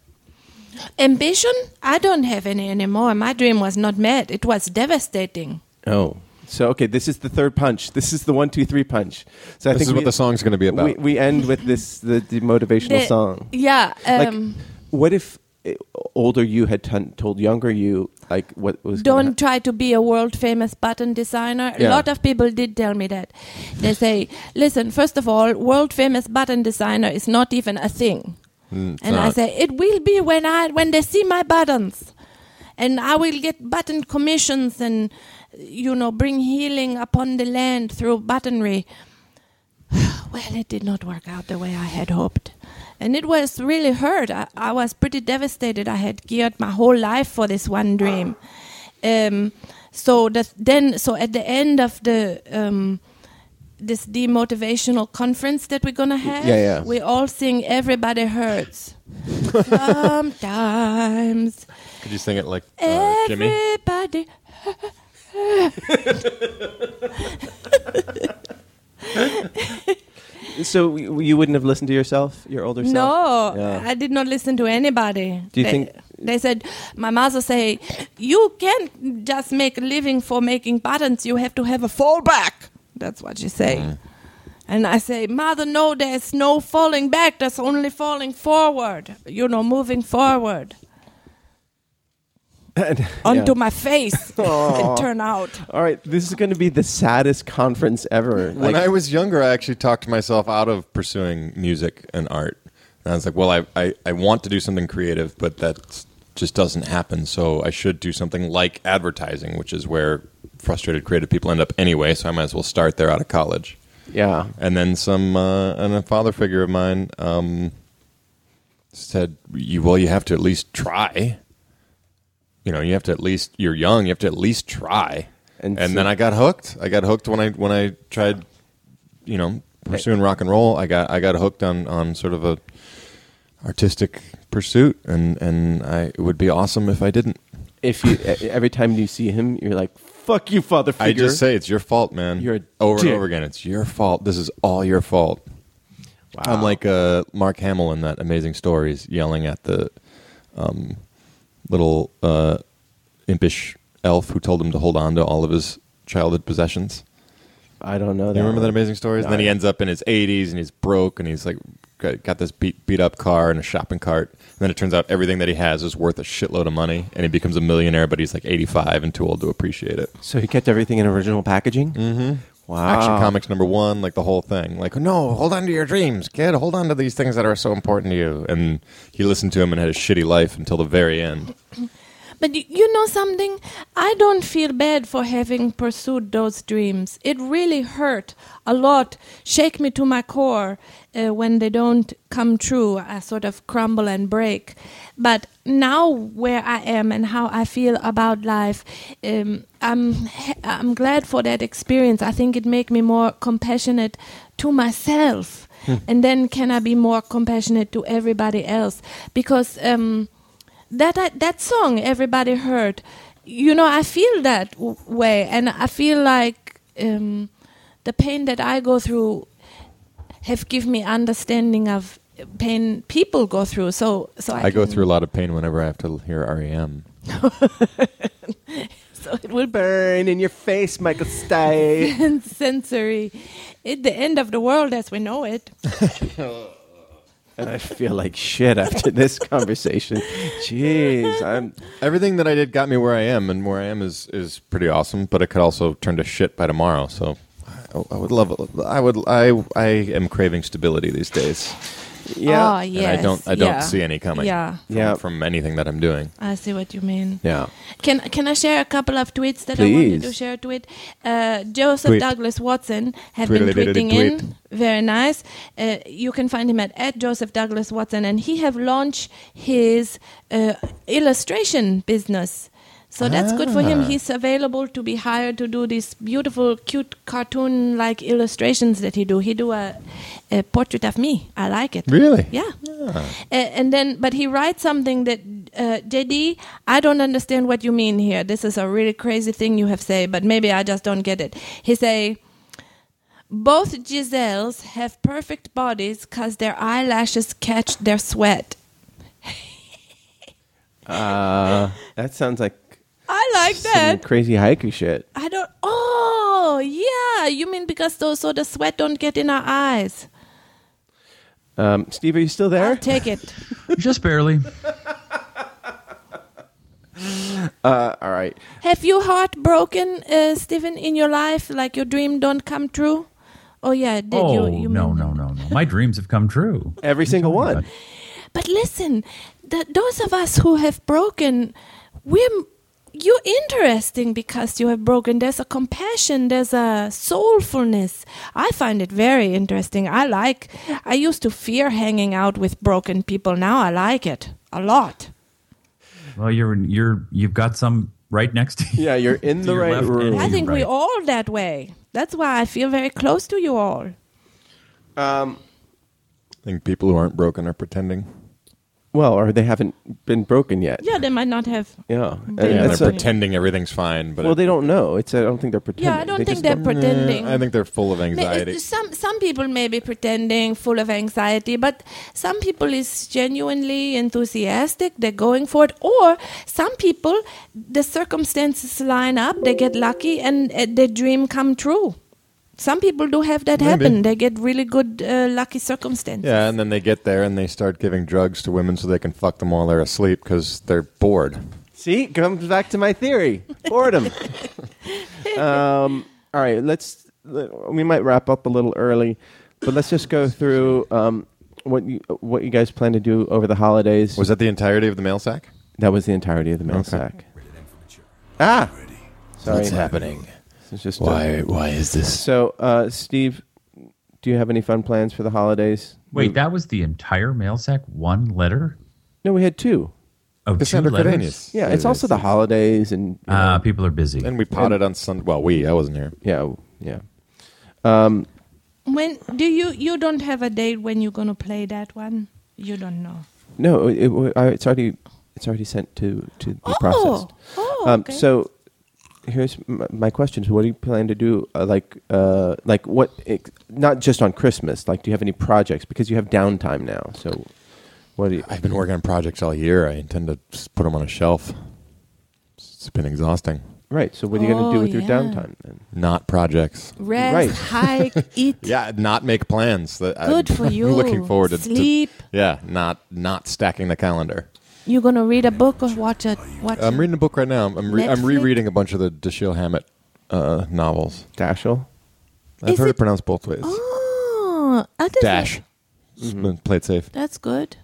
Speaker 5: [laughs] Ambition? I don't have any anymore. My dream was not met. It was devastating.
Speaker 2: Oh. So okay, this is the third punch. This is the one, two, three punch. So I
Speaker 3: This
Speaker 2: think
Speaker 3: is what
Speaker 2: we-
Speaker 3: the song's going to be about.
Speaker 2: We, we end with this the, the motivational
Speaker 5: The-
Speaker 2: song.
Speaker 5: Yeah.
Speaker 2: Like,
Speaker 5: Um,
Speaker 2: what if eh, older you had ton- told younger you like what was gonna
Speaker 5: don't try to be a world famous button designer.
Speaker 2: Yeah.
Speaker 5: A lot of people did tell me that. They say, listen, first of all, world famous button designer is not even a thing.
Speaker 2: Mm,
Speaker 5: and I
Speaker 3: not.
Speaker 5: say, it will be when I when they see my buttons. And I will get button commissions and you know, bring healing upon the land through buttonry. well, it did not work out the way I had hoped. And it was really hurt. I, I was pretty devastated. I had geared my whole life for this one dream. Um, so that then, so at the end of the um, this demotivational conference that we're gonna have,
Speaker 2: Yeah, yeah.
Speaker 5: we all sing "Everybody
Speaker 2: [laughs]
Speaker 5: Hurts." Sometimes
Speaker 3: Could you sing it like uh,
Speaker 2: Uh,
Speaker 5: everybody.
Speaker 2: happen? So you you wouldn't have listened to yourself, your older
Speaker 5: No,
Speaker 2: self? Yeah.
Speaker 5: I did not listen to anybody.
Speaker 2: Do you
Speaker 5: they,
Speaker 2: think-
Speaker 5: they said my mother say you can't just make a living for making buttons? You have to have a fallback. That's what she say.
Speaker 2: Mm.
Speaker 5: And I say, mother, no, there's no falling back. There's only falling forward. You know, moving forward
Speaker 2: [laughs]
Speaker 5: onto my face. it turned out.
Speaker 2: All right, this is going to be the saddest conference ever.
Speaker 3: When
Speaker 2: Like,
Speaker 3: I was younger, I actually talked myself out of pursuing music and art. And I was like, well, I, I, I want to do something creative, but that just doesn't happen. So I should do something like advertising, which is where frustrated creative people end up anyway. So I might as well start there out of college.
Speaker 2: yeah.
Speaker 3: And then some, uh, and a father figure of mine um, said, "You well, you have to at least try. You know, you have to at least you're young. You have to at least try."
Speaker 2: And
Speaker 3: And,
Speaker 2: so-
Speaker 3: then I got hooked. I got hooked when I when I tried, you know, pursuing rock and roll. I got I got hooked on on sort of a artistic pursuit, and and I it would be awesome if I didn't.
Speaker 2: If you e- every time you see him, you're like, "Fuck you, father figure."
Speaker 3: I just say it's your fault, man.
Speaker 2: You're a
Speaker 3: over
Speaker 2: dick.
Speaker 3: and over again. It's your fault. This is all your fault. I'm like uh, Mark Hamill in that Amazing Stories, yelling at the um, little uh, impish elf who told him to hold on to all of his childhood possessions.
Speaker 2: I don't know.
Speaker 3: You remember that amazing stories? and then he ends up in his 80s and he's broke and he's like got, got this beat beat up car and a shopping cart. And then it turns out everything that he has is worth a shitload of money and he becomes a millionaire, but he's like 85 and too old to appreciate it.
Speaker 2: So he kept everything in original packaging. Mm-hmm. Wow.
Speaker 5: Um,
Speaker 3: Action Comics number one, like the whole thing. Like, no, hold on to your dreams, kid. Hold on to these things that are so important to you. And he listened to him and had a shitty life until the very end.
Speaker 5: But you, you know something? I don't feel bad for having pursued those dreams. It really hurt a lot, shake me to my core uh, when they don't come true. I sort of crumble and break. But now, where I am and how I feel about life, um, I'm ha- I'm glad for that experience. I think it made me more compassionate to myself, and then can I be more compassionate to everybody else? Because um, that that, that song everybody heard you know i feel that w- way and i feel like um, the pain that i go through have give me understanding of pain people go through so so i,
Speaker 3: I go
Speaker 5: can-
Speaker 3: through a lot of pain whenever I have to hear E REM.
Speaker 5: so it will be
Speaker 2: Burn in your face, Michael Stipe.
Speaker 5: [laughs] sensory it, the end of the world as we know it
Speaker 2: [laughs] and I feel like shit after this [laughs] conversation. Jeez, I'm.
Speaker 3: Everything that I did got me where I am, and where I am is, is pretty awesome, but it could also turn to shit by tomorrow. So I, I would love I would I I am craving stability these days.
Speaker 2: Yeah.
Speaker 5: oh yes
Speaker 3: And I don't I don't
Speaker 5: yeah.
Speaker 3: see any coming
Speaker 5: yeah
Speaker 3: from,
Speaker 2: Yeah.
Speaker 3: from anything that I'm doing.
Speaker 5: i see what you mean
Speaker 3: Yeah.
Speaker 5: Can can I share a couple of tweets that I wanted
Speaker 2: Please.
Speaker 5: to share? Tweet. Uh, Joseph
Speaker 3: Tweet.
Speaker 5: Douglas Watson had been
Speaker 3: Tweedly-diddly
Speaker 5: tweeting
Speaker 3: tweet.
Speaker 5: in. Very nice. Uh, you can find him at, at Joseph Douglas Watson, and he have launched his uh, illustration business. So that's good for him. He's available to be hired to do these beautiful, cute cartoon-like illustrations that he do. He do a, a portrait of me. I like it.
Speaker 3: Really?
Speaker 5: Yeah. A- and then, but he writes something that, uh, JD, I don't understand what you mean here. This is a really crazy thing you have say, but maybe I just don't get it. He say, both Giselles have perfect bodies because their eyelashes catch their sweat.
Speaker 2: That sounds like
Speaker 5: I like
Speaker 2: some
Speaker 5: that.
Speaker 2: crazy haiku shit.
Speaker 5: I don't. Oh, yeah. You mean because those so the sweat don't get in our eyes?
Speaker 2: Um, Steve, are you still there?
Speaker 5: I'll take
Speaker 4: [laughs]
Speaker 5: it.
Speaker 4: Just barely.
Speaker 2: All right.
Speaker 5: Have you heartbroken, uh, Stephen, in your life? Like your dream don't come true? Oh yeah, did
Speaker 4: oh
Speaker 5: you? you
Speaker 4: no,
Speaker 5: mean-
Speaker 4: no, no, no. My dreams have come true.
Speaker 2: Every single one.
Speaker 5: But listen, th those of us who have broken, we're you're interesting because you have broken. There's a compassion. There's a soulfulness. I find it very interesting. I like. I used to fear hanging out with broken people. Now I like it a lot.
Speaker 4: Well, you're you're you've got some right next to you.
Speaker 2: Yeah, you're
Speaker 4: [laughs]
Speaker 2: in the
Speaker 4: your
Speaker 2: right
Speaker 4: left
Speaker 2: room.
Speaker 4: and-
Speaker 5: I
Speaker 4: you're
Speaker 5: think we
Speaker 4: right.
Speaker 5: all that way. That's why I feel very close to you all.
Speaker 2: Um,
Speaker 3: I think people who aren't broken are pretending.
Speaker 2: Well, or they haven't been broken yet.
Speaker 5: Yeah, they might not have.
Speaker 2: Yeah. And
Speaker 5: Yeah,
Speaker 3: Yeah,
Speaker 2: that's a-
Speaker 3: they're pretending everything's fine, but
Speaker 2: well,
Speaker 3: it-
Speaker 2: they don't know. It's I don't think they're pretending.
Speaker 5: Yeah, I don't
Speaker 2: They just
Speaker 5: think they're
Speaker 4: uh,
Speaker 2: don't-
Speaker 5: pretending.
Speaker 3: I think they're full of
Speaker 5: Ma-
Speaker 3: anxiety.
Speaker 5: it's- uh, Some some people may be pretending, full of anxiety, but some people is genuinely enthusiastic. They're going for it, or some people, the circumstances line up, they get lucky, and uh, their dream come true. Some people do have that
Speaker 3: Maybe.
Speaker 5: happen. They get really good uh, lucky circumstances.
Speaker 3: Yeah, and then they get there and they start giving drugs to women so they can fuck them while they're asleep because they're bored.
Speaker 2: See, comes back to my theory. Boredom. um, all right, let's. let- We might wrap up a little early, but let's just go through um, what you what you guys plan to do over the holidays.
Speaker 3: Was that the entirety of the mail sack?
Speaker 2: That was the entirety of the mail sack. Ah, sorry.
Speaker 3: happening?
Speaker 2: It's just a-
Speaker 3: Why is this?
Speaker 2: so, uh, Steve, do you have any fun plans for the holidays?
Speaker 4: Wait, that was the entire mail sack. One letter.
Speaker 2: No, we had two.
Speaker 4: Oh, two
Speaker 3: Cassandra
Speaker 4: letters.
Speaker 3: Cardenas.
Speaker 2: Yeah, it's also the holidays and you know,
Speaker 4: Uh, people are busy.
Speaker 3: And we potted on Sunday. Well, we. I wasn't here.
Speaker 2: yeah, yeah.
Speaker 5: When do you you don't have a date when you're gonna play that one? You don't know.
Speaker 2: No, it, it, I- it's already it's already sent to to be
Speaker 5: Oh,
Speaker 2: processed.
Speaker 5: oh,
Speaker 2: um,
Speaker 5: okay.
Speaker 2: So here's m- my question: So what do you plan to do? Uh, like uh, like what? Ex- not just on Christmas. Like, do you have any projects? Because you have downtime now. So what do you?
Speaker 3: I've been working on projects all year. I intend to just put them on a shelf. It's been exhausting.
Speaker 2: Right. So what are you going to do
Speaker 5: Oh,
Speaker 2: with your
Speaker 5: yeah.
Speaker 2: downtime then?
Speaker 3: Not projects.
Speaker 5: Rest,
Speaker 2: Right. [laughs]
Speaker 5: hike, eat.
Speaker 3: Yeah, not make plans. That I'm-
Speaker 5: Good for
Speaker 3: I'm
Speaker 5: you.
Speaker 3: [laughs] looking forward to to-
Speaker 5: Sleep.
Speaker 3: yeah, not not stacking the calendar.
Speaker 5: You gonna read a book or watch a watch?
Speaker 3: I'm
Speaker 2: Um,
Speaker 5: a-
Speaker 3: reading a book right now. I'm re- I'm
Speaker 5: Netflix?
Speaker 3: rereading a bunch of the Dashiell Hammett uh, novels.
Speaker 2: Dashel.
Speaker 3: I've
Speaker 5: Is
Speaker 3: heard it,
Speaker 5: it-
Speaker 3: pronounced both ways.
Speaker 5: Oh, I just-
Speaker 3: Dash. Play it safe.
Speaker 5: That's good.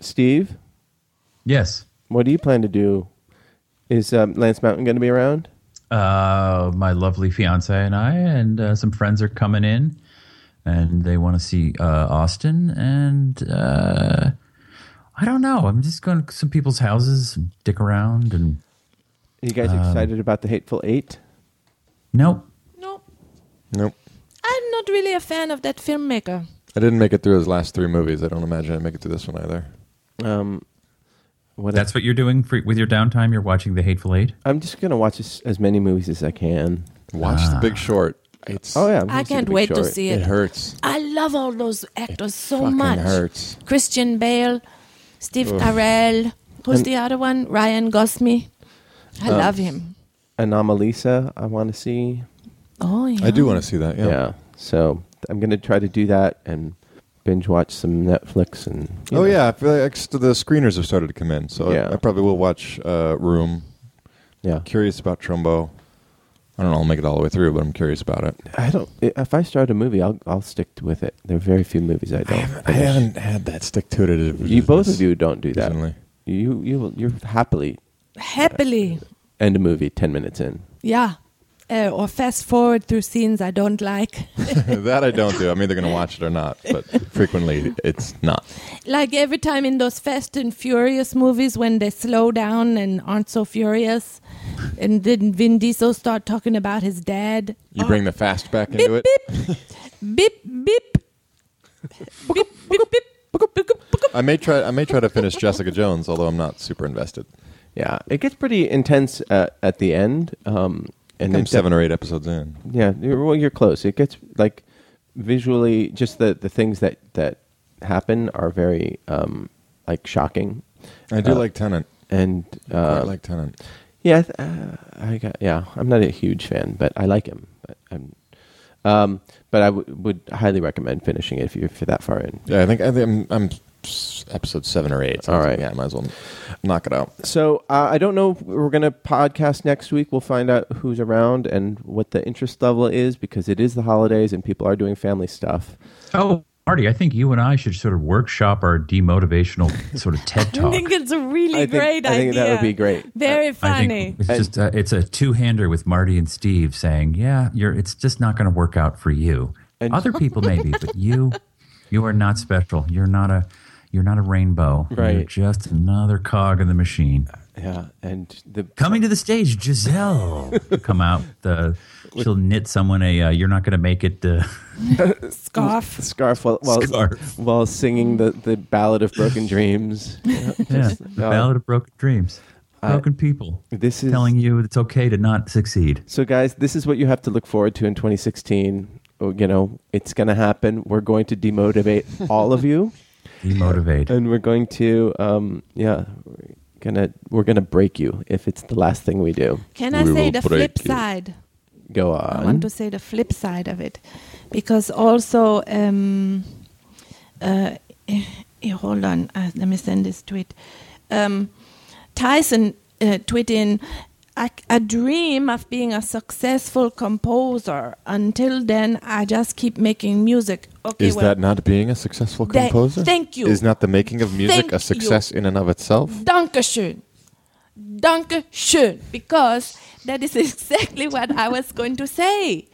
Speaker 2: Steve,
Speaker 4: Yes.
Speaker 2: what do you plan to do? Is um, Lance Mountain going to be around?
Speaker 4: Uh, my lovely fiance and I, and uh, some friends are coming in, and they want to see uh, Austin. And uh, I don't know. I'm just going to some people's houses and dick around. And
Speaker 2: Are you guys excited about the Hateful Eight?
Speaker 4: nope.
Speaker 5: No,
Speaker 3: Nope.
Speaker 5: I'm not really a fan of that filmmaker.
Speaker 3: I didn't make it through his last three movies. I don't imagine I make it through this one either.
Speaker 2: Um, what
Speaker 4: That's what you're doing for, with your downtime. You're watching The Hateful Eight.
Speaker 2: I'm just going to watch as, as many movies as I can.
Speaker 3: Watch The Big Short. Ah. It's
Speaker 2: Oh yeah, I'm gonna
Speaker 5: I
Speaker 2: see The
Speaker 5: can't
Speaker 2: Big
Speaker 5: wait to
Speaker 2: Short.
Speaker 5: see
Speaker 3: it
Speaker 5: it.
Speaker 3: hurts.
Speaker 5: I love all those actors so
Speaker 3: fucking
Speaker 5: much.
Speaker 3: hurts.
Speaker 5: Christian Bale, Steve Carell. Who's the other one? Ryan Gosme. I
Speaker 3: Um,
Speaker 5: love him.
Speaker 2: Anomalisa. I want to see.
Speaker 5: Oh yeah.
Speaker 3: I do want to see that. Yeah.
Speaker 2: Yeah. So I'm going to try to do that and binge watch some Netflix and. you
Speaker 3: Oh
Speaker 2: know.
Speaker 3: yeah. I feel like ex- the screeners have started to come in, so I-
Speaker 2: Yeah.
Speaker 3: I, probably will watch uh, Room.
Speaker 2: yeah.
Speaker 3: Curious about Trumbo. I don't know. I'll make it all the way through, but I'm curious about it.
Speaker 2: I don't. If I start a movie, I'll I'll stick with it. There are very few movies I don't.
Speaker 3: I
Speaker 2: finish.
Speaker 3: haven't had that stick to it.
Speaker 2: You both of you don't do that.
Speaker 3: Recently.
Speaker 2: You you you happily
Speaker 5: Happily,
Speaker 2: end a movie ten minutes in.
Speaker 5: yeah. Uh, or fast forward through scenes I don't like.
Speaker 3: that I don't do. I'm either going to watch it or not, but frequently it's not.
Speaker 5: Like every time in those Fast and Furious movies when they slow down and aren't so furious, and then Vin Diesel start talking about his dad.
Speaker 3: You bring the fast back into
Speaker 5: Beep
Speaker 3: it.
Speaker 5: beep, beep beep, beep beep beep.
Speaker 3: I may try. I may try to finish Jessica Jones, although I'm not super invested.
Speaker 2: Yeah, it gets pretty intense uh, at the end. Um, and
Speaker 3: I'm
Speaker 2: it-
Speaker 3: seven or eight episodes in.
Speaker 2: Yeah, you're, well, you're close. It gets like visually, just the the things that that happen are very um like shocking,
Speaker 3: I do
Speaker 2: Uh,
Speaker 3: like Tenant.
Speaker 2: and
Speaker 3: I
Speaker 2: uh,
Speaker 3: like Tenant.
Speaker 2: yeah, I th- uh, I got yeah. I'm not a huge fan, but I like him. But I'm. Um, but I w- would highly recommend finishing it if you're, if you're that far in.
Speaker 3: Yeah, I think I think I'm, I'm s- episode seven or eight. so I was
Speaker 2: All right.
Speaker 3: like, yeah, I might as well knock it out.
Speaker 2: So uh, I don't know if we're going to podcast next week. We'll find out who's around and what the interest level is because it is the holidays and people are doing family stuff.
Speaker 4: Oh, Marty, I think you and I should sort of workshop our demotivational sort of
Speaker 5: [laughs]
Speaker 4: TED
Speaker 5: I
Speaker 4: talk.
Speaker 5: think it's a really
Speaker 2: I think-
Speaker 5: great
Speaker 2: I think
Speaker 5: idea.
Speaker 2: that would be great.
Speaker 5: Very
Speaker 4: I
Speaker 5: funny.
Speaker 4: think it's just uh, it's a two-hander with Marty and Steve saying, "Yeah, you're it's just not going to work out for you.
Speaker 2: And-
Speaker 4: Other people maybe, but you you are not special. You're not a you're not a rainbow. You're
Speaker 2: Right.
Speaker 4: just another cog in the machine."
Speaker 2: Yeah, and the
Speaker 4: Coming to the stage,
Speaker 2: [laughs]
Speaker 4: Giselle come out. The she'll knit someone a uh, "You're not going to make it." Uh,
Speaker 5: Scarf.
Speaker 2: scarf while while,
Speaker 4: Scarf.
Speaker 2: while singing the, the ballad of [laughs] broken dreams.
Speaker 4: yeah, the
Speaker 2: uh,
Speaker 4: ballad of broken dreams, broken people.
Speaker 2: This is
Speaker 4: telling you it's okay to not succeed.
Speaker 2: So, guys, this is what you have to look forward to in 2016. Oh, You know, it's going to happen. We're going to [laughs] demotivate all of you,
Speaker 4: Demotivate.
Speaker 2: and we're going to, um, yeah, we're gonna we're gonna break you if it's the last thing we do.
Speaker 5: Can I
Speaker 3: We
Speaker 5: say
Speaker 3: will
Speaker 5: the
Speaker 3: break
Speaker 5: flip
Speaker 3: you.
Speaker 5: side?
Speaker 2: Go
Speaker 5: I want
Speaker 2: on.
Speaker 5: to say the flip side of it, because also, um, uh, eh, eh, hold on, uh, let me send this tweet. Um, Tyson uh, tweet in, I, I dream of being a successful composer. Until then, I just keep making music. Okay,
Speaker 3: Is
Speaker 5: well,
Speaker 3: that not being a successful
Speaker 5: Tha-
Speaker 3: composer?
Speaker 5: thank you.
Speaker 3: Is not the making of music
Speaker 5: Thank
Speaker 3: a
Speaker 5: you.
Speaker 3: success in and of itself?
Speaker 5: Dankeschön. Dankeschön. Because that is [laughs] exactly what I was going to say.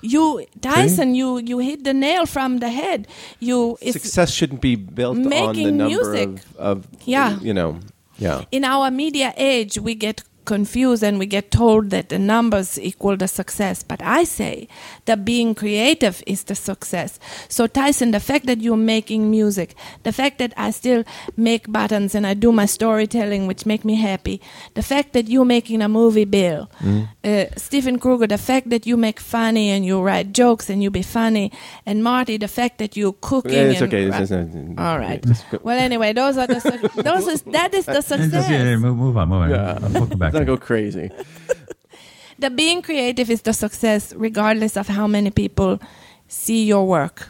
Speaker 5: You, Tyson, you, you hit the nail from the head. You, it's
Speaker 2: Success shouldn't be built on the
Speaker 5: Making
Speaker 2: number
Speaker 5: music.
Speaker 2: of, of
Speaker 5: Yeah.
Speaker 2: you know, yeah.
Speaker 5: in our media age, we get confused and we get told that the numbers equal the success. But I say that being creative is the success. So, Tyson, the fact that you're making music, the fact that I still make buttons and I do my storytelling, which make me happy, the fact that you're making a movie, Bill,
Speaker 2: Mm.
Speaker 5: uh, Stephen Kruger, the fact that you make funny and you write jokes and you be funny, and Marty, the fact that you're cooking.
Speaker 2: It's uh,
Speaker 5: and
Speaker 2: okay.
Speaker 5: ra-
Speaker 2: It's- it's-
Speaker 5: all right.
Speaker 2: it's good.
Speaker 5: Well, anyway, those are the su- those is that is the
Speaker 4: Yeah, yeah, yeah,
Speaker 5: success.
Speaker 4: move, move on, move on. We'll come back
Speaker 2: not go crazy.
Speaker 5: The being creative is the success, regardless of how many people see your work.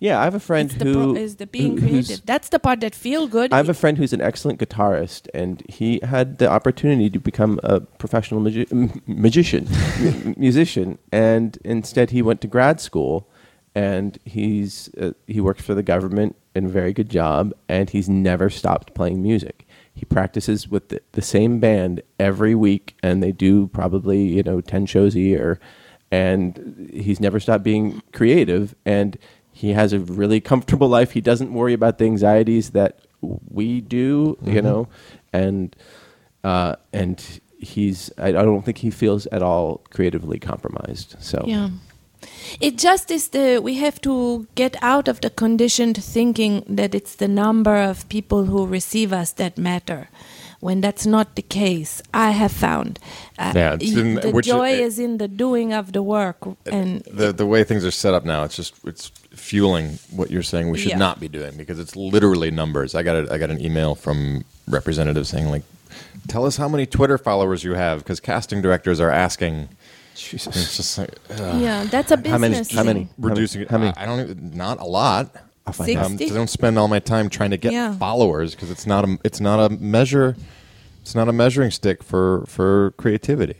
Speaker 2: Yeah, I have a friend
Speaker 5: It's the,
Speaker 2: who
Speaker 5: pro- is the being
Speaker 2: who- who's-
Speaker 5: creative. That's the part that feel good.
Speaker 2: I have a friend who's an excellent guitarist, and he had the opportunity to become a professional magi- m- magician, [laughs] m- musician, and instead he went to grad school, and he's uh, he works for the government and a very good job, and he's never stopped playing music. He practices with the, the same band every week, and they do probably you know ten shows a year, and he's never stopped being creative and he has a really comfortable [laughs] life he doesn't worry about the anxieties that we do
Speaker 3: Mm-hmm.
Speaker 2: you know and uh and he's I, I don't think he feels at all creatively compromised so
Speaker 5: Yeah. It just is the we have to get out of the conditioned thinking that it's the number of people who receive us that matter. When that's not the case, I have found uh,
Speaker 3: Yeah, it's
Speaker 5: y-
Speaker 3: in-
Speaker 5: the
Speaker 3: which-
Speaker 5: joy
Speaker 3: it-
Speaker 5: is in the doing of the work, and
Speaker 3: the the way things are set up now, it's just it's fueling what you're saying we should
Speaker 5: Yeah.
Speaker 3: not be doing because it's literally numbers. I got a, I got an email from representatives saying like, tell us how many Twitter followers you have because casting directors are asking. It's
Speaker 2: jesus
Speaker 3: just like ugh,
Speaker 5: yeah, that's a business.
Speaker 2: how many how
Speaker 5: thing.
Speaker 2: many
Speaker 3: reducing it.
Speaker 2: how many
Speaker 3: I don't even- not a lot.
Speaker 5: find out.
Speaker 3: Um,
Speaker 5: 60?
Speaker 3: I don't spend all my time trying to get
Speaker 5: Yeah.
Speaker 3: followers because it's not a it's not a measure. It's not a measuring stick for for creativity.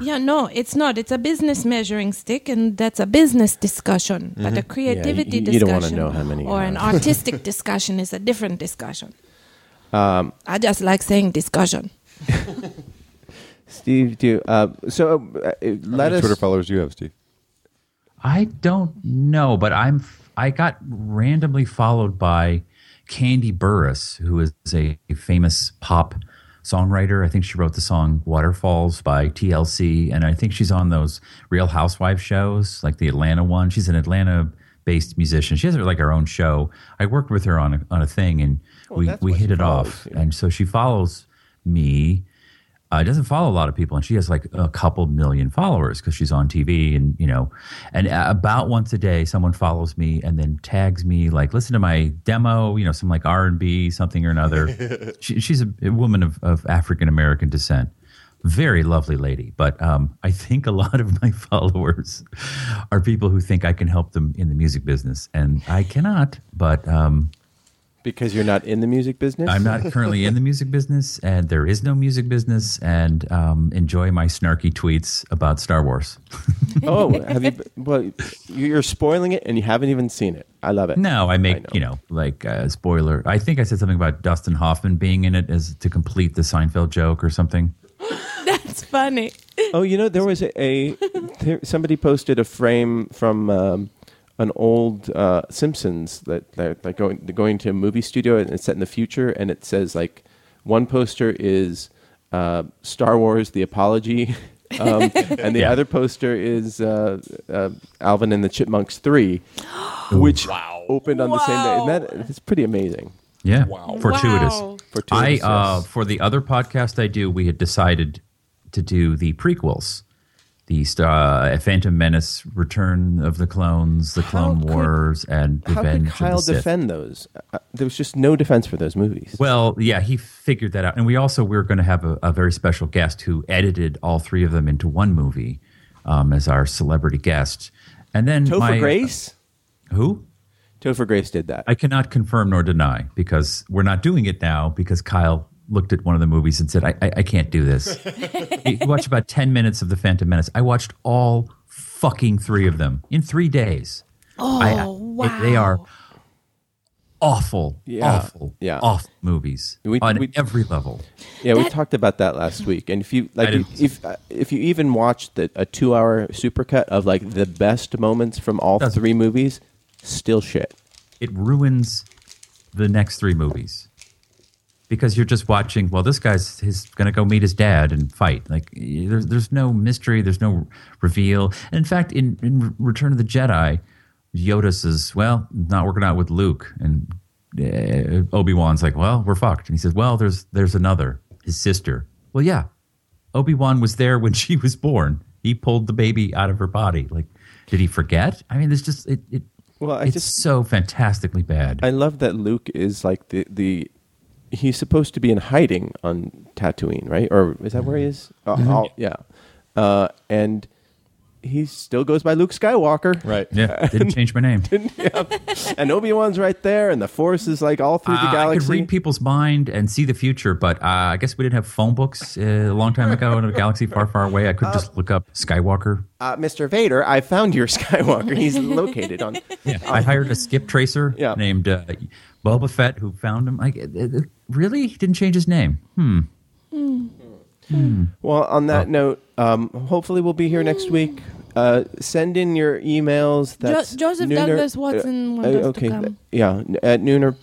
Speaker 5: Yeah, no, it's not. It's a business measuring stick, and that's a business discussion. But a creativity
Speaker 2: Mm-hmm. you- you
Speaker 5: discussion
Speaker 2: don't wanna know how many you
Speaker 5: or an
Speaker 2: have. [laughs]
Speaker 5: artistic discussion is a different discussion.
Speaker 2: Um,
Speaker 5: I just like saying discussion.
Speaker 2: steve do you- uh so uh, uh,
Speaker 3: How
Speaker 2: let
Speaker 3: many
Speaker 2: us
Speaker 3: Twitter followers do you have, Steve?
Speaker 4: I don't know, but I'm I got randomly followed by Candy Burris, who is a famous pop songwriter. I think she wrote the song Waterfalls by TLC and I think she's on those Real Housewives shows, like the Atlanta one. She's an Atlanta based musician. She has her like her own show. I worked with her on a, on a thing and we
Speaker 2: that's
Speaker 4: we
Speaker 2: why
Speaker 4: hit
Speaker 2: she
Speaker 4: it
Speaker 2: follows
Speaker 4: off.
Speaker 2: you.
Speaker 4: And so she follows me uh, doesn't follow a lot of people, and she has like a couple million followers because she's on TV, and you know, and uh, about once a day, someone follows me and then tags me like, listen to my demo, you know, some like R and B, something or another. she, she's a, a woman of, of African American descent, very lovely lady, but um, I think a lot of my [laughs] followers are people who think I can help them in the music business, and I cannot, but. Um,
Speaker 2: because you're not in the music business [laughs]
Speaker 4: I'm not currently in the music business, and there is no music business. And um, enjoy my snarky tweets about Star Wars. [laughs]
Speaker 2: oh have you b- well you- you're spoiling it and you haven't even seen it i love it
Speaker 4: No, I
Speaker 2: I
Speaker 4: make
Speaker 2: know.
Speaker 4: you know like uh, spoiler. I think I said something about Dustin Hoffman being in it as to complete the Seinfeld joke or something.
Speaker 5: That's funny.
Speaker 2: Oh, you know, there was a, a there, somebody posted a frame from um, an old uh, Simpsons that they're, they're going they're going to a movie studio and it's set in the future, and it says like one poster is uh, Star Wars: The Apology. [laughs] Um, and the
Speaker 4: Yeah.
Speaker 2: other poster is uh, uh, Alvin and the Chipmunks three, which opened on the same day. And that it's pretty amazing.
Speaker 4: Yeah, fortuitous.
Speaker 5: Wow.
Speaker 2: Fortuitous,
Speaker 4: I uh,
Speaker 2: yes.
Speaker 4: for the other podcast I do, we had decided to do the prequels, the Star, uh, Phantom Menace, Return of the Clones, the Clone
Speaker 2: could-
Speaker 4: Wars, and
Speaker 2: How
Speaker 4: Revenge
Speaker 2: could Kyle
Speaker 4: of the Sith.
Speaker 2: defend those? Uh, there was just no defense for those movies.
Speaker 4: Well, yeah, he figured that out. And we also we are going to have a, a very special guest who edited all three of them into one movie um, as our celebrity guest. And then
Speaker 2: Topher
Speaker 4: my-
Speaker 2: Grace,
Speaker 4: who?
Speaker 2: Topher Grace did that.
Speaker 4: I cannot confirm nor deny because we're not doing it now because Kyle looked at one of the movies and said, I, I, I can't do this. he watched about 10 minutes of The Phantom Menace. I watched all fucking three of them in three days. Oh,
Speaker 5: wow.
Speaker 4: They are awful,
Speaker 2: Yeah,
Speaker 4: awful,
Speaker 2: yeah.
Speaker 4: awful movies
Speaker 2: We-
Speaker 4: on
Speaker 2: we-
Speaker 4: every level.
Speaker 2: Yeah, we
Speaker 5: That-
Speaker 2: talked about that last week. And if you like,
Speaker 4: I didn't-
Speaker 2: if uh, if you even watched the, a two-hour supercut of like the best moments from all
Speaker 4: That's-
Speaker 2: three movies, still shit.
Speaker 4: it ruins the next three movies because you're just watching. Well, this guy's he's gonna go meet his dad and fight. Like y- there's there's no mystery, there's no reveal. And in fact, in, in Return of the Jedi, Yoda says, "Well, not working out with Luke," and uh, Obi Wan's like, "Well, we're fucked." And he says, "Well, there's there's another, his sister." Well, yeah, Obi Wan was there when she was born. He pulled the baby out of her body. Like, did he forget? I mean, there's just it. it
Speaker 2: Well, I
Speaker 4: it's
Speaker 2: just-
Speaker 4: so fantastically bad.
Speaker 2: I love that Luke is like the the he's supposed to be in hiding on Tatooine, right? Or is that where he is? Uh,
Speaker 4: Mm-hmm.
Speaker 2: I'll- yeah, uh, and he still goes by Luke Skywalker,
Speaker 3: Right.
Speaker 2: [laughs]
Speaker 4: Yeah, didn't change my name.
Speaker 2: and Obi Wan's right there, and the Force is like all through the
Speaker 4: Uh, I could
Speaker 2: galaxy.
Speaker 4: read people's mind and see the future, but uh, I guess we didn't have phone books uh, a long time ago in a galaxy far, far away. I could just look up Skywalker.
Speaker 2: uh, Mr. Vader, I found your Skywalker. [laughs] He's located on.
Speaker 4: Yeah, I hired a skip tracer
Speaker 2: Yeah.
Speaker 4: named uh, Boba Fett, who found him. Like, uh, uh, really, he didn't change his name. Hmm.
Speaker 2: Well, on that note, um, hopefully we'll be here next week. Uh, send in your emails. That's
Speaker 5: Joseph
Speaker 2: Nooner- uh,
Speaker 5: Douglas Watson wants us to
Speaker 2: okay,
Speaker 5: come.
Speaker 2: yeah, n- at Nooner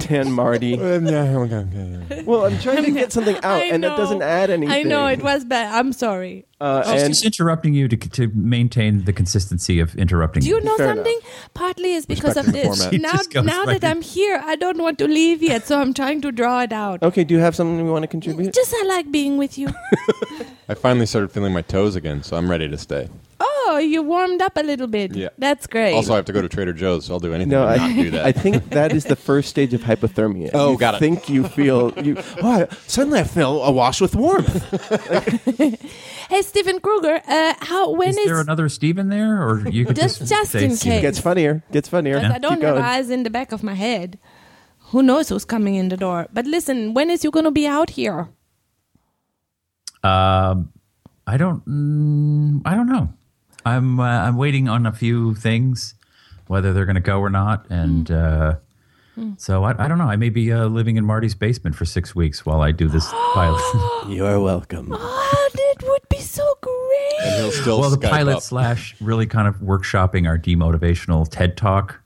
Speaker 2: Tan Marty. [laughs]
Speaker 3: [laughs]
Speaker 2: Well, I'm trying to get something out,
Speaker 5: I
Speaker 2: and that
Speaker 5: know.
Speaker 2: doesn't add anything.
Speaker 5: I know it was bad. I'm sorry.
Speaker 2: Uh,
Speaker 4: I was
Speaker 2: and
Speaker 4: just interrupting you to, to maintain the consistency of interrupting.
Speaker 5: Do you know
Speaker 2: Fair
Speaker 5: something? Partly is because of
Speaker 3: Respecting the
Speaker 5: this.
Speaker 3: format.
Speaker 4: He
Speaker 5: Now,
Speaker 4: just goes
Speaker 5: now
Speaker 4: right
Speaker 5: that I'm here, I don't want to leave yet, so I'm trying to draw it out.
Speaker 2: okay, do you have something you want to contribute?
Speaker 5: Just I like being with you.
Speaker 3: I finally started feeling my toes again, so I'm ready to stay.
Speaker 5: oh, you warmed up a little bit.
Speaker 3: Yeah.
Speaker 5: That's great.
Speaker 3: Also, I have to go to Trader Joe's, so I'll do
Speaker 2: [laughs]
Speaker 3: anything
Speaker 2: no,
Speaker 3: no,
Speaker 2: I,
Speaker 3: to
Speaker 2: [laughs]
Speaker 3: not do that.
Speaker 2: I think that is the first stage of hypothermia.
Speaker 3: Oh,
Speaker 2: you
Speaker 3: got it.
Speaker 2: Think you feel
Speaker 3: [laughs]
Speaker 2: you? Oh, I- suddenly I feel awash with warmth.
Speaker 5: hey, Stephen Kruger, uh, how when
Speaker 4: Is
Speaker 5: is
Speaker 4: there another Steven there, or you could
Speaker 5: Just-
Speaker 4: just,
Speaker 5: just
Speaker 4: say
Speaker 5: in
Speaker 4: Steven?
Speaker 5: case.
Speaker 2: Gets funnier. Gets funnier.
Speaker 5: because I
Speaker 2: Keep
Speaker 5: don't have
Speaker 2: going.
Speaker 5: eyes in the back of my head. Who knows who's coming in the door? But listen, when is you gonna be out here?
Speaker 4: Um, I don't. Mm, I don't know. I'm. Uh, I'm waiting on a few things, whether they're going to go or not, and uh, so I, I don't know. I may be uh, living in Marty's basement for six weeks while I do this pilot. [laughs]
Speaker 2: You are welcome.
Speaker 5: Oh, that would be so great.
Speaker 3: He'll still
Speaker 4: well, the
Speaker 3: Skype
Speaker 4: pilot
Speaker 3: up.
Speaker 4: slash really kind of workshopping our demotivational TED talk.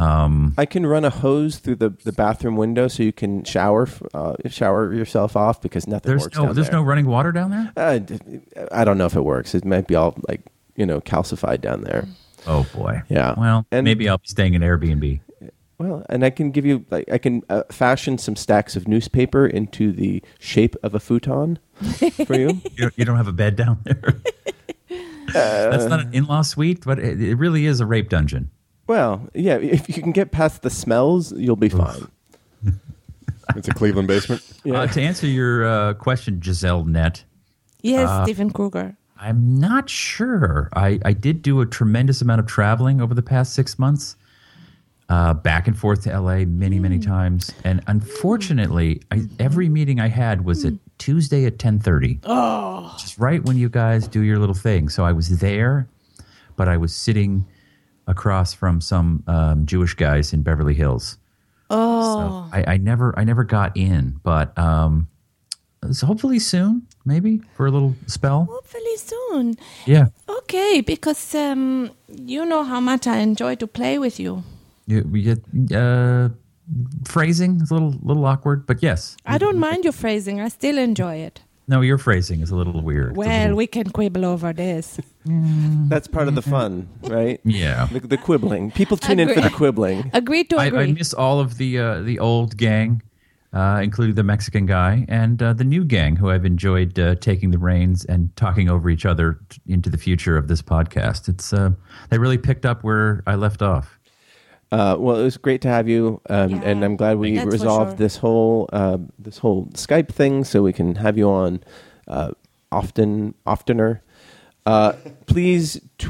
Speaker 2: I can run a hose through the, the bathroom window so you can shower f- uh, shower yourself off because nothing
Speaker 4: There's
Speaker 2: works.
Speaker 4: no.
Speaker 2: down
Speaker 4: There's
Speaker 2: there.
Speaker 4: no running water down there.
Speaker 2: Uh, d- I don't know if it works. It might be all like you know calcified down there.
Speaker 4: Oh boy.
Speaker 2: Yeah.
Speaker 4: Well,
Speaker 2: And-
Speaker 4: maybe I'll be staying in Airbnb.
Speaker 2: Well, and I can give you like I can uh, fashion some stacks of newspaper into the shape of a futon for
Speaker 4: [laughs]
Speaker 2: you.
Speaker 4: You don't, you don't have a bed down
Speaker 2: [laughs]
Speaker 4: there. That's not an in-law suite, but it, it really is a rape dungeon.
Speaker 2: well, yeah, if you can get past the smells, you'll be fine.
Speaker 3: It's a Cleveland basement.
Speaker 2: Yeah.
Speaker 4: Uh, to answer your uh, question, Giselle Net,
Speaker 5: Yes,
Speaker 4: Uh.
Speaker 5: Stephen Kruger.
Speaker 4: I'm not sure. I, I did do a tremendous amount of traveling over the past six months, uh, back and forth to LA many, many times. And unfortunately, I, every meeting I had was at Tuesday at 1030. Mm. Oh. Just right when you guys do your little thing. So I was there, but I was sitting across from some um, Jewish guys in Beverly Hills. Oh. I, I never I never got in, but um, so hopefully soon, maybe for a little spell.
Speaker 5: Hopefully soon.
Speaker 4: Yeah.
Speaker 5: Okay, because um, you know how much I enjoy to play with you.
Speaker 4: You, we get, uh, phrasing is a little little awkward, but yes.
Speaker 5: I don't
Speaker 4: Mm-hmm.
Speaker 5: mind your phrasing. I still enjoy it.
Speaker 4: No, your phrasing is a little weird. It's a
Speaker 5: Well,
Speaker 4: little-
Speaker 5: we can quibble over this.
Speaker 2: That's part of the fun, right?
Speaker 4: Mm-hmm. yeah.
Speaker 2: The, the quibbling. People tune in for the
Speaker 5: Agree.
Speaker 2: quibbling.
Speaker 5: Agree to
Speaker 4: I,
Speaker 5: agree.
Speaker 4: I miss all of the uh, the old gang, uh, including the Mexican guy and uh, the new gang, who I've enjoyed uh, taking the reins and talking over each other t- into the future of this podcast. It's uh, they really picked up where I left off.
Speaker 2: Uh, well, it was great to have you, um,
Speaker 5: Yeah.
Speaker 2: and I'm glad we
Speaker 5: That's for
Speaker 2: resolved
Speaker 5: sure.
Speaker 2: this whole uh, this whole Skype thing, so we can have you on uh, often, oftener. Uh, please t-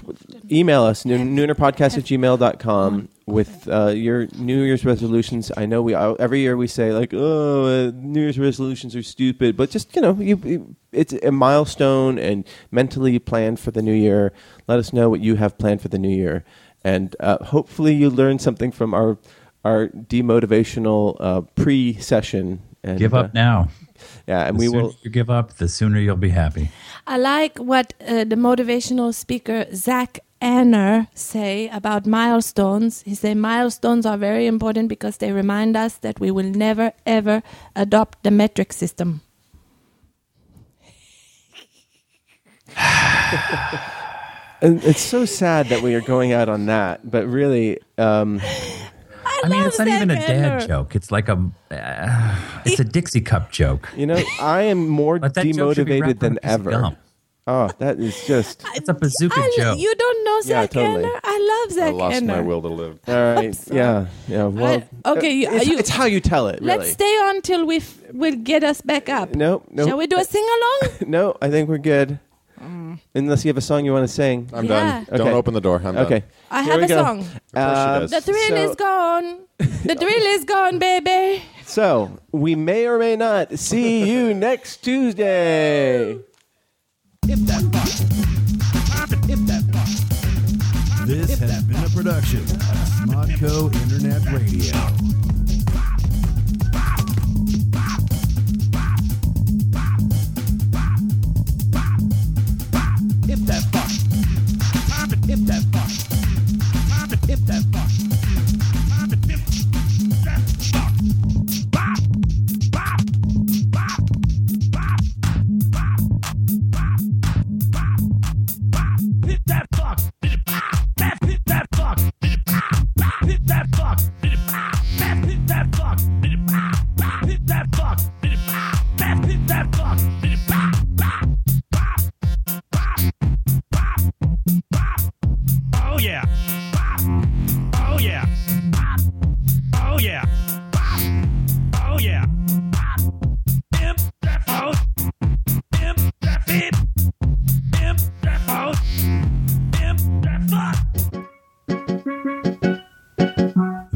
Speaker 2: email us no- noonerpodcast at gmail.com with uh, your New Year's resolutions. I know we uh, every year we say like, oh, uh, New Year's resolutions are stupid, but just you know, you, you- it's a milestone, and mentally plan for the new year. Let us know what you have planned for the new year and uh, hopefully you learned something from our our demotivational uh, pre-session. And,
Speaker 4: Give
Speaker 2: uh,
Speaker 4: up now.
Speaker 2: Yeah, and
Speaker 4: The
Speaker 2: we
Speaker 4: sooner
Speaker 2: will.
Speaker 4: You give up, the sooner you'll be happy.
Speaker 5: I like what uh, the motivational speaker Zach Anner say about milestones. He say milestones are very important because they remind us that we will never ever adopt the metric system.
Speaker 2: And it's so sad that we are going out on that, but really, um,
Speaker 5: I,
Speaker 4: I mean,
Speaker 5: love
Speaker 4: it's not
Speaker 5: Zach
Speaker 4: even a dad
Speaker 5: Anner.
Speaker 4: joke. It's like a, uh, it's a Dixie cup joke.
Speaker 2: you know, I am more
Speaker 4: But that joke should
Speaker 2: demotivated
Speaker 4: be wrapped
Speaker 2: than
Speaker 4: on a piece of
Speaker 2: ever.
Speaker 4: gum.
Speaker 2: Oh, that is just.
Speaker 4: It's a bazooka
Speaker 5: [laughs] I,
Speaker 4: joke.
Speaker 5: You don't know
Speaker 2: Yeah,
Speaker 5: Zach
Speaker 2: totally.
Speaker 5: Anner? I I love
Speaker 3: I
Speaker 5: Zach
Speaker 3: lost
Speaker 5: Efron.
Speaker 3: my will to live.
Speaker 2: All right. Yeah. Yeah. Well. uh,
Speaker 5: I- Uh, okay, you-
Speaker 2: it's,
Speaker 5: you-
Speaker 2: it's how you tell it.
Speaker 5: Let's
Speaker 2: really.
Speaker 5: stay on till we f- will get us back up.
Speaker 2: No, no.
Speaker 5: Shall we Mm. do a sing along?
Speaker 2: No, I think we're good. Unless you have a song you want to sing.
Speaker 3: I'm done.
Speaker 5: Yeah.
Speaker 3: Don't
Speaker 2: Okay.
Speaker 3: open the door. I'm done.
Speaker 2: Okay.
Speaker 5: I
Speaker 2: Here
Speaker 5: have
Speaker 2: we
Speaker 5: a
Speaker 2: go.
Speaker 5: song.
Speaker 2: Um,
Speaker 3: does.
Speaker 5: The thrill
Speaker 2: So-
Speaker 5: is gone.
Speaker 2: [laughs]
Speaker 5: The thrill is gone, baby.
Speaker 2: So we may or may not see you next Tuesday.
Speaker 8: This has been a production of Smodco Internet Radio.
Speaker 7: If that fuck. If that fuck. If that fuck. Hit that fuck. Hit that fuck. Hit that fuck. Hit that fuck. Hit that fuck. Hit that fuck. Oh yeah. Oh yeah. Oh yeah. Oh yeah. Imp that phone. Imp that fit. Imp that phone. Imp that fuck.